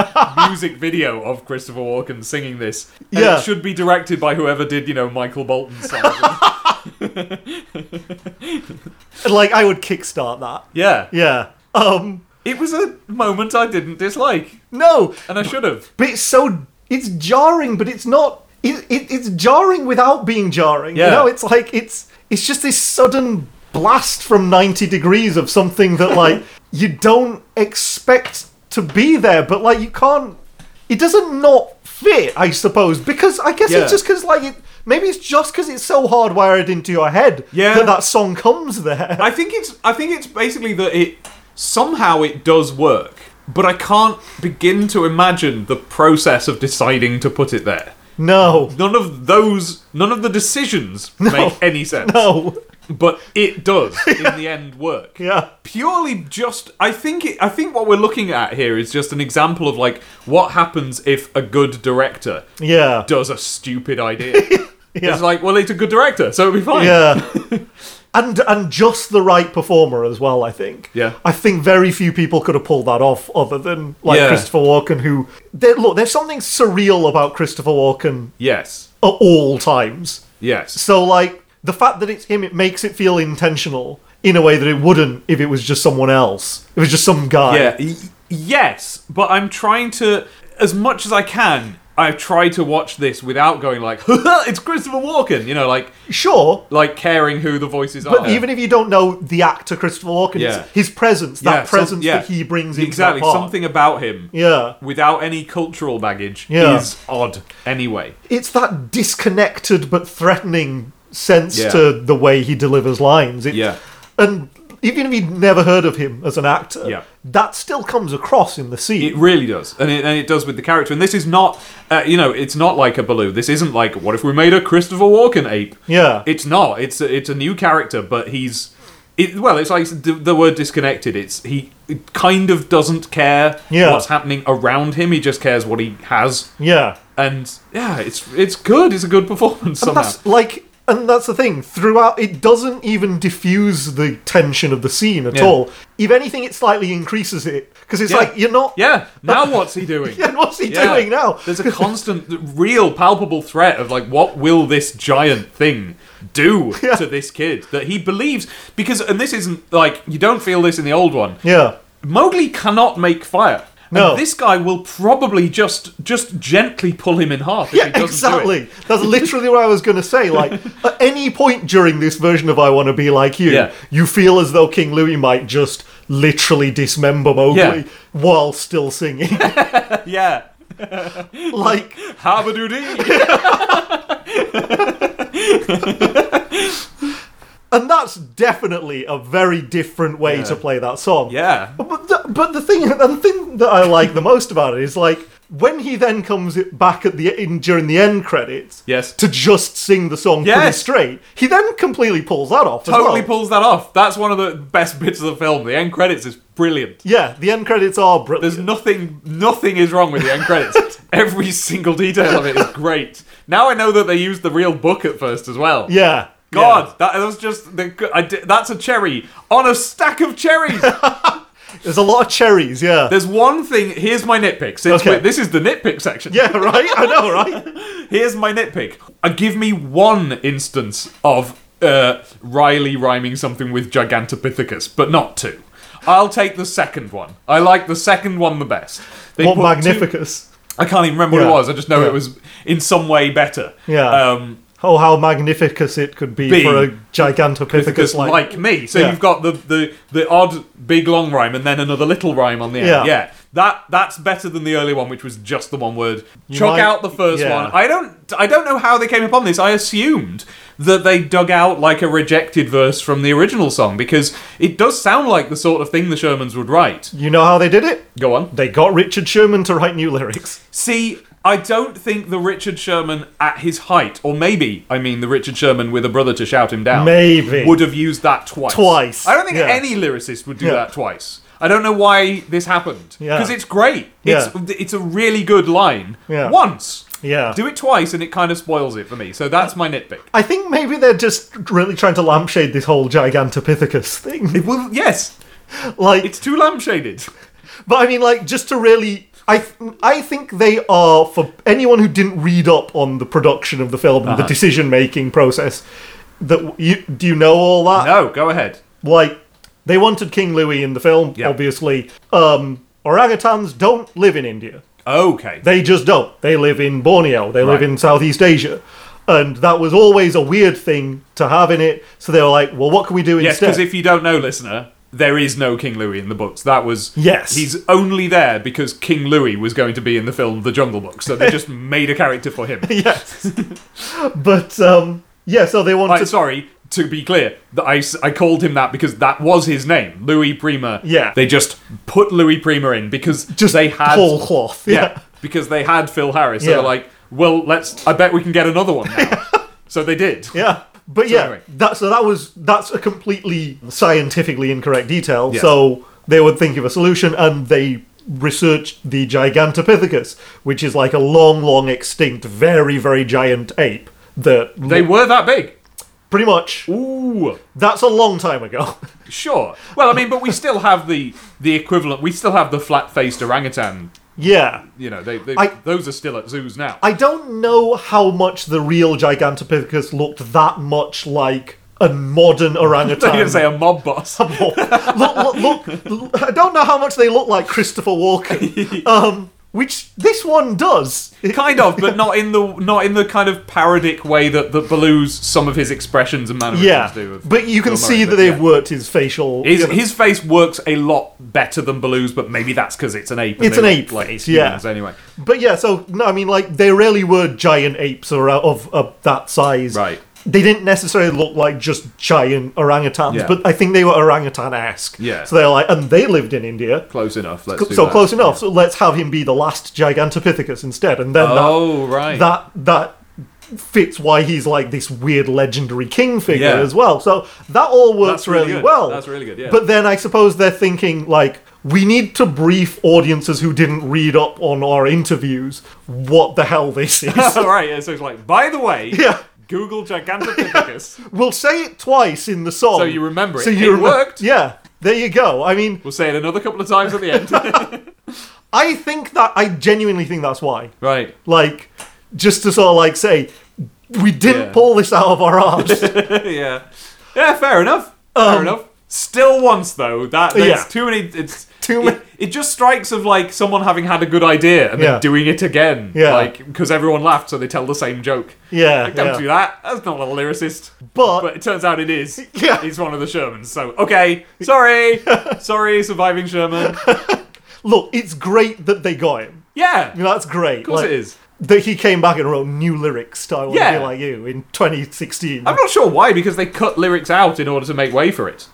Speaker 1: music video of Christopher Walken singing this. And
Speaker 2: Yeah.
Speaker 1: it should be directed by whoever did you know Michael Bolton's song.
Speaker 2: like, I would kickstart that.
Speaker 1: yeah,
Speaker 2: Yeah. Um,
Speaker 1: it was a moment I didn't dislike,
Speaker 2: no,
Speaker 1: and I should have.
Speaker 2: but it's so it's jarring but it's not it, it, it's jarring without being jarring
Speaker 1: Yeah.
Speaker 2: you know it's like it's it's just this sudden blast from 90 degrees of something that like you don't expect to be there but like you can't it doesn't not fit i suppose because i guess
Speaker 1: Yeah.
Speaker 2: it's just because like it maybe it's just because it's so hardwired into your head
Speaker 1: Yeah.
Speaker 2: that that song comes there
Speaker 1: I think it's I think it's basically that it somehow it does work, but I can't begin to imagine the process of deciding to put it there.
Speaker 2: no
Speaker 1: None of those, none of the decisions make any sense.
Speaker 2: no
Speaker 1: But it does, in the end, work.
Speaker 2: Yeah.
Speaker 1: Purely just, I think, it, I think what we're looking at here is just an example of like what happens if a good director
Speaker 2: yeah
Speaker 1: does a stupid idea. It's like, well, it's a good director, so it'll be fine.
Speaker 2: Yeah. and and just the right performer as well, I think.
Speaker 1: Yeah.
Speaker 2: I think very few people could have pulled that off other than like
Speaker 1: Yeah.
Speaker 2: Christopher Walken who there, look, there's something surreal about Christopher Walken
Speaker 1: Yes.
Speaker 2: at all times.
Speaker 1: Yes.
Speaker 2: So like the fact that it's him it makes it feel intentional in a way that it wouldn't if it was just someone else. If it was just some guy.
Speaker 1: Yeah. y- yes, but I'm trying to, as much as I can. I've tried to watch this without going like, it's Christopher Walken, you know, like
Speaker 2: Sure.
Speaker 1: like caring who the voices are.
Speaker 2: But even if you don't know the actor Christopher Walken,
Speaker 1: Yeah.
Speaker 2: it's his presence,
Speaker 1: Yeah,
Speaker 2: that
Speaker 1: some-
Speaker 2: presence
Speaker 1: yeah.
Speaker 2: that he brings into
Speaker 1: exactly
Speaker 2: that part.
Speaker 1: something about him
Speaker 2: Yeah.
Speaker 1: without any cultural baggage
Speaker 2: Yeah.
Speaker 1: is odd anyway
Speaker 2: it's that disconnected but threatening sense
Speaker 1: Yeah.
Speaker 2: to the way he delivers lines. It,
Speaker 1: Yeah.
Speaker 2: And even if you'd never heard of him as an actor,
Speaker 1: Yeah.
Speaker 2: that still comes across in the
Speaker 1: it
Speaker 2: scene.
Speaker 1: really does and it, and it does with the character and this is not uh, you know it's not like a Baloo this isn't like what if we made a Christopher Walken ape
Speaker 2: Yeah.
Speaker 1: it's not it's a, it's a new character but he's it, well it's like the, the word disconnected it's he it kind of doesn't care
Speaker 2: Yeah.
Speaker 1: what's happening around him he just cares what he has
Speaker 2: yeah.
Speaker 1: and yeah it's it's good it's a good performance somehow
Speaker 2: That's like and that's the thing, throughout it doesn't even diffuse the tension of the scene at
Speaker 1: Yeah.
Speaker 2: all. If anything it slightly increases it. Because it's
Speaker 1: Yeah.
Speaker 2: like you're not
Speaker 1: yeah now what's he doing
Speaker 2: And what's he
Speaker 1: Yeah.
Speaker 2: doing now?
Speaker 1: There's a constant, real, palpable threat of like, what will this giant thing do
Speaker 2: Yeah.
Speaker 1: to this kid that he believes? Because, and this isn't like you don't feel this in the old one.
Speaker 2: Yeah.
Speaker 1: Mowgli cannot make fire.
Speaker 2: No.
Speaker 1: And this guy will probably just just gently pull him in half. If he
Speaker 2: Yeah,
Speaker 1: doesn't Do
Speaker 2: exactly.
Speaker 1: it.
Speaker 2: That's literally what I was going to say. Like, at any point during this version of I Want to Be Like You,
Speaker 1: Yeah.
Speaker 2: you feel as though King Louis might just literally dismember Mowgli
Speaker 1: Yeah.
Speaker 2: while still singing.
Speaker 1: Yeah.
Speaker 2: like,
Speaker 1: Habadoodie.
Speaker 2: and that's definitely a very different way to play that song.
Speaker 1: yeah.
Speaker 2: But the, but the thing the thing that I like the most about it is like when he then comes it back at the in during the end credits
Speaker 1: Yes.
Speaker 2: to just sing the song pretty
Speaker 1: Yes.
Speaker 2: straight he then completely pulls that off as
Speaker 1: Totally
Speaker 2: well.
Speaker 1: pulls that off. That's one of the best bits of the film. The end credits is brilliant.
Speaker 2: yeah the end credits are brilliant
Speaker 1: There's nothing, nothing is wrong with the end credits. Every single detail of it is great. Now I know that they used the real book at first as well.
Speaker 2: Yeah.
Speaker 1: God, that, that was just the, I di- that's a cherry on a stack of cherries.
Speaker 2: There's a lot of cherries, yeah.
Speaker 1: There's one thing. Here's my nitpick. Since
Speaker 2: Okay.
Speaker 1: we're- this is the nitpick section.
Speaker 2: yeah, right? I know, right?
Speaker 1: Here's my nitpick. Uh, give me one instance of uh, Riley rhyming something with Gigantopithecus, but not two. I'll take the second one. I like the second one the best. They
Speaker 2: What
Speaker 1: put two-
Speaker 2: magnificus.
Speaker 1: I can't even remember
Speaker 2: Yeah.
Speaker 1: what it was. I just know
Speaker 2: Yeah.
Speaker 1: it was in some way better.
Speaker 2: Yeah.
Speaker 1: Um,
Speaker 2: Oh, how magnificus it could be,
Speaker 1: Be.
Speaker 2: for a
Speaker 1: because
Speaker 2: gigantopithecus
Speaker 1: like,
Speaker 2: like.
Speaker 1: me. So
Speaker 2: Yeah.
Speaker 1: you've got the, the the odd big long rhyme and then another little rhyme on the end. Yeah.
Speaker 2: Yeah.
Speaker 1: That that's better than the early one, which was just the one word.
Speaker 2: You
Speaker 1: Chuck
Speaker 2: might-
Speaker 1: out the first
Speaker 2: yeah.
Speaker 1: one. I don't I don't know how they came upon this. I assumed that they dug out like a rejected verse from the original song because it does sound like the sort of thing the Shermans would write.
Speaker 2: You know how they did it?
Speaker 1: Go on.
Speaker 2: They got Richard Sherman to write new lyrics.
Speaker 1: See, I don't think the Richard Sherman at his height, or maybe I mean the Richard Sherman with a brother to shout him down,
Speaker 2: Maybe.
Speaker 1: would have used that twice.
Speaker 2: Twice,
Speaker 1: I don't think
Speaker 2: yeah.
Speaker 1: any lyricist would do
Speaker 2: Yeah.
Speaker 1: that twice. I don't know why this happened
Speaker 2: Yeah.
Speaker 1: because it's great. It's it's a really good line.
Speaker 2: Yeah.
Speaker 1: Once,
Speaker 2: Yeah.
Speaker 1: do it twice, and it kind of spoils it for me. So that's my nitpick.
Speaker 2: I think maybe they're just really trying to lampshade this whole gigantopithecus thing.
Speaker 1: Well, yes,
Speaker 2: Like,
Speaker 1: it's too lampshaded.
Speaker 2: But I mean, like, just to really, I th- I think they are for anyone who didn't read up on the production of the film and
Speaker 1: Uh-huh.
Speaker 2: the decision making process. That w- you do you know all that?
Speaker 1: No, go ahead.
Speaker 2: Like, they wanted King Louis in the film,
Speaker 1: Yeah.
Speaker 2: obviously. Um, orangutans don't live in India.
Speaker 1: Okay.
Speaker 2: They just don't. They live in Borneo. They live
Speaker 1: Right.
Speaker 2: in Southeast Asia. And that was always a weird thing to have in it. So they were like, well, what can we do
Speaker 1: Yes,
Speaker 2: instead?
Speaker 1: because if you don't know, listener, there is no King Louis in the books. That was
Speaker 2: Yes.
Speaker 1: He's only there because King Louis was going to be in the film The Jungle Book, so they just made a character for him.
Speaker 2: yes. but, um, yeah, so they wanted.
Speaker 1: Like, sorry, to be clear, th- I, s- I called him that because that was his name, Louis Prima.
Speaker 2: Yeah.
Speaker 1: they just put Louis Prima in because
Speaker 2: just
Speaker 1: they had
Speaker 2: whole cloth.
Speaker 1: yeah.
Speaker 2: Yeah.
Speaker 1: because they had Phil Harris. So
Speaker 2: Yeah.
Speaker 1: they're like, well, let's. I bet we can get another one now. so they did.
Speaker 2: Yeah. But yeah,
Speaker 1: anyway.
Speaker 2: that so that was that's a completely scientifically incorrect detail.
Speaker 1: Yeah.
Speaker 2: So they would think of a solution and they researched the Gigantopithecus, which is like a long, long extinct, very, very giant ape that
Speaker 1: They were that big.
Speaker 2: pretty much
Speaker 1: Ooh.
Speaker 2: that's a long time ago.
Speaker 1: Sure. Well, I mean, but we still have the the equivalent. We still have the flat-faced orangutan.
Speaker 2: yeah.
Speaker 1: You know, they, they
Speaker 2: I-
Speaker 1: those are still at zoos now.
Speaker 2: I don't know how much the real Gigantopithecus looked that much like a modern
Speaker 1: I was going
Speaker 2: orangutan.
Speaker 1: to say a mob boss.
Speaker 2: look,
Speaker 1: Oh.
Speaker 2: look, look, look, I don't know how much they look like Christopher Walken, um, which this one does.
Speaker 1: kind of, but not in the not in the kind of parodic way that that Baloo's some of his expressions and mannerisms
Speaker 2: Yeah,
Speaker 1: do. of
Speaker 2: but you can
Speaker 1: Bill Murray,
Speaker 2: see
Speaker 1: but
Speaker 2: that they've
Speaker 1: yeah.
Speaker 2: worked his facial.
Speaker 1: His,
Speaker 2: you know,
Speaker 1: his face works a lot better than Baloo's, but maybe that's because it's an ape. and
Speaker 2: It's
Speaker 1: they
Speaker 2: an
Speaker 1: look
Speaker 2: ape
Speaker 1: like
Speaker 2: face,
Speaker 1: humans
Speaker 2: yeah.
Speaker 1: Anyway,
Speaker 2: but yeah, so no, I mean, like they really were giant apes or uh, of, of that size.
Speaker 1: Right.
Speaker 2: They didn't necessarily look like just giant orangutans,
Speaker 1: Yeah.
Speaker 2: but I think they were orangutan-esque.
Speaker 1: Yeah.
Speaker 2: So they're like, and they lived in India,
Speaker 1: close enough. Let's do
Speaker 2: so
Speaker 1: that.
Speaker 2: close enough. So let's have him be the last Gigantopithecus instead, and then that
Speaker 1: Oh right.
Speaker 2: that that fits why he's like this weird legendary king figure
Speaker 1: Yeah.
Speaker 2: as well. So that all works
Speaker 1: That's really good.
Speaker 2: well.
Speaker 1: That's really good, yeah.
Speaker 2: But then I suppose they're thinking like we need to brief audiences who didn't read up on our interviews what the hell this is.
Speaker 1: All right. Yeah, so it's like, by the way,
Speaker 2: Yeah.
Speaker 1: Google Gigantopithecus.
Speaker 2: we'll say it twice in the song.
Speaker 1: So you remember it.
Speaker 2: So
Speaker 1: It
Speaker 2: you remem-
Speaker 1: worked.
Speaker 2: Yeah. There you go. I mean,
Speaker 1: We'll say it another couple of times at the end.
Speaker 2: I think that I genuinely think that's why.
Speaker 1: right.
Speaker 2: Like, just to sort of like say, we didn't
Speaker 1: Yeah.
Speaker 2: pull this out of our arse.
Speaker 1: yeah. Yeah, fair enough. Fair enough. Still once though. That there's
Speaker 2: Um, Yeah.
Speaker 1: too many it's
Speaker 2: Too
Speaker 1: it-
Speaker 2: many-
Speaker 1: It, just strikes of like someone having had a good idea and
Speaker 2: Yeah.
Speaker 1: then doing it again.
Speaker 2: Yeah.
Speaker 1: Like because everyone laughed so they tell the same joke.
Speaker 2: Yeah,
Speaker 1: Like, don't
Speaker 2: yeah.
Speaker 1: do that. That's not a lyricist.
Speaker 2: But-
Speaker 1: it turns out it is.
Speaker 2: Yeah.
Speaker 1: He's one of the Shermans. So okay. Sorry. sorry, surviving Sherman.
Speaker 2: Look, it's great that they got him.
Speaker 1: Yeah.
Speaker 2: I mean, that's great. Of
Speaker 1: course it is.
Speaker 2: That he came back and wrote new lyrics to I Want
Speaker 1: Yeah.
Speaker 2: to Be Like You in 2016.
Speaker 1: I'm not sure why, because they cut lyrics out in order to make way for it.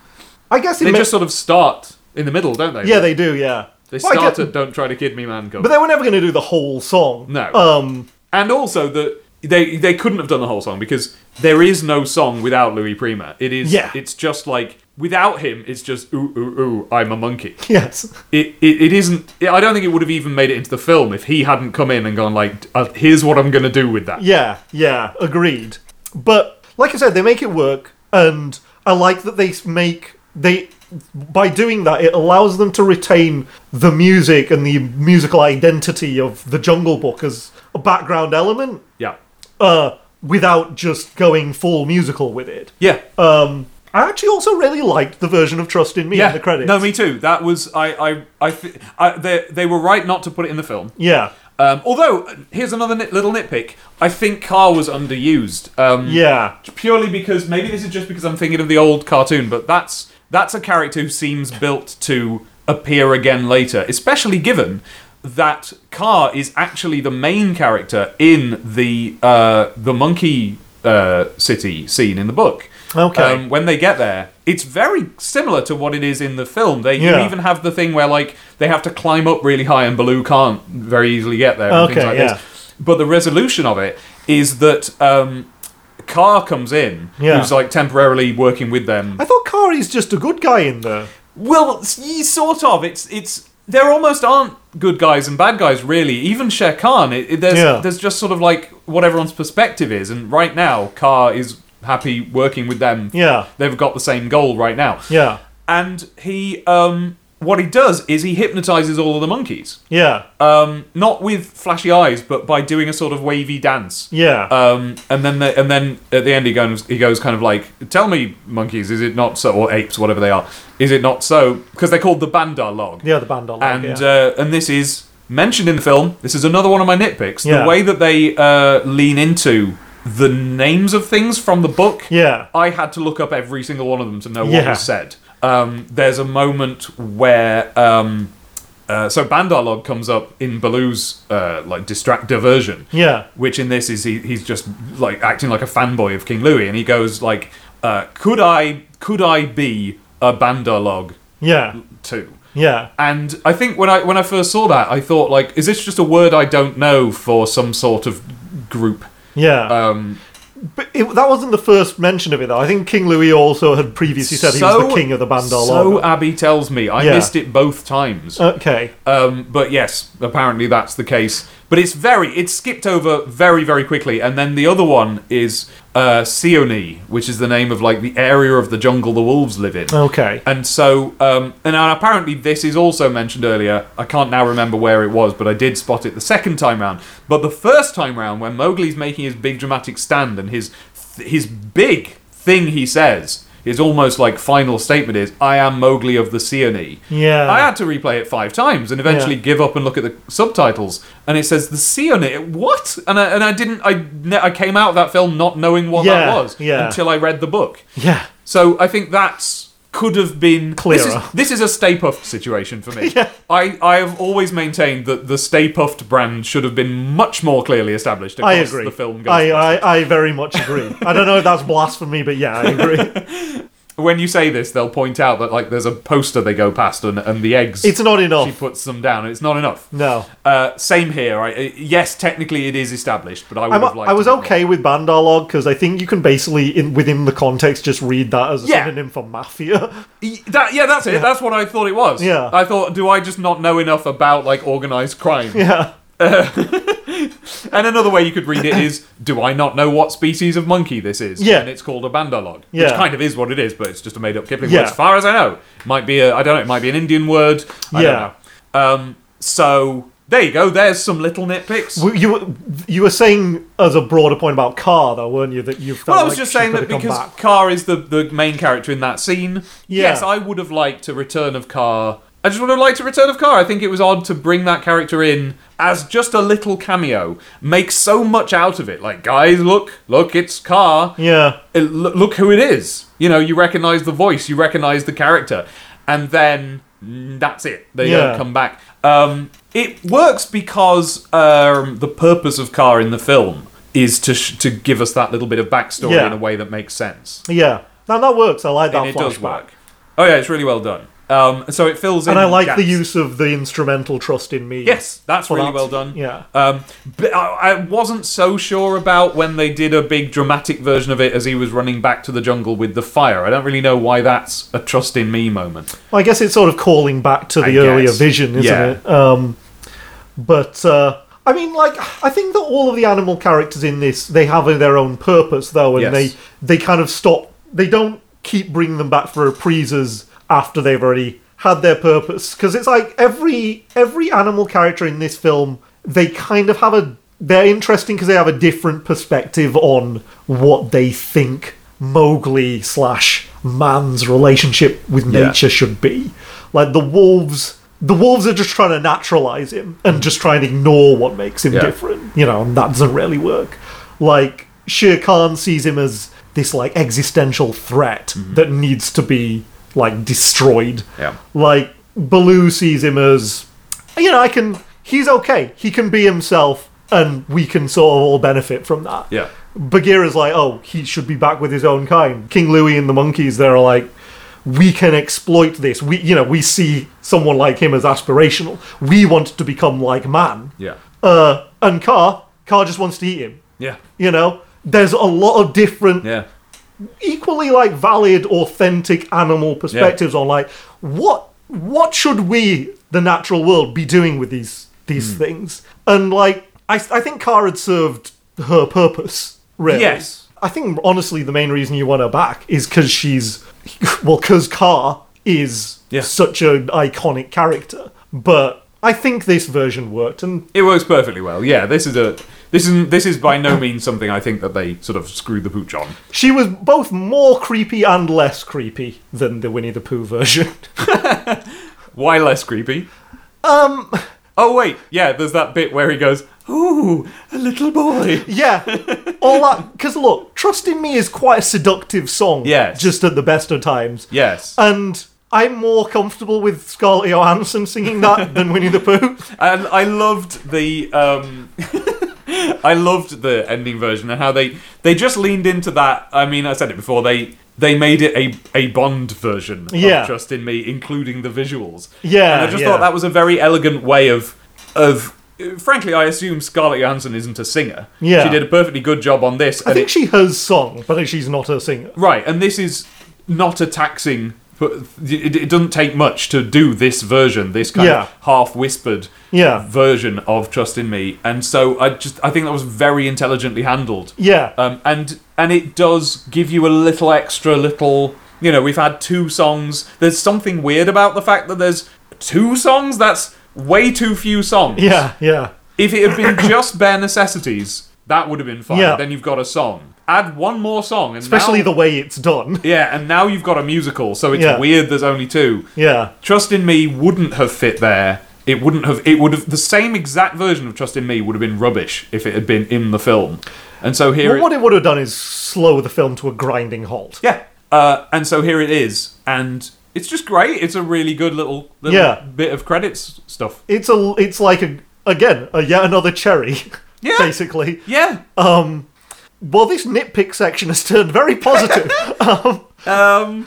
Speaker 2: I guess it
Speaker 1: They
Speaker 2: ma-
Speaker 1: just sort of start in the middle, don't they?
Speaker 2: Yeah, they do, yeah.
Speaker 1: They
Speaker 2: Well, I
Speaker 1: start
Speaker 2: get-
Speaker 1: at "Don't Try to Kid Me, Man." Go.
Speaker 2: But they were never going to do the whole song.
Speaker 1: No.
Speaker 2: Um,
Speaker 1: And also that they they couldn't have done the whole song because there is no song without Louis Prima. It is
Speaker 2: Yeah.
Speaker 1: it's just like without him it's just ooh ooh ooh I'm a monkey.
Speaker 2: yes.
Speaker 1: It it, it isn't I don't think it would have even made it into the film if he hadn't come in and gone like uh, here's what I'm going to do with that.
Speaker 2: Yeah, yeah, agreed. But, like I said, they make it work, and I like that they make. They by doing that, it allows them to retain the music and the musical identity of the Jungle Book as a background element
Speaker 1: Yeah.
Speaker 2: uh, without just going full musical with it.
Speaker 1: Yeah.
Speaker 2: Um, I actually also really liked the version of Trust in Me in the credits.
Speaker 1: No, me too. That was I. I. I. Th- I they, they were right not to put it in the film.
Speaker 2: yeah.
Speaker 1: Um, although uh, here's another nit- little nitpick. I think Car was underused. Um,
Speaker 2: Yeah.
Speaker 1: Purely because maybe this is just because I'm thinking of the old cartoon, but that's that's a character who seems built to appear again later, especially given that Car is actually the main character in the uh, the monkey uh, city scene in the book.
Speaker 2: Okay.
Speaker 1: Um, when they get there, it's very similar to what it is in the film. They you
Speaker 2: Yeah.
Speaker 1: even have the thing where like they have to climb up really high and Baloo can't very easily get there and things
Speaker 2: Okay,
Speaker 1: like
Speaker 2: yeah.
Speaker 1: this. But the resolution of it is that um, Carr comes in,
Speaker 2: Yeah.
Speaker 1: who's like temporarily working with them.
Speaker 2: I thought Kari's just a good guy in there.
Speaker 1: Well, s- ye- sort of. It's it's there almost aren't good guys and bad guys really. Even Shere Khan, it, it- there's
Speaker 2: Yeah.
Speaker 1: there's just sort of like what everyone's perspective is. And right now, Carr is happy working with them.
Speaker 2: Yeah.
Speaker 1: They've got the same goal right now.
Speaker 2: Yeah.
Speaker 1: And he, um, what he does is he hypnotizes all of the monkeys.
Speaker 2: Yeah.
Speaker 1: Um, not with flashy eyes, but by doing a sort of wavy dance.
Speaker 2: Yeah.
Speaker 1: Um, and then the, and then at the end he goes he goes kind of like, tell me, monkeys, is it not so or apes, whatever they are, is it not so? Because they're called the Bandar log.
Speaker 2: yeah, the band on
Speaker 1: And
Speaker 2: yeah.
Speaker 1: uh, and this is mentioned in the film. This is another one of my nitpicks.
Speaker 2: Yeah.
Speaker 1: The way that they uh, lean into the names of things from the book.
Speaker 2: yeah.
Speaker 1: I had to look up every single one of them to know what
Speaker 2: Yeah.
Speaker 1: was said. Um, there's a moment where um, uh, so Bandarlog comes up in Baloo's uh, like distract diversion,
Speaker 2: Yeah.
Speaker 1: which in this is he, he's just like acting like a fanboy of King Louis, and he goes like, uh, "Could I could I be a Bandarlog
Speaker 2: Yeah.
Speaker 1: too?"
Speaker 2: Yeah.
Speaker 1: And I think when I when I first saw that, I thought like, "Is this just a word I don't know for some sort of group?"
Speaker 2: Yeah.
Speaker 1: Um,
Speaker 2: but it, that wasn't the first mention of it, though. I think King Louis also had previously said he was the king of the band all
Speaker 1: So
Speaker 2: along.
Speaker 1: Abby tells me I
Speaker 2: Yeah.
Speaker 1: missed it both times.
Speaker 2: Okay.
Speaker 1: Um, but yes, apparently that's the case. But it's very it's skipped over very very quickly, and then the other one is uh, Sioni, which is the name of like the area of the jungle the wolves live in.
Speaker 2: Okay.
Speaker 1: And so, um, and apparently this is also mentioned earlier. I can't now remember where it was, but I did spot it the second time round. But the first time round, when Mowgli's making his big dramatic stand and his his big thing he says, his almost like final statement is, "I am Mowgli of the Seoni."
Speaker 2: Yeah.
Speaker 1: I had to replay it five times and eventually
Speaker 2: Yeah.
Speaker 1: give up and look at the subtitles, and it says the Seoni. What? And I and I didn't. I ne- I came out of that film not knowing what that
Speaker 2: Yeah,
Speaker 1: was
Speaker 2: yeah.
Speaker 1: until I read the book.
Speaker 2: Yeah.
Speaker 1: So I think that's could have been
Speaker 2: Clearer.
Speaker 1: This is, this is a Stay Puffed situation for me. I, I have always maintained that the Stay Puffed brand should have been much more clearly established across
Speaker 2: I agree.
Speaker 1: the film.
Speaker 2: I, uh,
Speaker 1: Ghostbusters.
Speaker 2: I, I very much agree. I don't know if that's blasphemy, but yeah, I agree.
Speaker 1: when you say this, they'll point out that like there's a poster they go past and, and the eggs.
Speaker 2: It's not
Speaker 1: she
Speaker 2: enough.
Speaker 1: puts them down. and It's not enough.
Speaker 2: No.
Speaker 1: Uh, same here. I, uh, yes, technically it is established, but I would
Speaker 2: I'm,
Speaker 1: have liked.
Speaker 2: I was
Speaker 1: a bit more.
Speaker 2: okay with Bandalog because I think you can basically, in, within the context, just read that as a
Speaker 1: Yeah.
Speaker 2: synonym for mafia.
Speaker 1: Y- That, yeah, that's it. That's what I thought it was.
Speaker 2: Yeah.
Speaker 1: I thought, do I just not know enough about like organized crime?
Speaker 2: Yeah.
Speaker 1: And another way you could read it is, do I not know what species of monkey this is?
Speaker 2: Yeah.
Speaker 1: And it's called a bandalog. Which
Speaker 2: Yeah.
Speaker 1: kind of is what it is, but it's just a made up Kipling
Speaker 2: Yeah.
Speaker 1: word. As far as I know, might be a, I don't know, it might be an Indian word. I
Speaker 2: Yeah.
Speaker 1: don't know. Um, so there you go. There's some little nitpicks.
Speaker 2: Well, You, were- you were saying as a broader point about Car, though, weren't you? That you felt
Speaker 1: well, I was
Speaker 2: like
Speaker 1: just
Speaker 2: she
Speaker 1: saying that
Speaker 2: could've come
Speaker 1: because
Speaker 2: back.
Speaker 1: Carr is the, the main character in that scene.
Speaker 2: Yeah.
Speaker 1: Yes, I would have liked a return of Carr. I just would have liked a return of Carr. I think it was odd to bring that character in as just a little cameo, make so much out of it. Like, guys, look, look, it's Carr.
Speaker 2: Yeah.
Speaker 1: it, look, look who it is. You know, you recognize the voice, you recognize the character, and then mm, that's it. They
Speaker 2: Yeah.
Speaker 1: don't come back. Um, it works because um, the purpose of Car in the film is to sh- to give us that little bit of backstory
Speaker 2: Yeah.
Speaker 1: in a way that makes sense,
Speaker 2: Yeah. Now that works. I like that
Speaker 1: and it
Speaker 2: flashback.
Speaker 1: does work. Oh yeah, it's really well done. Um, so it fills in.
Speaker 2: And I like the
Speaker 1: gaps.
Speaker 2: use of the instrumental trust in me.
Speaker 1: Yes, that's
Speaker 2: for
Speaker 1: really
Speaker 2: that.
Speaker 1: well done.
Speaker 2: Yeah.
Speaker 1: Um, but I, I wasn't so sure about when they did a big dramatic version of it as he was running back to the jungle with the fire. I don't really know why that's a trust in me moment.
Speaker 2: Well, I guess it's sort of calling back to the
Speaker 1: guess.
Speaker 2: earlier vision, isn't
Speaker 1: Yeah.
Speaker 2: it? Um, but uh, I mean, like, I think that all of the animal characters in this they have their own purpose, though,
Speaker 1: Yes.
Speaker 2: and they they kind of stop. They don't keep bringing them back for reprises after they've already had their purpose because it's like every every animal character in this film they kind of have a they're interesting because they have a different perspective on what they think Mowgli slash man's relationship with
Speaker 1: Yeah.
Speaker 2: nature should be. Like the wolves, the wolves are just trying to naturalize him and just try and ignore what makes him
Speaker 1: Yeah.
Speaker 2: different, you know, and that doesn't really work. Like Shere Khan sees him as this like existential threat that needs to be like destroyed.
Speaker 1: Mm-hmm. Yeah.
Speaker 2: Like Baloo sees him as you know, I can he's okay. He can be himself and we can sort of all benefit from that.
Speaker 1: Yeah.
Speaker 2: Bagheera's like, oh, he should be back with his own kind. King Louis and the monkeys, they're like, we can exploit this. We, you know, we see someone like him as aspirational. We want to become like man.
Speaker 1: Yeah.
Speaker 2: Uh, and Car, Car just wants to eat him.
Speaker 1: Yeah.
Speaker 2: You know, there's a lot of different,
Speaker 1: Yeah.
Speaker 2: equally like valid, authentic animal perspectives on like what what should we, the natural world, be doing with these
Speaker 1: Hmm.
Speaker 2: these things? And like, I I think Car had served her purpose. Really.
Speaker 1: Yes.
Speaker 2: I think honestly the main reason you want her back is because she's well, because Car is
Speaker 1: Yeah.
Speaker 2: such an iconic character. But I think this version worked, and
Speaker 1: It works perfectly well. Yeah, this is a this is this is by no means something I think that they sort of screwed the pooch on.
Speaker 2: She was both more creepy and less creepy than the Winnie the Pooh version.
Speaker 1: Why less creepy? Um. Oh wait, yeah. There's that bit where he goes, "Ooh, a little boy."
Speaker 2: yeah. All that. Because look, Trust in Me is quite a seductive song.
Speaker 1: Yes.
Speaker 2: Just at the best of times.
Speaker 1: Yes,
Speaker 2: And I'm more comfortable with Scarlett Johansson singing that than Winnie the Pooh.
Speaker 1: and I loved the um, I loved the ending version and how they they just leaned into that. I mean, I said it before. They they made it a a Bond version.
Speaker 2: Yeah.
Speaker 1: of Trust in Me, including the visuals.
Speaker 2: Yeah,
Speaker 1: and I just
Speaker 2: yeah.
Speaker 1: thought that was a very elegant way of of. Frankly, I assume Scarlett Johansson isn't a singer.
Speaker 2: Yeah.
Speaker 1: she did a perfectly good job on this.
Speaker 2: I
Speaker 1: and
Speaker 2: think
Speaker 1: it-
Speaker 2: she has sung, but she's not a singer.
Speaker 1: Right, and this is not a taxing. But it, it doesn't take much to do this version, this kind
Speaker 2: Yeah.
Speaker 1: of half whispered
Speaker 2: Yeah.
Speaker 1: version of "Trust in Me," and so I just I think that was very intelligently handled.
Speaker 2: Yeah.
Speaker 1: um, and and it does give you a little extra little. You know, we've had two songs. There's something weird about the fact that there's two songs. That's way too few songs.
Speaker 2: Yeah, yeah.
Speaker 1: If it had been just bare necessities, that would have been fine.
Speaker 2: Yeah.
Speaker 1: Then you've got a song. Add one more song, and
Speaker 2: Especially
Speaker 1: now-
Speaker 2: the way it's done.
Speaker 1: yeah, and now you've got a musical, so it's
Speaker 2: Yeah.
Speaker 1: weird there's only two.
Speaker 2: Yeah.
Speaker 1: Trust in Me wouldn't have fit there. It wouldn't have it would have the same exact version of Trust in Me would have been rubbish if it had been in the film. And so here
Speaker 2: Well,
Speaker 1: it-
Speaker 2: what it would have done is slow the film to a grinding halt.
Speaker 1: Yeah. Uh, and so here it is. And it's just great. It's a really good little, little
Speaker 2: Yeah.
Speaker 1: bit of credits stuff.
Speaker 2: It's a, it's like a, again, a yet another cherry,
Speaker 1: Yeah.
Speaker 2: basically.
Speaker 1: Yeah.
Speaker 2: Uh, Well, this nitpick section has turned very positive.
Speaker 1: Um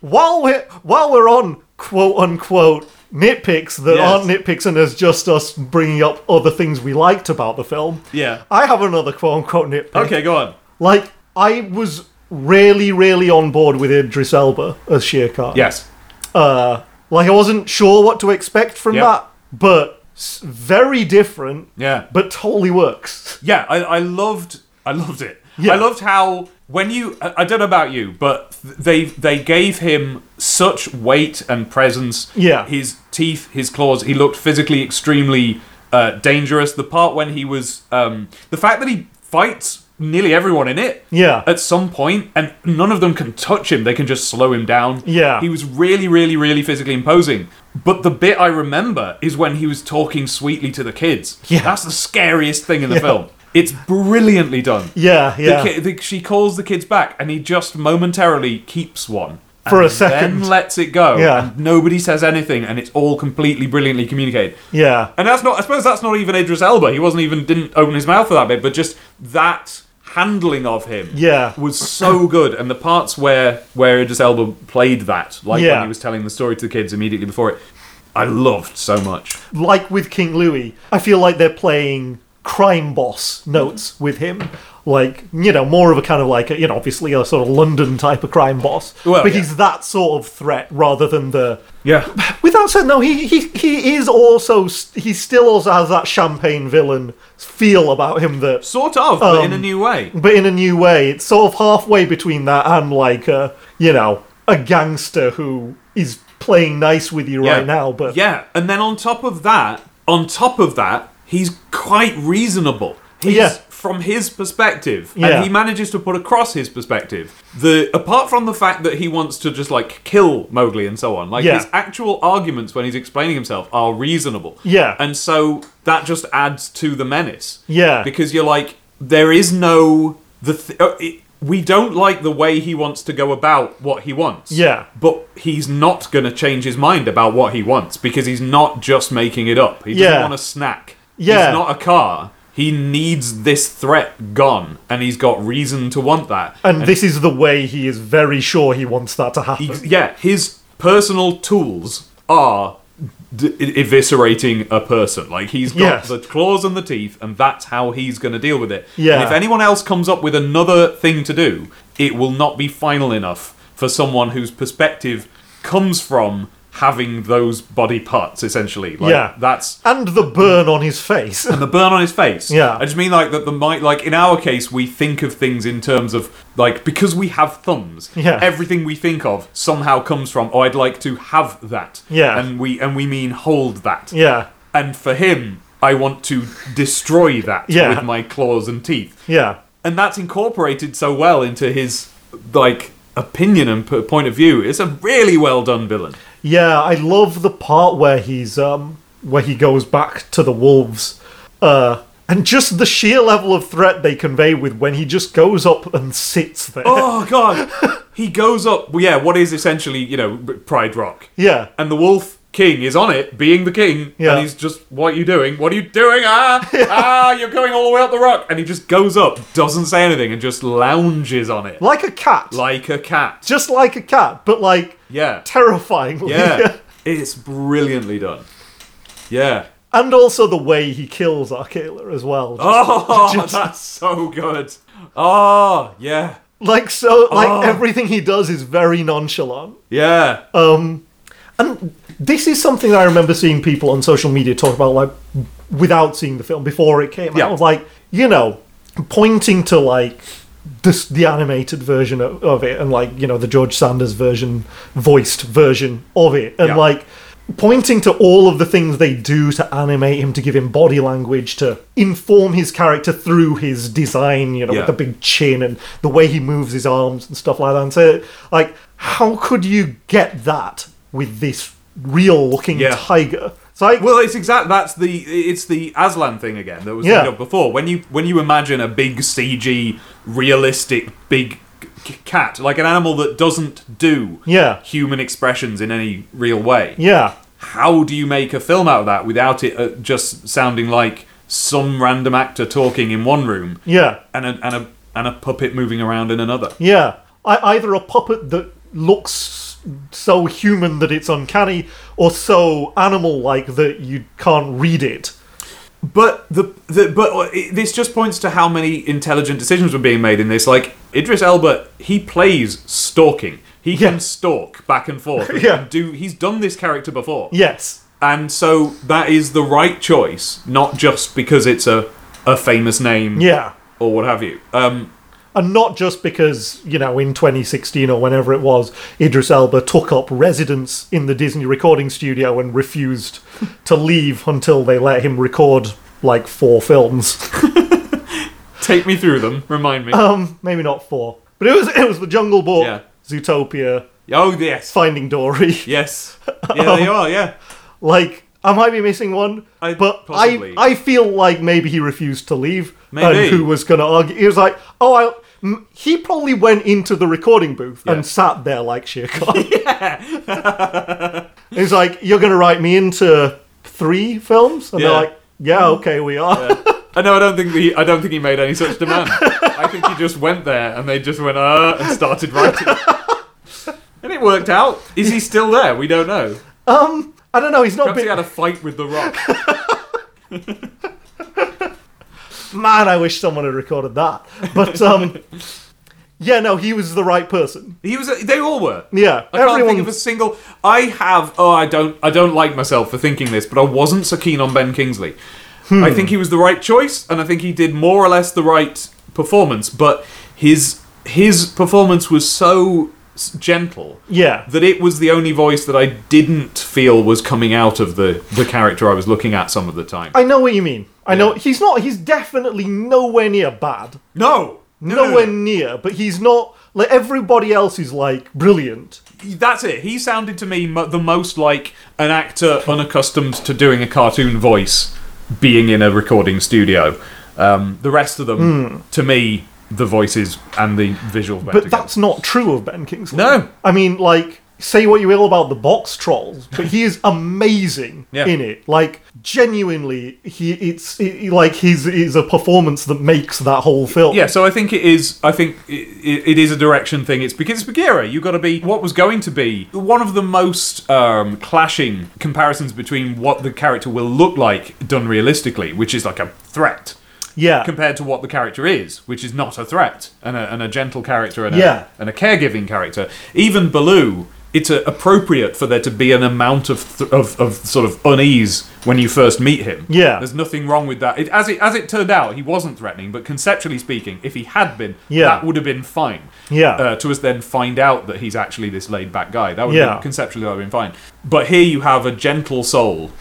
Speaker 2: while we're while we're on quote unquote nitpicks that
Speaker 1: Yes.
Speaker 2: aren't nitpicks and is just us bringing up other things we liked about the film.
Speaker 1: Yeah.
Speaker 2: I have another quote unquote nitpick.
Speaker 1: Okay, go
Speaker 2: uh,
Speaker 1: on.
Speaker 2: Like I was really, really on board with Idris Elba as Shere Khan.
Speaker 1: Yes.
Speaker 2: Uh, like I wasn't sure what to expect from
Speaker 1: Yep.
Speaker 2: that, but s- very different.
Speaker 1: Yeah.
Speaker 2: But totally works.
Speaker 1: Yeah, I, I loved, I loved it.
Speaker 2: Yeah.
Speaker 1: I loved how when you, I I don't know about you, but th- they they gave him such weight and presence.
Speaker 2: Yeah.
Speaker 1: his teeth, his claws. He looked physically extremely uh, dangerous. The part when he was, um, the fact that he fights nearly everyone in it.
Speaker 2: Yeah.
Speaker 1: At some point, and none of them can touch him. They can just slow him down.
Speaker 2: Yeah.
Speaker 1: He was really, really, really physically imposing. But the bit I remember is when he was talking sweetly to the kids.
Speaker 2: Yeah.
Speaker 1: That's the scariest thing in the film. It's brilliantly done.
Speaker 2: Yeah, yeah.
Speaker 1: The ki- the, she calls the kids back, and he just momentarily keeps one
Speaker 2: For a
Speaker 1: and
Speaker 2: second.
Speaker 1: Then lets it go.
Speaker 2: Yeah.
Speaker 1: And nobody says anything, and it's all completely brilliantly communicated.
Speaker 2: Yeah.
Speaker 1: And that's not. I suppose that's not even Idris Elba. He wasn't even didn't open his mouth for that bit, but just that handling of him
Speaker 2: Yeah.
Speaker 1: was so good and the parts where where Idris Elba played that like
Speaker 2: Yeah.
Speaker 1: when he was telling the story to the kids immediately before it I loved so much
Speaker 2: like with King Louis, I feel like they're playing crime boss notes with him. Like, you know, more of a kind of like, a, you know, obviously a sort of London type of crime boss.
Speaker 1: Well,
Speaker 2: but
Speaker 1: yeah.
Speaker 2: he's that sort of threat rather than the.
Speaker 1: yeah
Speaker 2: Without saying, no, he, he, he is also. s- He still also has that champagne villain feel about him that.
Speaker 1: sort of but
Speaker 2: Um,
Speaker 1: in a new way
Speaker 2: But in a new way, it's sort of halfway between that and like, a, you know, a gangster who is playing nice with you
Speaker 1: Yeah.
Speaker 2: right now, but
Speaker 1: yeah, and then on top of that, on top of that, he's quite reasonable. He's
Speaker 2: Yeah.
Speaker 1: from his perspective,
Speaker 2: Yeah.
Speaker 1: and he manages to put across his perspective. The apart from the fact that he wants to just like kill Mowgli and so on, like
Speaker 2: Yeah.
Speaker 1: his actual arguments when he's explaining himself are reasonable.
Speaker 2: Yeah.
Speaker 1: and so that just adds to the menace.
Speaker 2: Yeah.
Speaker 1: because you're like, there is no the. Th- uh, it, we don't like the way he wants to go about what he wants.
Speaker 2: Yeah.
Speaker 1: But he's not going to change his mind about what he wants because he's not just making it up. He doesn't
Speaker 2: Yeah.
Speaker 1: want a snack.
Speaker 2: Yeah.
Speaker 1: He's not a car. He needs this threat gone, and he's got reason to want that.
Speaker 2: and this is the way he is very sure he wants that to happen.
Speaker 1: He- yeah, his personal tools are d- e, eviscerating a person. Like he's got
Speaker 2: Yes.
Speaker 1: the claws and the teeth, and that's how he's going to deal with it.
Speaker 2: Yeah.
Speaker 1: And if anyone else comes up with another thing to do, it will not be final enough for someone whose perspective comes from having those body parts. Essentially, like,
Speaker 2: Yeah.
Speaker 1: That's
Speaker 2: and the burn on his face.
Speaker 1: and the burn on his face.
Speaker 2: Yeah.
Speaker 1: I just mean like that the might like in our case we think of things in terms of like because we have thumbs,
Speaker 2: Yeah.
Speaker 1: everything we think of somehow comes from oh I'd like to have that.
Speaker 2: Yeah.
Speaker 1: And we and we mean hold that.
Speaker 2: yeah.
Speaker 1: And for him, I want to destroy that
Speaker 2: Yeah.
Speaker 1: with my claws and teeth.
Speaker 2: Yeah.
Speaker 1: And that's incorporated so well into his like opinion and p- point of view. It's a really well done villain.
Speaker 2: Yeah, I love the part where he's um where he goes back to the wolves. Uh and just the sheer level of threat they convey with when he just goes up and sits there.
Speaker 1: Oh god. he goes up, well, yeah, what is essentially, you know, Pride Rock.
Speaker 2: Yeah.
Speaker 1: and the wolf king is on it, being the king,
Speaker 2: Yeah.
Speaker 1: and he's just, "What are you doing? What are you doing? Ah, ah, you're going all the way up the rock!" And he just goes up, doesn't say anything, and just lounges on it
Speaker 2: Like a cat.
Speaker 1: like a cat.
Speaker 2: just like a cat, but like
Speaker 1: Yeah,
Speaker 2: terrifyingly.
Speaker 1: yeah, it's brilliantly done. Yeah.
Speaker 2: and also the way he kills Arcala as well. Just-
Speaker 1: Oh,
Speaker 2: Just-
Speaker 1: that's so good. Oh, yeah,
Speaker 2: Like so like
Speaker 1: Oh.
Speaker 2: everything he does is very nonchalant.
Speaker 1: yeah,
Speaker 2: And this is something I remember seeing people on social media talk about, like without seeing the film before it came
Speaker 1: Yeah.
Speaker 2: out. Like you know, pointing to like this, the animated version of, of it, and like you know the George Sanders version, voiced version of it, and
Speaker 1: Yeah.
Speaker 2: like pointing to all of the things they do to animate him, to give him body language, to inform his character through his design. You know,
Speaker 1: Yeah.
Speaker 2: with the big chin and the way he moves his arms and stuff like that. And so, like, how could you get that with this real looking
Speaker 1: Yeah.
Speaker 2: tiger? It's like,
Speaker 1: Well, it's exact. That's the it's the Aslan thing again that was
Speaker 2: Yeah.
Speaker 1: yeah. up before. When you when you imagine a big CG realistic big c- cat, like an animal that doesn't do
Speaker 2: Yeah.
Speaker 1: human expressions in any real way,
Speaker 2: yeah,
Speaker 1: how do you make a film out of that without it uh, just sounding like some random actor talking in one room
Speaker 2: yeah,
Speaker 1: and a and a and a puppet moving around in another?
Speaker 2: yeah. I, either a puppet that looks so human that it's uncanny, or so animal like that you can't read it.
Speaker 1: But the, the but uh, it- this just points to how many intelligent decisions were being made in this. Like Idris Elba, he plays stalking. He
Speaker 2: Yeah.
Speaker 1: can stalk back and forth. He
Speaker 2: Yeah.
Speaker 1: can do he's done this character before.
Speaker 2: Yes.
Speaker 1: And so that is the right choice, not just because it's a a famous name
Speaker 2: Yeah.
Speaker 1: or what have you. Um,
Speaker 2: And not just because, you know, in 2016 or whenever it was, Idris Elba took up residence in the Disney recording studio and refused to leave until they let him record like four films.
Speaker 1: take me through them. Remind me.
Speaker 2: Um, maybe not four. But it was it was the Jungle Book,
Speaker 1: Yeah.
Speaker 2: Zootopia,
Speaker 1: oh yes,
Speaker 2: Finding Dory.
Speaker 1: yes, yeah
Speaker 2: Oh.
Speaker 1: they are. Yeah,
Speaker 2: Like I might be missing one,
Speaker 1: I-
Speaker 2: but
Speaker 1: possibly.
Speaker 2: I I feel like maybe he refused to leave.
Speaker 1: Maybe.
Speaker 2: And who was going to argue? He was like, "Oh, I." m- He probably went into the recording booth
Speaker 1: Yeah.
Speaker 2: and sat there like Shere Khan. He's like, "You're going to write me into three films,"
Speaker 1: Yeah.
Speaker 2: and
Speaker 1: Mm-hmm.
Speaker 2: they're like, "Yeah, okay, we are."
Speaker 1: I know. I don't think he. I don't think he made any such demand. I think he just went there and they just went uh and started writing. And it worked out. Is he still there? We don't know.
Speaker 2: I don't know. He's not
Speaker 1: Perhaps he
Speaker 2: been.
Speaker 1: had a fight with the Rock.
Speaker 2: Man, I wish someone had recorded that. But um, yeah, no, he was the right person.
Speaker 1: He was. They all were.
Speaker 2: Yeah,
Speaker 1: I can't
Speaker 2: everyone-
Speaker 1: think of a single. I have. Oh, I don't. I don't like myself for thinking this, but I wasn't so keen on Ben Kingsley. I think he was the right choice, and I think he did more or less the right performance. But his his performance was so s- gentle
Speaker 2: Yeah.
Speaker 1: that it was the only voice that I didn't feel was coming out of the, the character I was looking at some of the time.
Speaker 2: I know what you mean. I know he's not. He's definitely nowhere near bad.
Speaker 1: no! No, no, no.
Speaker 2: Nowhere near. But he's not. Like everybody else is like brilliant.
Speaker 1: That's it. He sounded to me mo- the most like an actor unaccustomed to doing a cartoon voice being in a recording studio. Um, the rest of them, to me, the voices and the visual. went
Speaker 2: But
Speaker 1: together.
Speaker 2: that's not true of Ben Kingsley.
Speaker 1: No.
Speaker 2: I mean, like, say what you will about the box trolls, but he is amazing
Speaker 1: Yeah.
Speaker 2: in it. Like, genuinely, he it's it, like he's is a performance that makes that whole film.
Speaker 1: Yeah, so I think it is. I think it, it is a direction thing. It's because it's Bagheera. You got to be what was going to be one of the most um, clashing comparisons between what the character will look like done realistically, which is like a threat,
Speaker 2: Yeah.
Speaker 1: compared to what the character is, which is not a threat and a, and a gentle character and a,
Speaker 2: Yeah.
Speaker 1: and a caregiving character. Even Baloo, it's uh appropriate for there to be an amount of, th- of of sort of unease when you first meet him.
Speaker 2: Yeah.
Speaker 1: there's nothing wrong with that. It, as it as it turned out, he wasn't threatening, but conceptually speaking, if he had been,
Speaker 2: Yeah.
Speaker 1: that would have been fine.
Speaker 2: Yeah.
Speaker 1: uh, to us then find out that he's actually this laid back guy. That would have
Speaker 2: Yeah.
Speaker 1: been, conceptually that would have been fine. But here you have a gentle soul.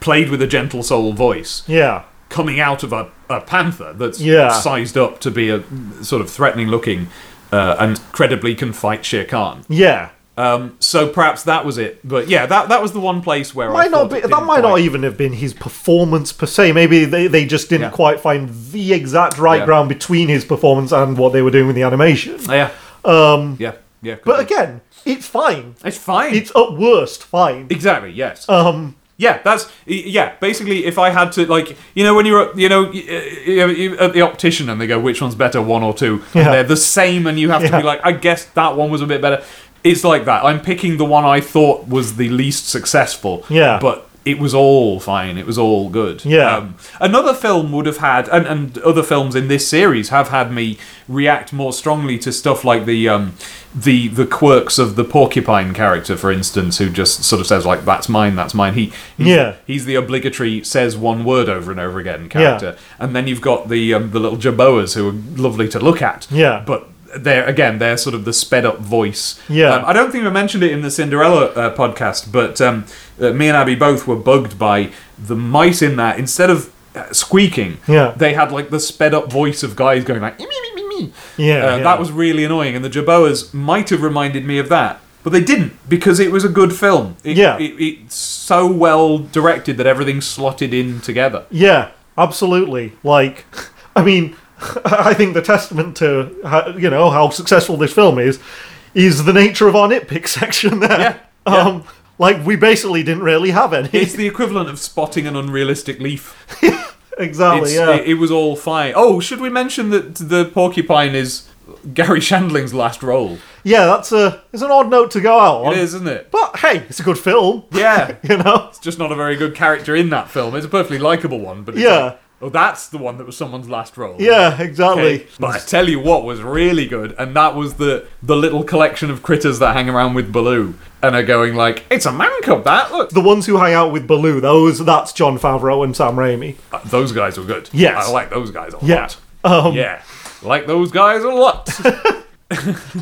Speaker 1: Played with a gentle soul voice,
Speaker 2: yeah.
Speaker 1: coming out of a, a panther that's
Speaker 2: Yeah.
Speaker 1: sized up to be a sort of threatening looking uh, and credibly can fight Shere Khan.
Speaker 2: Yeah.
Speaker 1: Um, so perhaps that was it. But yeah, that that was the one place where I
Speaker 2: Might not
Speaker 1: thought
Speaker 2: be,
Speaker 1: it
Speaker 2: that
Speaker 1: didn't
Speaker 2: might not
Speaker 1: quite-
Speaker 2: even have been his performance per se. Maybe they, they just didn't
Speaker 1: Yeah.
Speaker 2: quite find the exact right
Speaker 1: Yeah.
Speaker 2: ground between his performance and what they were doing with the animation.
Speaker 1: Yeah. Um, yeah. Yeah. could
Speaker 2: But
Speaker 1: be.
Speaker 2: again, it's fine.
Speaker 1: it's fine.
Speaker 2: It's at worst fine.
Speaker 1: exactly. Yes.
Speaker 2: Um,
Speaker 1: Yeah, that's y- yeah. Basically, if I had to like, you know, when you're at- you know y- y- y- at the optician and they go, which one's better, one or two?
Speaker 2: Yeah.
Speaker 1: And they're the same, and you have to
Speaker 2: Yeah.
Speaker 1: be like, I guess that one was a bit better. It's like that. I'm picking the one I thought was the least successful.
Speaker 2: Yeah.
Speaker 1: but it was all fine. It was all good. Um,
Speaker 2: Yeah.
Speaker 1: another film would have had, and, and other films in this series have had me react more strongly to stuff like the um, the the quirks of the porcupine character, for instance, who just sort of says like, "That's mine, that's mine." He he's,
Speaker 2: Yeah.
Speaker 1: he's the obligatory says one word over and over again character, and then you've got the um, the little jaboas who are lovely to look at.
Speaker 2: Yeah.
Speaker 1: but. They're again. They're sort of the sped up voice.
Speaker 2: Yeah.
Speaker 1: Um, I don't think I mentioned it in the Cinderella uh, podcast, but um, uh, me and Abby both were bugged by the mice in that. Instead of uh, squeaking,
Speaker 2: Yeah.
Speaker 1: they had like the sped up voice of guys going like, "Ee, me, me, me, me."
Speaker 2: Yeah,
Speaker 1: Uh,
Speaker 2: yeah.
Speaker 1: that was really annoying. And the Jaboas might have reminded me of that, but they didn't because it was a good film. It,
Speaker 2: Yeah.
Speaker 1: it, it's so well directed that everything slotted in together.
Speaker 2: yeah, absolutely. Like, I mean, I think the testament to how, you know how successful this film is is the nature of our nitpick section. There,
Speaker 1: Yeah, yeah.
Speaker 2: Um, like we basically didn't really have any.
Speaker 1: It's the equivalent of spotting an unrealistic leaf.
Speaker 2: exactly.
Speaker 1: It's-
Speaker 2: yeah.
Speaker 1: it, it was all fine. Oh, should we mention that the porcupine is Gary Shandling's last role?
Speaker 2: yeah. That's a it's an odd note to go out on.
Speaker 1: It is, isn't it?
Speaker 2: But hey, it's a good film.
Speaker 1: Yeah.
Speaker 2: You know.
Speaker 1: It's just not a very good character in that film. It's a perfectly likable one, but it's
Speaker 2: Yeah.
Speaker 1: like, oh, that's the one that was someone's last role.
Speaker 2: Yeah. Exactly.
Speaker 1: Okay. But I tell you what was really good, and that was the the little collection of critters that hang around with Baloo and are going like, "It's a man cub." That look,
Speaker 2: The ones who hang out with Baloo, those that's John Favreau and Sam Raimi.
Speaker 1: Uh, those guys were good.
Speaker 2: Yes.
Speaker 1: I like those guys a
Speaker 2: Yeah.
Speaker 1: lot.
Speaker 2: um,
Speaker 1: yeah, like those guys a lot.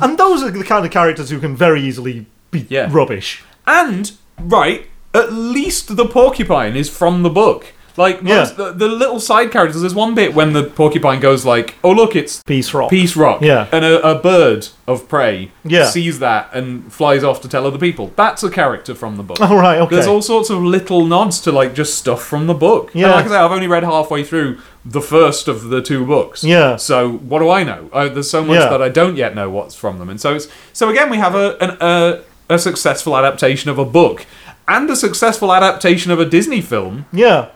Speaker 2: And those are the kind of characters who can very easily be
Speaker 1: Yeah.
Speaker 2: rubbish.
Speaker 1: And right, at least the porcupine is from the book. Like most,
Speaker 2: Yeah.
Speaker 1: the, the little side characters. There's one bit when the porcupine goes like, "Oh look, it's
Speaker 2: Peace rock.
Speaker 1: Peace Rock."
Speaker 2: Yeah.
Speaker 1: and a, a bird of prey
Speaker 2: Yeah.
Speaker 1: sees that and flies off to tell other people. That's a character from the book.
Speaker 2: Oh, right, okay.
Speaker 1: There's all sorts of little nods to like just stuff from the book. And
Speaker 2: Yeah.
Speaker 1: like I say, I've only read halfway through the first of the two books.
Speaker 2: Yeah.
Speaker 1: So what do I know? Uh, there's so much
Speaker 2: Yeah.
Speaker 1: that I don't yet know what's from them, and so it's so again we have a an, a, a successful adaptation of a book and a successful adaptation of a Disney film.
Speaker 2: Yeah.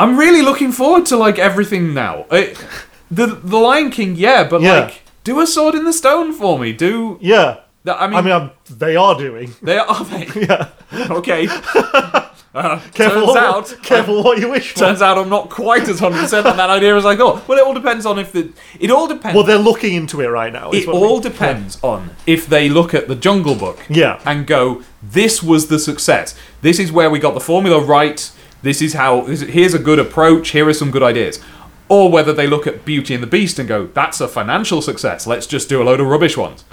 Speaker 1: I'm really looking forward to like everything now. It, the The Lion King, yeah, but
Speaker 2: Yeah.
Speaker 1: like do a Sword in the Stone for me. Do
Speaker 2: Yeah.
Speaker 1: I mean,
Speaker 2: I mean, I'm, they are doing.
Speaker 1: they are are they?
Speaker 2: Yeah.
Speaker 1: Okay. Uh,
Speaker 2: Careful,
Speaker 1: turns
Speaker 2: what,
Speaker 1: out, um,
Speaker 2: careful what you wish for.
Speaker 1: Turns out I'm not quite as 100% on that idea as I thought. Well, it all depends on if the. It all depends.
Speaker 2: well, they're looking into it right now. is
Speaker 1: it
Speaker 2: what we-
Speaker 1: all depends on if they look at the Jungle Book
Speaker 2: Yeah.
Speaker 1: and go, this was the success. This is where we got the formula right. This is how. This, here's a good approach. Here are some good ideas. Or whether they look at Beauty and the Beast and go, that's a financial success. Let's just do a load of rubbish ones.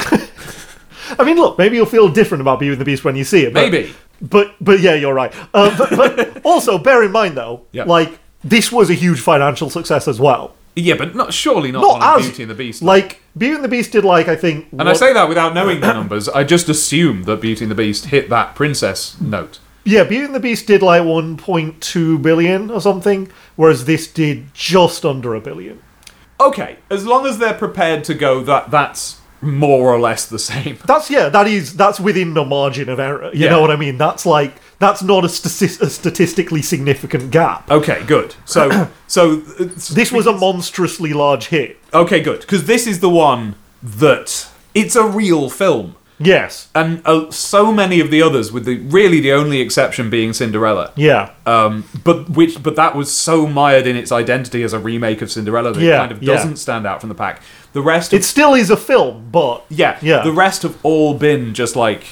Speaker 2: I mean, look, maybe you'll feel different about Beauty and the Beast when you see it. But,
Speaker 1: Maybe.
Speaker 2: But but yeah, you're right. Uh, but, but also bear in mind though,
Speaker 1: Yeah.
Speaker 2: like this was a huge financial success as well.
Speaker 1: Yeah, but not surely not, on
Speaker 2: Not
Speaker 1: a
Speaker 2: as
Speaker 1: Beauty and the Beast.
Speaker 2: Like Beauty and the Beast did like I think.
Speaker 1: and I say that without knowing the numbers. I just assumed that Beauty and the Beast hit that princess note.
Speaker 2: yeah, Beauty and the Beast did like 1.2 billion or something, whereas this did just under a billion.
Speaker 1: Okay, as long as they're prepared to go that that's more or less the same.
Speaker 2: That's yeah, that is that's within the margin of error. You
Speaker 1: Yeah.
Speaker 2: know what I mean? That's like that's not a, statis- a statistically significant gap.
Speaker 1: Okay, good. So so uh,
Speaker 2: This was a monstrously large hit.
Speaker 1: okay, good cuz this is the one that it's a real film.
Speaker 2: Yes.
Speaker 1: And uh, so many of the others with the really the only exception being Cinderella.
Speaker 2: Yeah.
Speaker 1: Um, but which, but that was so mired in its identity as a remake of Cinderella that it
Speaker 2: Yeah,
Speaker 1: kind of
Speaker 2: yeah.
Speaker 1: doesn't stand out from the pack. The rest, of,
Speaker 2: It still is a film, but
Speaker 1: yeah,
Speaker 2: yeah.
Speaker 1: the rest have all been just like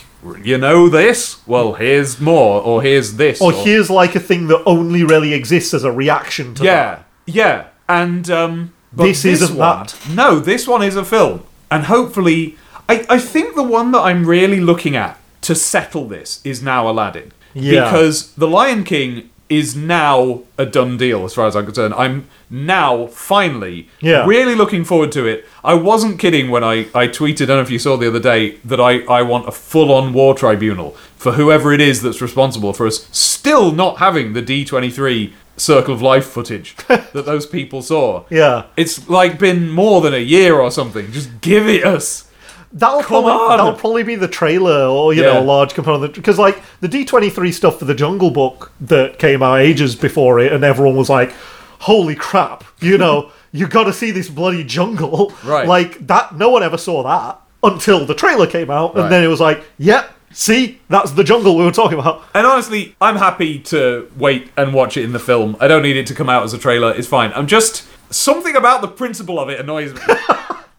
Speaker 1: you know this. Well, here's more, or here's this,
Speaker 2: or here's like a thing that only really exists as a reaction to that.
Speaker 1: yeah, yeah, and um, but
Speaker 2: This isn't
Speaker 1: one,
Speaker 2: that.
Speaker 1: No, this one is a film, and hopefully, I, I think the one that I'm really looking at to settle this is now Aladdin,
Speaker 2: Yeah.
Speaker 1: because The Lion King is now a done deal as far as I'm concerned. I'm now finally
Speaker 2: Yeah.
Speaker 1: really looking forward to it. I wasn't kidding when I, I tweeted, I don't know if you saw the other day, that I, I want a full on war tribunal for whoever it is that's responsible for us still not having the D23 Circle of Life footage that those people saw.
Speaker 2: Yeah.
Speaker 1: It's like been more than a year or something. Just give it us.
Speaker 2: That'll
Speaker 1: Come
Speaker 2: probably,
Speaker 1: on!
Speaker 2: that'll probably be the trailer or you
Speaker 1: Yeah.
Speaker 2: know a large component because like the D23 stuff for the Jungle Book that came out ages before it, and everyone was like, "Holy crap!" You know, you got to see this bloody jungle.
Speaker 1: Right.
Speaker 2: Like that. No one ever saw that until the trailer came out,
Speaker 1: Right.
Speaker 2: and then it was like, "Yep, see, that's the jungle we were talking about."
Speaker 1: And honestly, I'm happy to wait and watch it in the film. I don't need it to come out as a trailer. It's fine. I'm just. Something about the principle of it annoys me.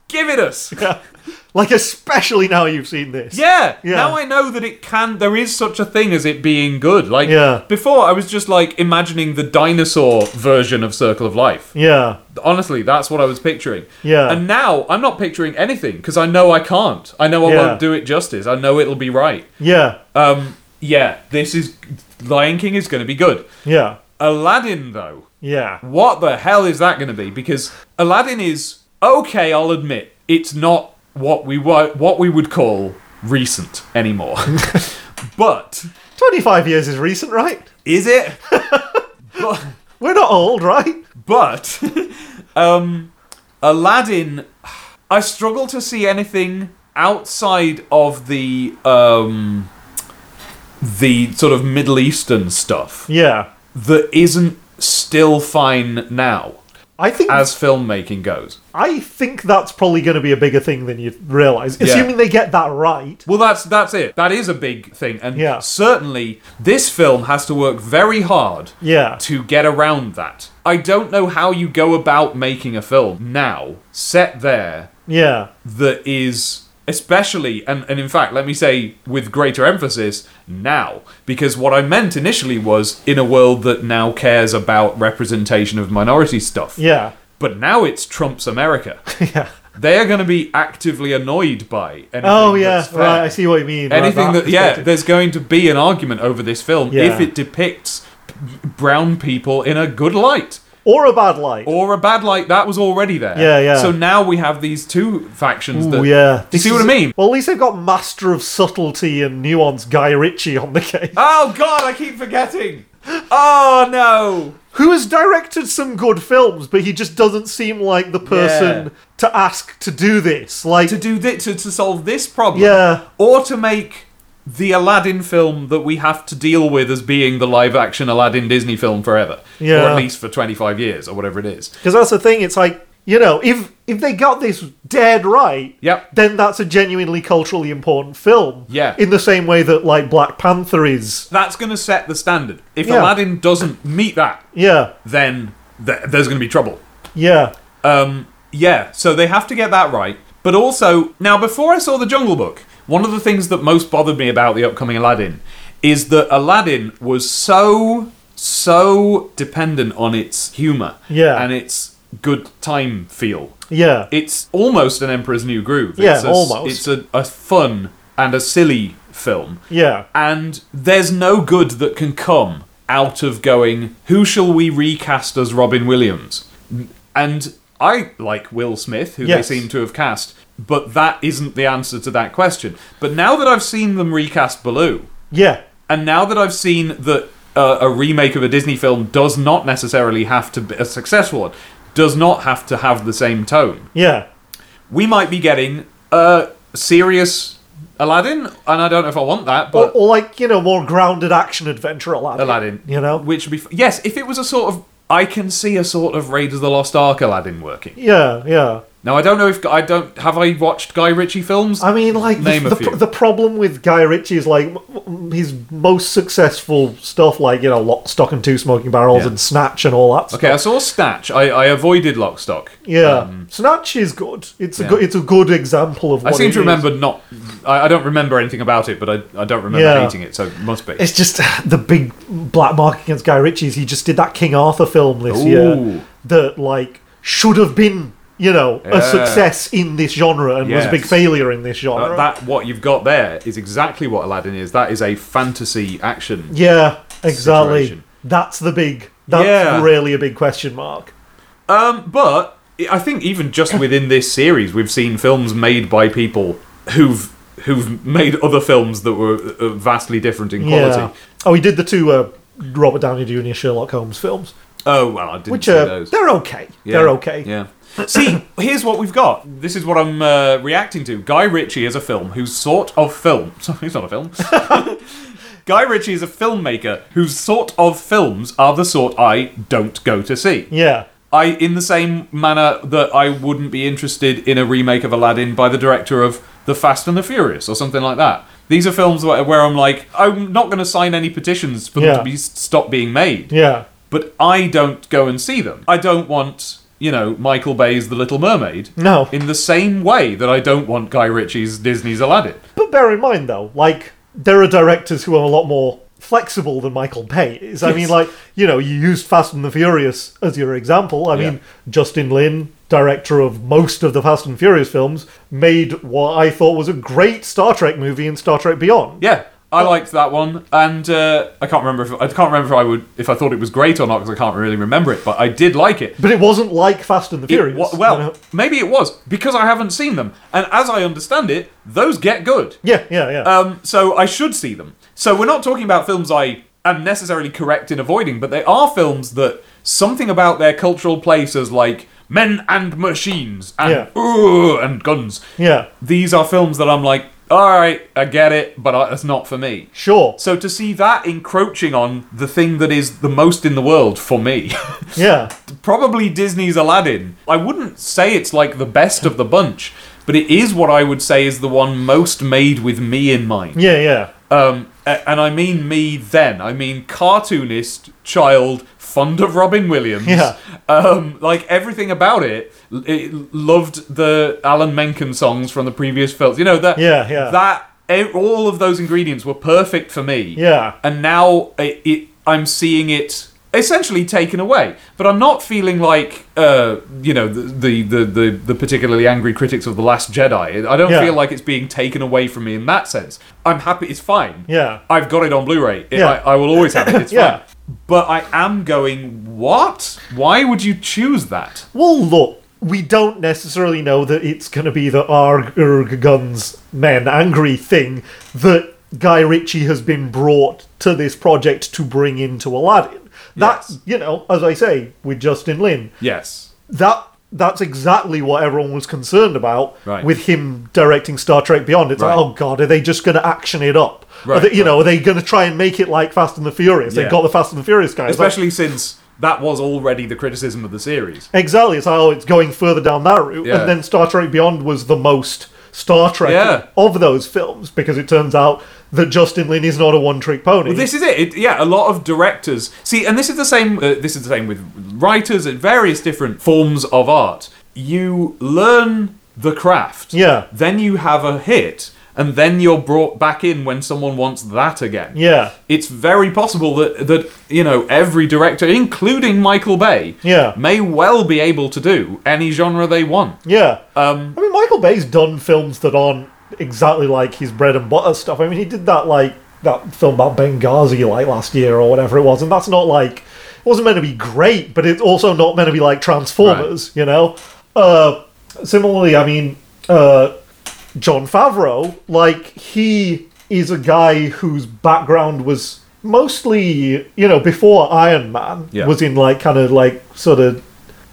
Speaker 1: give it us.
Speaker 2: Like especially now you've seen this.
Speaker 1: Yeah.
Speaker 2: Yeah.
Speaker 1: Now I know that it can. There is such a thing as it being good. Like
Speaker 2: Yeah.
Speaker 1: before, I was just like imagining the dinosaur version of Circle of Life.
Speaker 2: Yeah.
Speaker 1: Honestly, that's what I was picturing.
Speaker 2: Yeah.
Speaker 1: And now I'm not picturing anything because I know I can't. I know I
Speaker 2: Yeah.
Speaker 1: won't do it justice. I know it'll be right.
Speaker 2: Yeah.
Speaker 1: Um. Yeah. This is Lion King is going to be good.
Speaker 2: Yeah.
Speaker 1: Aladdin though.
Speaker 2: Yeah.
Speaker 1: What the hell is that going to be? Because Aladdin is okay. I'll admit it's not what we were, what we would call recent anymore. but
Speaker 2: 25 years is recent, right?
Speaker 1: is it? but,
Speaker 2: We're not old, right?
Speaker 1: but um, Aladdin, I struggle to see anything outside of the um, the sort of Middle Eastern stuff
Speaker 2: Yeah.
Speaker 1: that isn't still fine now
Speaker 2: I think
Speaker 1: as filmmaking goes.
Speaker 2: I think that's probably going to be a bigger thing than you realize,
Speaker 1: Yeah.
Speaker 2: assuming they get that right.
Speaker 1: Well, that's that's it. That is a big thing, and
Speaker 2: Yeah.
Speaker 1: certainly this film has to work very hard
Speaker 2: Yeah.
Speaker 1: to get around that. I don't know how you go about making a film now set there
Speaker 2: Yeah.
Speaker 1: that is especially and, and in fact let me say with greater emphasis now because what i meant initially was in a world that now cares about representation of minority stuff
Speaker 2: Yeah.
Speaker 1: but now it's trump's america
Speaker 2: Yeah.
Speaker 1: they are going to be actively annoyed by anything
Speaker 2: Oh yeah,
Speaker 1: that's fair.
Speaker 2: right. I see what you mean. right,
Speaker 1: Anything that, yeah,
Speaker 2: perspective.
Speaker 1: there's going to be an argument over this film
Speaker 2: Yeah.
Speaker 1: if it depicts brown people in a good light
Speaker 2: or a bad light.
Speaker 1: or a bad light. That was already there.
Speaker 2: Yeah, yeah.
Speaker 1: So now we have these two factions.
Speaker 2: Ooh,
Speaker 1: that,
Speaker 2: Oh, yeah.
Speaker 1: Do you
Speaker 2: This
Speaker 1: see what I
Speaker 2: is-
Speaker 1: mean?
Speaker 2: Well, at least they've got master of subtlety and nuance, Guy Ritchie, on the case,
Speaker 1: Oh God, I keep forgetting. Oh no.
Speaker 2: who has directed some good films, but he just doesn't seem like the person
Speaker 1: Yeah.
Speaker 2: to ask to do this. Like,
Speaker 1: To do this, to, to solve this problem,
Speaker 2: Yeah.
Speaker 1: or to make the Aladdin film that we have to deal with as being the live-action Aladdin Disney film forever, or
Speaker 2: Yeah.
Speaker 1: at least for 25 years or whatever it is.
Speaker 2: Because that's the thing. It's like you know, if if they got this dead right,
Speaker 1: Yep.
Speaker 2: then that's a genuinely culturally important film.
Speaker 1: Yeah.
Speaker 2: in the same way that like Black Panther is.
Speaker 1: that's going to set the standard. If
Speaker 2: Yeah.
Speaker 1: Aladdin doesn't meet that,
Speaker 2: Yeah,
Speaker 1: then th- there's going to be trouble.
Speaker 2: yeah,
Speaker 1: Um, yeah, so they have to get that right. But also, now before I saw The Jungle Book, one of the things that most bothered me about the upcoming Aladdin is that Aladdin was so, so dependent on its humour
Speaker 2: Yeah.
Speaker 1: and its good time feel.
Speaker 2: yeah,
Speaker 1: It's almost an Emperor's New Groove.
Speaker 2: Yeah,
Speaker 1: it's a,
Speaker 2: almost.
Speaker 1: It's a, a fun and a silly film.
Speaker 2: Yeah.
Speaker 1: And there's no good that can come out of going, who shall we recast as Robin Williams? And I like Will Smith, who
Speaker 2: Yes.
Speaker 1: they seem to have cast, but that isn't the answer to that question. But now that I've seen them recast Baloo,
Speaker 2: Yeah.
Speaker 1: and now that I've seen that uh, a remake of a Disney film does not necessarily have to be a successful one, does not have to have the same tone,
Speaker 2: Yeah.
Speaker 1: we might be getting a serious Aladdin, and I don't know if I want that,
Speaker 2: Or,
Speaker 1: but
Speaker 2: or like, you know, more grounded action adventure Aladdin.
Speaker 1: Aladdin,
Speaker 2: You know?
Speaker 1: which would be f- yes, if it was a sort of I can see a sort of Raiders of the Lost Ark Aladdin working.
Speaker 2: Yeah, yeah.
Speaker 1: Now I don't know if I don't have I watched Guy Ritchie films.
Speaker 2: I mean, like,
Speaker 1: Name
Speaker 2: the,
Speaker 1: a
Speaker 2: the,
Speaker 1: few.
Speaker 2: the problem with Guy Ritchie is, like, m- m- his most successful stuff, like, you know, Lock, Stock and Two Smoking Barrels
Speaker 1: Yeah.
Speaker 2: and Snatch and all that stuff.
Speaker 1: okay, I saw Snatch. I, I avoided Lockstock.
Speaker 2: Yeah. Snatch is good. It's a
Speaker 1: Um, yeah.
Speaker 2: good it's a good example of
Speaker 1: I
Speaker 2: what
Speaker 1: seem
Speaker 2: it
Speaker 1: to
Speaker 2: is.
Speaker 1: remember not. I, I don't remember anything about it, but I, I don't remember
Speaker 2: Yeah.
Speaker 1: hating it, so it must be.
Speaker 2: It's just uh, the big black mark against Guy Ritchie's. He just did that King Arthur film this
Speaker 1: Ooh.
Speaker 2: year that like should have been you know
Speaker 1: Yeah.
Speaker 2: a success in this genre and was a big
Speaker 1: Yes.
Speaker 2: failure in this genre.
Speaker 1: Uh, that what you've got there is exactly what Aladdin is. That is a fantasy action.
Speaker 2: yeah, exactly.
Speaker 1: Situation.
Speaker 2: That's the big. That's
Speaker 1: Yeah.
Speaker 2: really a big question mark.
Speaker 1: Um, but I think even just within this series, we've seen films made by people who've who've made other films that were uh, vastly different in quality.
Speaker 2: Yeah. Oh, he did the two uh, Robert Downey Jr. Sherlock Holmes films,
Speaker 1: Oh well, I didn't
Speaker 2: which
Speaker 1: see
Speaker 2: uh,
Speaker 1: those.
Speaker 2: they're okay.
Speaker 1: Yeah.
Speaker 2: They're okay.
Speaker 1: Yeah. See, here's what we've got. This is what I'm uh, reacting to. Guy Ritchie is a film whose sort of film. Sorry, it's not a film. Guy Ritchie is a filmmaker whose sort of films are the sort I don't go to see.
Speaker 2: Yeah.
Speaker 1: I, in the same manner that I wouldn't be interested in a remake of Aladdin by the director of The Fast and the Furious or something like that. These are films where, where I'm like, I'm not going to sign any petitions for them
Speaker 2: Yeah.
Speaker 1: to be stop being made
Speaker 2: Yeah.
Speaker 1: but I don't go and see them. I don't want, you know, Michael Bay's The Little Mermaid.
Speaker 2: No.
Speaker 1: In the same way that I don't want Guy Ritchie's Disney's Aladdin.
Speaker 2: But bear in mind, though, like there are directors who are a lot more flexible than Michael Bay is. I mean,
Speaker 1: Yes.
Speaker 2: like you know, you used Fast and the Furious as your example. I
Speaker 1: Yeah.
Speaker 2: mean, Justin Lin, director of most of the Fast and Furious films, made what I thought was a great Star Trek movie in Star Trek Beyond.
Speaker 1: Yeah, I liked that one, and uh, I can't remember if I can't remember if I would if I thought it was great or not because I can't really remember it, but I did like it.
Speaker 2: But it wasn't like Fast and the
Speaker 1: It
Speaker 2: Furious.
Speaker 1: wa- well,
Speaker 2: you know?
Speaker 1: maybe it was because I haven't seen them, and as I understand it, those get good.
Speaker 2: yeah, yeah, yeah.
Speaker 1: Um, so I should see them. So we're not talking about films I am necessarily correct in avoiding, but they are films that something about their cultural place as like men and machines and
Speaker 2: Yeah.
Speaker 1: "Ooh," and guns.
Speaker 2: yeah,
Speaker 1: These are films that I'm like, all right, I get it, but I, that's not for me.
Speaker 2: sure.
Speaker 1: So to see that encroaching on the thing that is the most in the world for me,
Speaker 2: Yeah,
Speaker 1: probably Disney's Aladdin. I wouldn't say it's like the best of the bunch, but it is what I would say is the one most made with me in mind.
Speaker 2: yeah, yeah.
Speaker 1: Um, a- and I mean me then. I mean cartoonist, child, fond of Robin Williams.
Speaker 2: Yeah.
Speaker 1: Um, like everything about it, l- it loved the Alan Menken songs from the previous films. You know that.
Speaker 2: Yeah, yeah.
Speaker 1: That e- all of those ingredients were perfect for me.
Speaker 2: Yeah.
Speaker 1: And now it, it, I'm seeing it essentially taken away, but I'm not feeling like uh, you know the, the the the particularly angry critics of the Last Jedi. I don't
Speaker 2: Yeah.
Speaker 1: feel like it's being taken away from me in that sense. I'm happy. It's fine.
Speaker 2: Yeah.
Speaker 1: I've got it on Blu-ray. It-
Speaker 2: Yeah.
Speaker 1: I, I will always have it. It's
Speaker 2: Yeah.
Speaker 1: fine. But I am going. What? Why would you choose that?
Speaker 2: Well, look, we don't necessarily know that it's going to be the Arg, Erg Guns Men Angry thing that Guy Ritchie has been brought to this project to bring into Aladdin. That's,
Speaker 1: Yes.
Speaker 2: you know, as I say, with Justin Lin,
Speaker 1: Yes.
Speaker 2: that that's exactly what everyone was concerned about
Speaker 1: Right.
Speaker 2: with him directing Star Trek Beyond. It's
Speaker 1: Right.
Speaker 2: like, oh god, are they just going to action it up? Are
Speaker 1: Right,
Speaker 2: they, you
Speaker 1: right.
Speaker 2: know, are they going to try and make it like Fast and the Furious?
Speaker 1: Yeah.
Speaker 2: They've got the Fast and the Furious guys. Like,
Speaker 1: Especially since that was already the criticism of the series.
Speaker 2: Exactly. It's how it's going further down that route.
Speaker 1: Yeah.
Speaker 2: And then Star Trek Beyond was the most Star Trek
Speaker 1: Yeah.
Speaker 2: of those films because it turns out that Justin Lin is not a one trick pony.
Speaker 1: Well, this is it. it. Yeah, a lot of directors see, and this is the same. Uh, this is the same with writers and various different forms of art. You learn the craft.
Speaker 2: Yeah.
Speaker 1: Then you have a hit, and then you're brought back in when someone wants that again.
Speaker 2: Yeah.
Speaker 1: It's very possible that that you know every director, including Michael Bay,
Speaker 2: Yeah.
Speaker 1: may well be able to do any genre they want.
Speaker 2: yeah.
Speaker 1: Um,
Speaker 2: I mean, Michael Bay's done films that aren't exactly like his bread and butter stuff. I mean, he did that like that film about Benghazi like last year or whatever it was, and that's not like it wasn't meant to be great, but it's also not meant to be like Transformers, you know. Uh, similarly, I mean, uh, John Favreau, like he is a guy whose background was mostly, you know, before Iron Man
Speaker 1: Yeah.
Speaker 2: was in like kind of like sort of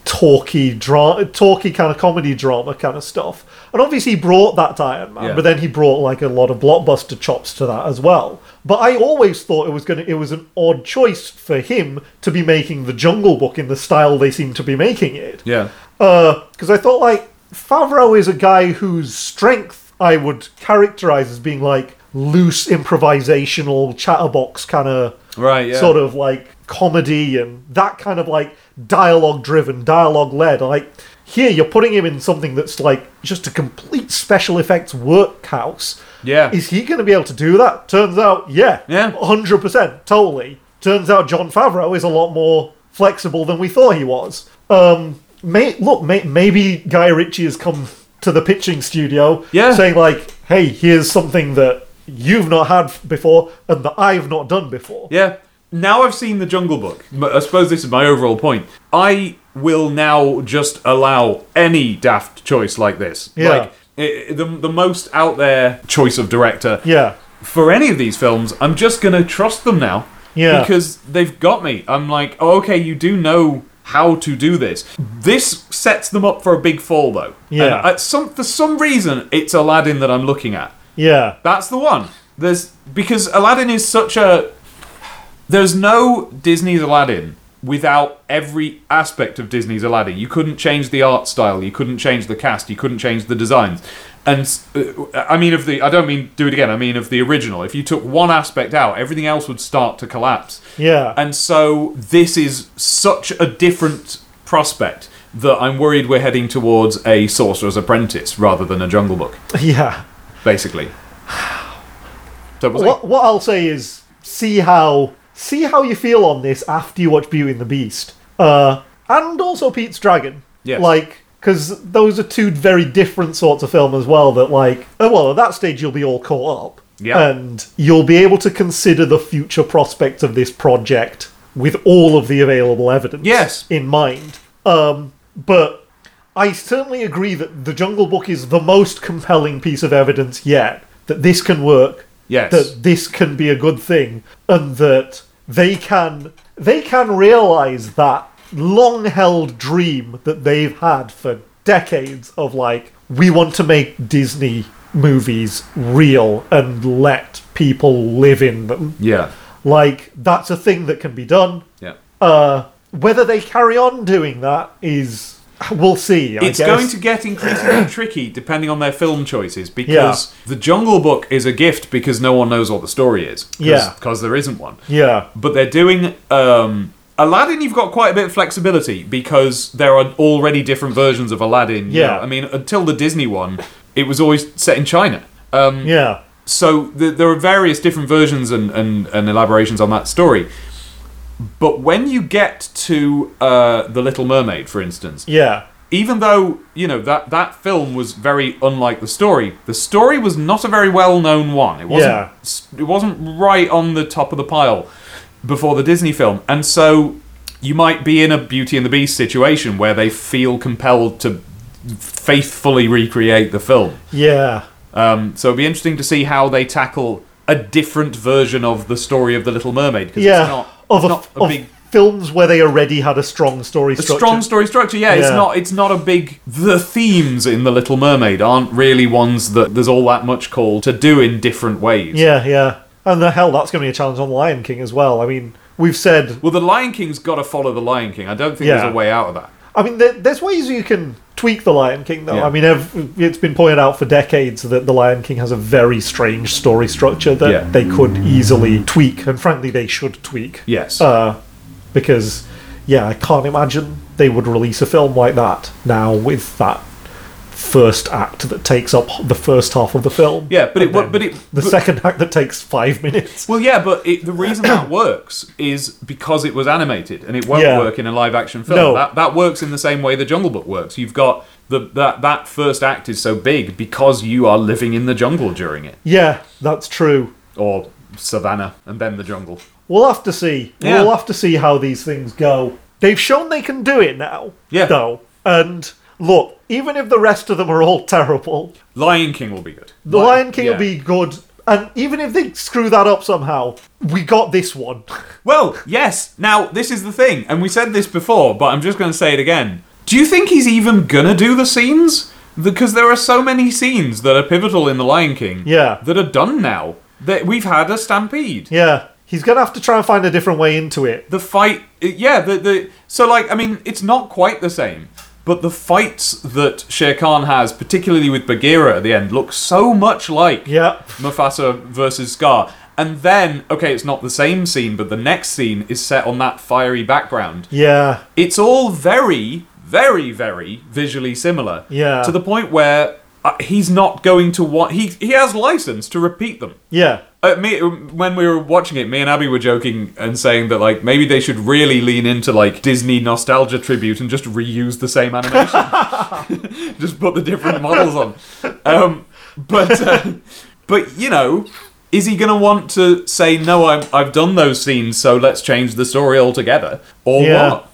Speaker 2: talky drama, talky kind of comedy drama kind of stuff. And obviously, he brought that to Iron Man,
Speaker 1: Yeah.
Speaker 2: but then he brought like a lot of blockbuster chops to that as well. But I always thought it was gonna, it was an odd choice for him to be making the Jungle Book in the style they seem to be making it
Speaker 1: Yeah.
Speaker 2: because Uh, I thought like Favreau is a guy whose strength I would characterize as being like loose improvisational chatterbox kind of
Speaker 1: Right, yeah.
Speaker 2: sort of like comedy and that kind of like dialogue driven dialogue led like here you're putting him in something that's like just a complete special effects workhouse
Speaker 1: Yeah.
Speaker 2: is he going to be able to do that turns out yeah
Speaker 1: Yeah.
Speaker 2: 100% totally turns out john favreau is a lot more flexible than we thought he was um may, look may, maybe guy ritchie has come to the pitching studio
Speaker 1: Yeah.
Speaker 2: saying like hey here's something that you've not had before and that i've not done before
Speaker 1: Yeah. Now I've seen The Jungle Book. m- I suppose this is my overall point. I will now just allow any daft choice like this.
Speaker 2: Yeah.
Speaker 1: Like, i- i- the, the most out there choice of director
Speaker 2: yeah
Speaker 1: for any of these films, I'm just going to trust them now.
Speaker 2: Yeah.
Speaker 1: Because they've got me. I'm like, oh, okay, you do know how to do this. This sets them up for a big fall, though.
Speaker 2: Yeah.
Speaker 1: And at some, for some reason, it's Aladdin that I'm looking at.
Speaker 2: yeah
Speaker 1: That's the one. There's because Aladdin is such a there's no Disney's Aladdin without every aspect of Disney's Aladdin. You couldn't change the art style, you couldn't change the cast, you couldn't change the designs. And uh, I mean of the I don't mean do it again, I mean of the original. If you took one aspect out, everything else would start to collapse.
Speaker 2: Yeah.
Speaker 1: And so this is such a different prospect that I'm worried we're heading towards a sorcerer's apprentice rather than a jungle book
Speaker 2: yeah
Speaker 1: basically. So it was like-
Speaker 2: what, what I'll say is see how see how you feel on this after you watch Beauty and the Beast, uh, and also Pete's Dragon.
Speaker 1: Yes.
Speaker 2: like because those are two very different sorts of film as well. That like uh, well at that stage you'll be all caught up,
Speaker 1: Yeah.
Speaker 2: and you'll be able to consider the future prospects of this project with all of the available evidence
Speaker 1: Yes.
Speaker 2: in mind. Um, but I certainly agree that The Jungle Book is the most compelling piece of evidence yet that this can work.
Speaker 1: Yes.
Speaker 2: That this can be a good thing and that they can they can realize that long-held dream that they've had for decades of like we want to make Disney movies real and let people live in them.
Speaker 1: yeah,
Speaker 2: Like that's a thing that can be done.
Speaker 1: yeah.
Speaker 2: Uh, whether they carry on doing that is, we'll see. I
Speaker 1: It's
Speaker 2: guess.
Speaker 1: going to get increasingly tricky depending on their film choices because the Jungle Book is a gift because no one knows what the story is.
Speaker 2: Yeah.
Speaker 1: because there isn't one.
Speaker 2: Yeah,
Speaker 1: But they're doing um, Aladdin. You've got quite a bit of flexibility because there are already different versions of Aladdin. you
Speaker 2: Yeah.
Speaker 1: know. I mean, until the Disney one, it was always set in China. Um,
Speaker 2: yeah,
Speaker 1: so th- there are various different versions and, and, and elaborations on that story. But when you get to uh, The Little Mermaid, for instance,
Speaker 2: yeah,
Speaker 1: even though, you know, that, that film was very unlike the story, the story was not a very well known one. It wasn't,
Speaker 2: Yeah.
Speaker 1: s- it wasn't right on the top of the pile before the Disney film. And so you might be in a Beauty and the Beast situation where they feel compelled to faithfully recreate the film.
Speaker 2: yeah,
Speaker 1: Um, so it'll be interesting to see how they tackle a different version of the story of the Little Mermaid because
Speaker 2: yeah.
Speaker 1: it's not,
Speaker 2: of
Speaker 1: it's
Speaker 2: a,
Speaker 1: not a
Speaker 2: of
Speaker 1: big
Speaker 2: films where they already had a strong story
Speaker 1: a
Speaker 2: structure.
Speaker 1: strong story structure. Yeah, it's
Speaker 2: Yeah.
Speaker 1: not it's not a big the themes in the Little Mermaid aren't really ones that there's all that much call to do in different ways.
Speaker 2: yeah, yeah, and the hell, that's going to be a challenge on Lion King as well. I mean, we've said
Speaker 1: Well, the Lion King's got to follow the Lion King. I don't think
Speaker 2: Yeah.
Speaker 1: there's a way out of that.
Speaker 2: I mean, there, there's ways you can tweak the Lion King, though.
Speaker 1: Yeah.
Speaker 2: I mean, ev it's been pointed out for decades that the Lion King has a very strange story structure that
Speaker 1: Yeah.
Speaker 2: they could easily tweak, and frankly, they should tweak.
Speaker 1: Yes.
Speaker 2: Uh, because, yeah, I can't imagine they would release a film like that now with that first act that takes up the first half of the film.
Speaker 1: Yeah, but it-
Speaker 2: And then
Speaker 1: but it-
Speaker 2: the
Speaker 1: but-
Speaker 2: second act that takes five minutes.
Speaker 1: Well, yeah, but it, the reason that works is because it was animated, and it won't
Speaker 2: Yeah.
Speaker 1: work in a live-action film.
Speaker 2: No.
Speaker 1: That, that works in the same way the Jungle Book works. You've got the that that first act is so big because you are living in the jungle during it,
Speaker 2: Yeah, that's true.
Speaker 1: or savannah, and then the jungle.
Speaker 2: We'll have to see.
Speaker 1: Yeah.
Speaker 2: We'll have to see how these things go. They've shown they can do it now.
Speaker 1: Yeah.
Speaker 2: Though. And look, even if the rest of them are all terrible,
Speaker 1: Lion King will be good.
Speaker 2: The Lion King
Speaker 1: yeah.
Speaker 2: will be good. And even if they screw that up somehow, we got this one.
Speaker 1: Well, yes. Now, this is the thing, and we said this before, but I'm just going to say it again. Do you think he's even going to do the scenes? Because there are so many scenes that are pivotal in The Lion King
Speaker 2: Yeah.
Speaker 1: that are done now. That we've had a stampede.
Speaker 2: yeah. He's going to have to try and find a different way into it.
Speaker 1: The fight, uh, yeah, the, the so like I mean, it's not quite the same, but the fights that Shere Khan has, particularly with Bagheera at the end, look so much like
Speaker 2: Yeah.
Speaker 1: Mufasa versus Scar. And then, okay, it's not the same scene, but the next scene is set on that fiery background.
Speaker 2: Yeah.
Speaker 1: It's all very, very, very visually similar.
Speaker 2: Yeah.
Speaker 1: To the point where uh, he's not going to want. He he has license to repeat them.
Speaker 2: Yeah.
Speaker 1: Uh, me when we were watching it, me and Abby were joking and saying that like maybe they should really lean into like Disney nostalgia tribute and just reuse the same animation, just put the different models on. Um, but uh, but you know, is he going to want to say no? I'm, I've done those scenes, so let's change the story altogether, or
Speaker 2: Yeah.
Speaker 1: what?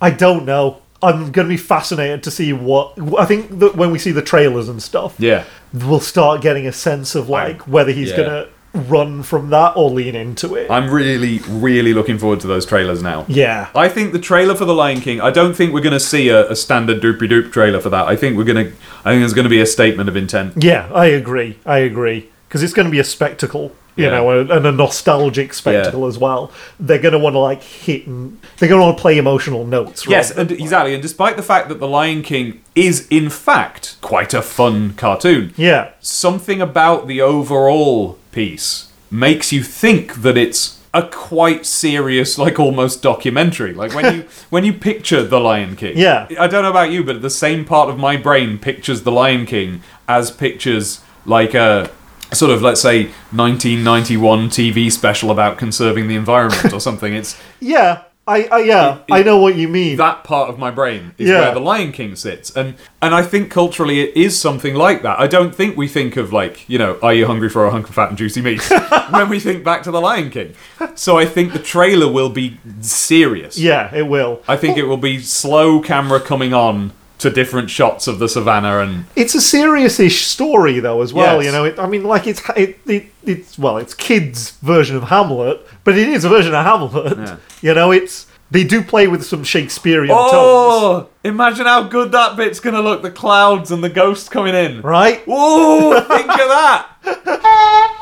Speaker 2: I don't know. I'm going to be fascinated to see what. I think that when we see the trailers and stuff,
Speaker 1: Yeah,
Speaker 2: we'll start getting a sense of like whether he's
Speaker 1: yeah.
Speaker 2: going to run from that or lean into it.
Speaker 1: I'm really really looking forward to those trailers now.
Speaker 2: yeah.
Speaker 1: I think the trailer for The Lion King. I don't think we're going to see a, a standard doopy doop trailer for that. I think we're going to. I think there's going to be a statement of intent.
Speaker 2: Yeah, I agree. I agree. Because it's going to be a spectacle, you
Speaker 1: Yeah.
Speaker 2: know, and a nostalgic spectacle as well. They're going to want to like hit and they're going to want to play emotional notes. Right?
Speaker 1: Yes, and exactly. And despite the fact that The Lion King is in fact quite a fun cartoon,
Speaker 2: Yeah.
Speaker 1: something about the overall piece makes you think that it's a quite serious, like almost documentary. Like when you when you picture the Lion King.
Speaker 2: Yeah.
Speaker 1: I don't know about you, but the same part of my brain pictures the Lion King as pictures like a sort of let's say 1991 TV special about conserving the environment or something. It's
Speaker 2: Yeah. I, I yeah, I know what you mean.
Speaker 1: that part of my brain is
Speaker 2: Yeah.
Speaker 1: where the Lion King sits, and and I think culturally it is something like that. I don't think we think of like you know, are you hungry for a hunk of fat and juicy meat when we think back to the Lion King. So I think the trailer will be serious.
Speaker 2: yeah, it will.
Speaker 1: I think it will be slow camera coming on to different shots of the savannah and
Speaker 2: It's a serious-ish story though as well,
Speaker 1: Yes.
Speaker 2: you know. It, I mean like it's it, it it's well, it's kids version of Hamlet, but it is a version of Hamlet.
Speaker 1: Yeah.
Speaker 2: You know, it's they do play with some Shakespearean tones,
Speaker 1: oh, imagine how good that bit's gonna look. The clouds and the ghosts coming in.
Speaker 2: right?
Speaker 1: Whoa, think of that.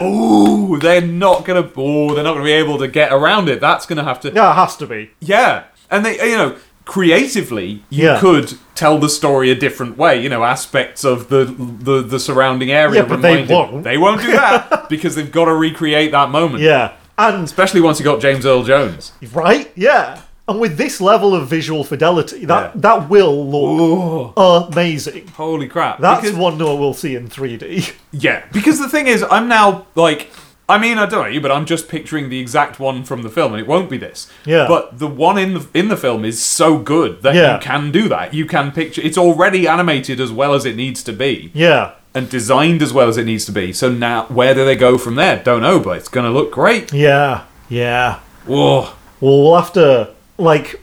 Speaker 1: Ooh, they're not gonna. Oh, they're not gonna be able to get around it. That's gonna have to.
Speaker 2: Yeah, it has to be.
Speaker 1: Yeah, and they, you know, creatively, you
Speaker 2: Yeah.
Speaker 1: could tell the story a different way. You know, aspects of the the, the surrounding area.
Speaker 2: Yeah, but they
Speaker 1: reminded-
Speaker 2: won't.
Speaker 1: They won't do that because they've got to recreate that moment.
Speaker 2: Yeah. And
Speaker 1: especially once you got James Earl Jones.
Speaker 2: Right? Yeah. And with this level of visual fidelity, that
Speaker 1: Yeah.
Speaker 2: that will look amazing.
Speaker 1: Holy crap!
Speaker 2: That's
Speaker 1: Because-
Speaker 2: one that we'll see in 3D.
Speaker 1: Yeah, because the thing is, I'm now like, I mean, I don't know you, but I'm just picturing the exact one from the film, and it won't be this.
Speaker 2: Yeah.
Speaker 1: But the one in the in the film is so good that
Speaker 2: Yeah.
Speaker 1: you can do that. You can picture. It's already animated as well as it needs to be,
Speaker 2: Yeah.
Speaker 1: and designed as well as it needs to be. So now, where do they go from there? Don't know, but it's gonna look great.
Speaker 2: Yeah. Yeah.
Speaker 1: Whoa,
Speaker 2: Well, we'll have to like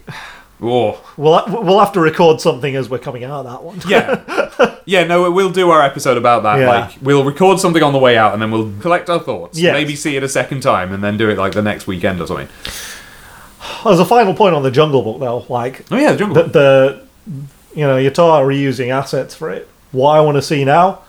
Speaker 1: whoa.
Speaker 2: we'll we'll have to record something as we're coming out of that one.
Speaker 1: Yeah. Yeah, no, we'll do our episode about that.
Speaker 2: Yeah.
Speaker 1: Like, we'll record something on the way out and then we'll collect our thoughts.
Speaker 2: Yes.
Speaker 1: Maybe see it a second time and then do it like the next weekend or something.
Speaker 2: As a final point on the Jungle Book, though, like
Speaker 1: Oh, yeah, the jungle.
Speaker 2: the, the you know Yatara reusing assets for it. What I want to see now,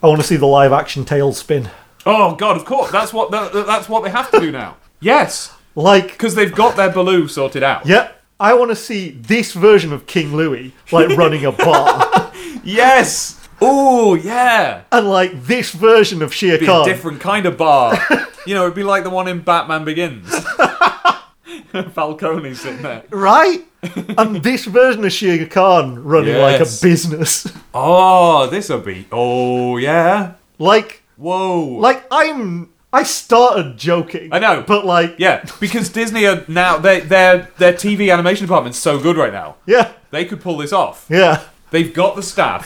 Speaker 2: I want to see the live action tail spin.
Speaker 1: Oh God, of course. That's what that, that's what they have to do now. yes,
Speaker 2: Like
Speaker 1: because they've got their Baloo sorted out.
Speaker 2: yeah, I want to see this version of King Louis like running a bar.
Speaker 1: Yes. Oh yeah.
Speaker 2: and like this version of Shere
Speaker 1: Be a
Speaker 2: Khan.
Speaker 1: different kind of bar. you know, it'd be like the one in Batman Begins. Falcone's sitting there.
Speaker 2: Right? and this version of Shere Khan running
Speaker 1: Yes.
Speaker 2: like a business.
Speaker 1: Oh, this'll be. Oh, yeah.
Speaker 2: like,
Speaker 1: Whoa.
Speaker 2: like I'm. I started joking.
Speaker 1: I know.
Speaker 2: But like,
Speaker 1: yeah, because Disney are now they their their TV animation department's so good right now.
Speaker 2: yeah,
Speaker 1: They could pull this off.
Speaker 2: yeah.
Speaker 1: They've got the staff.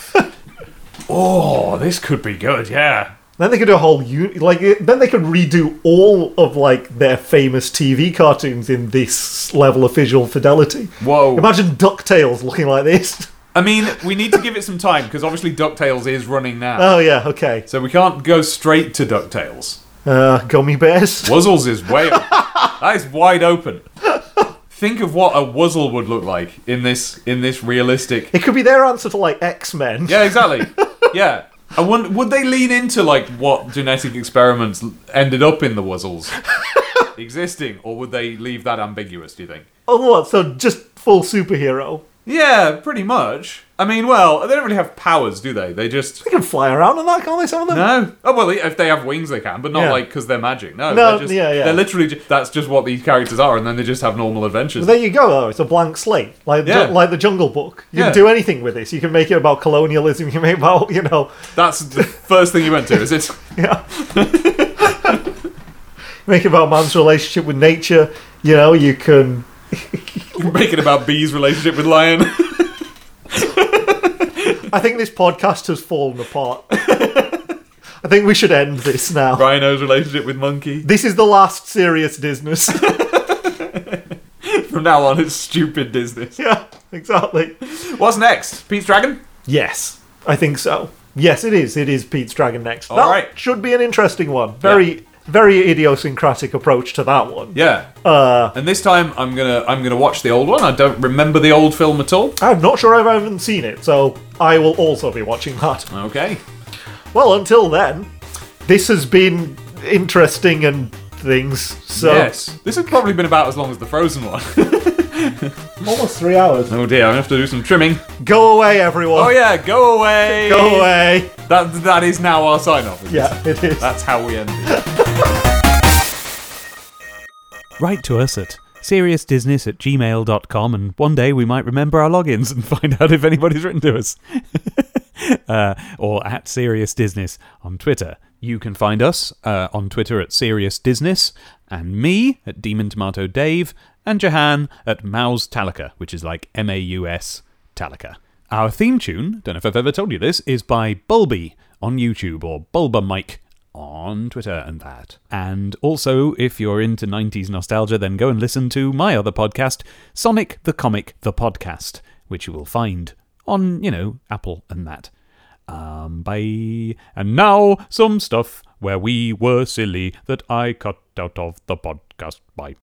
Speaker 1: oh, this could be good. Yeah.
Speaker 2: Then they could do a whole uni- like it- then they could redo all of like their famous TV cartoons in this level of visual fidelity.
Speaker 1: Whoa.
Speaker 2: Imagine DuckTales looking like this.
Speaker 1: I mean, we need to give it some time because obviously DuckTales is running now.
Speaker 2: Oh yeah, okay.
Speaker 1: so we can't go straight to DuckTales.
Speaker 2: Uh, gummy bears.
Speaker 1: Wuzzles is way that is wide open. Think of what a wuzzle would look like in this in this realistic.
Speaker 2: It could be their answer to like X Men.
Speaker 1: Yeah, exactly. Yeah. I wonder, would they lean into like what genetic experiments l- ended up in the wuzzles existing, or would they leave that ambiguous? Do you think?
Speaker 2: Oh what? So just full superhero.
Speaker 1: Yeah, pretty much. I mean, well, they don't really have powers, do they? They just
Speaker 2: They can fly around and that, can't they? Some of them.
Speaker 1: no. Oh well, if they have wings, they can, but not
Speaker 2: Yeah.
Speaker 1: like because they're magic. No,
Speaker 2: No,
Speaker 1: they're just,
Speaker 2: yeah, yeah.
Speaker 1: They're literally ju- that's just what these characters are, and then they just have normal adventures.
Speaker 2: There you go. Though it's a blank slate, like
Speaker 1: Yeah.
Speaker 2: like the Jungle Book. You
Speaker 1: Yeah.
Speaker 2: can do anything with this. You can make it about colonialism. You can make it about you know,
Speaker 1: That's the first thing you went to, is it?
Speaker 2: yeah. make it about man's relationship with nature. You know, you can
Speaker 1: Making about Bee's relationship with Lion.
Speaker 2: I think this podcast has fallen apart. I think we should end this now.
Speaker 1: Rhino's relationship with Monkey.
Speaker 2: This is the last serious business.
Speaker 1: From now on, it's stupid Disney.
Speaker 2: yeah, exactly.
Speaker 1: What's next? Pete's Dragon?
Speaker 2: Yes, I think so. Yes, it is. It is Pete's Dragon next.
Speaker 1: All
Speaker 2: that
Speaker 1: right.
Speaker 2: should be an interesting one. Very, very idiosyncratic approach to that one.
Speaker 1: Yeah. Uh, and this time, I'm gonna I'm gonna watch the old one. I don't remember the old film at all.
Speaker 2: I'm not sure I've even seen it, so I will also be watching that.
Speaker 1: Okay.
Speaker 2: Well, until then, this has been interesting and things. So
Speaker 1: Yes. This has probably been about as long as the Frozen one.
Speaker 2: almost three hours.
Speaker 1: oh dear, I'm gonna have to do some trimming.
Speaker 2: Go away, everyone.
Speaker 1: Oh yeah, go away.
Speaker 2: Go away.
Speaker 1: That that is now our sign off.
Speaker 2: Yeah, it is.
Speaker 1: That's how we end. it.
Speaker 4: Write to us at seriousdisness at gmail.com and one day we might remember our logins and find out if anybody's written to us. uh, or at seriousdisness on Twitter. You can find us uh, on Twitter at seriousdisness and me at Demon Tomato Dave and Jahan at Mouse Talica, which is like M A U S Talica. Our theme tune, don't know if I've ever told you this, is by Bulby on YouTube or Bulba Mike on Twitter and that. And also, if you're into 90s nostalgia, then go and listen to my other podcast, Sonic the Comic the Podcast, which you will find on, you know, Apple and that. Um, bye. And now, some stuff where we were silly that I cut out of the podcast. Bye.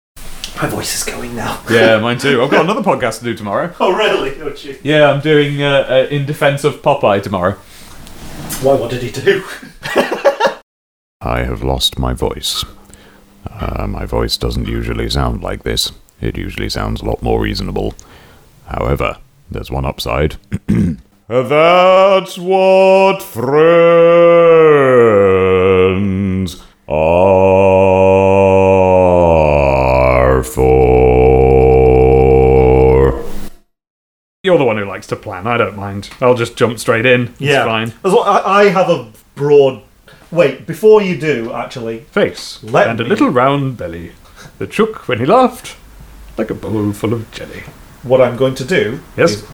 Speaker 2: My voice is going now.
Speaker 1: Yeah, mine too. I've got another podcast to do tomorrow.
Speaker 2: Oh, really? Oh, gee.
Speaker 1: Yeah, I'm doing uh, uh, in defense of Popeye tomorrow.
Speaker 2: Why? What did he do?
Speaker 5: I have lost my voice. Uh, my voice doesn't usually sound like this. It usually sounds a lot more reasonable. However, there's one upside. That's what friends are for.
Speaker 1: You're the one who likes to plan. I don't mind. I'll just jump straight in. It's
Speaker 2: Yeah.
Speaker 1: fine.
Speaker 2: That's what- I, I have a broad. Wait, before you do, actually,
Speaker 1: Face
Speaker 2: Let
Speaker 1: and a
Speaker 2: me-
Speaker 1: little round belly that shook when he laughed like a bowl full of jelly.
Speaker 2: what I'm going to do
Speaker 1: Yes.
Speaker 2: is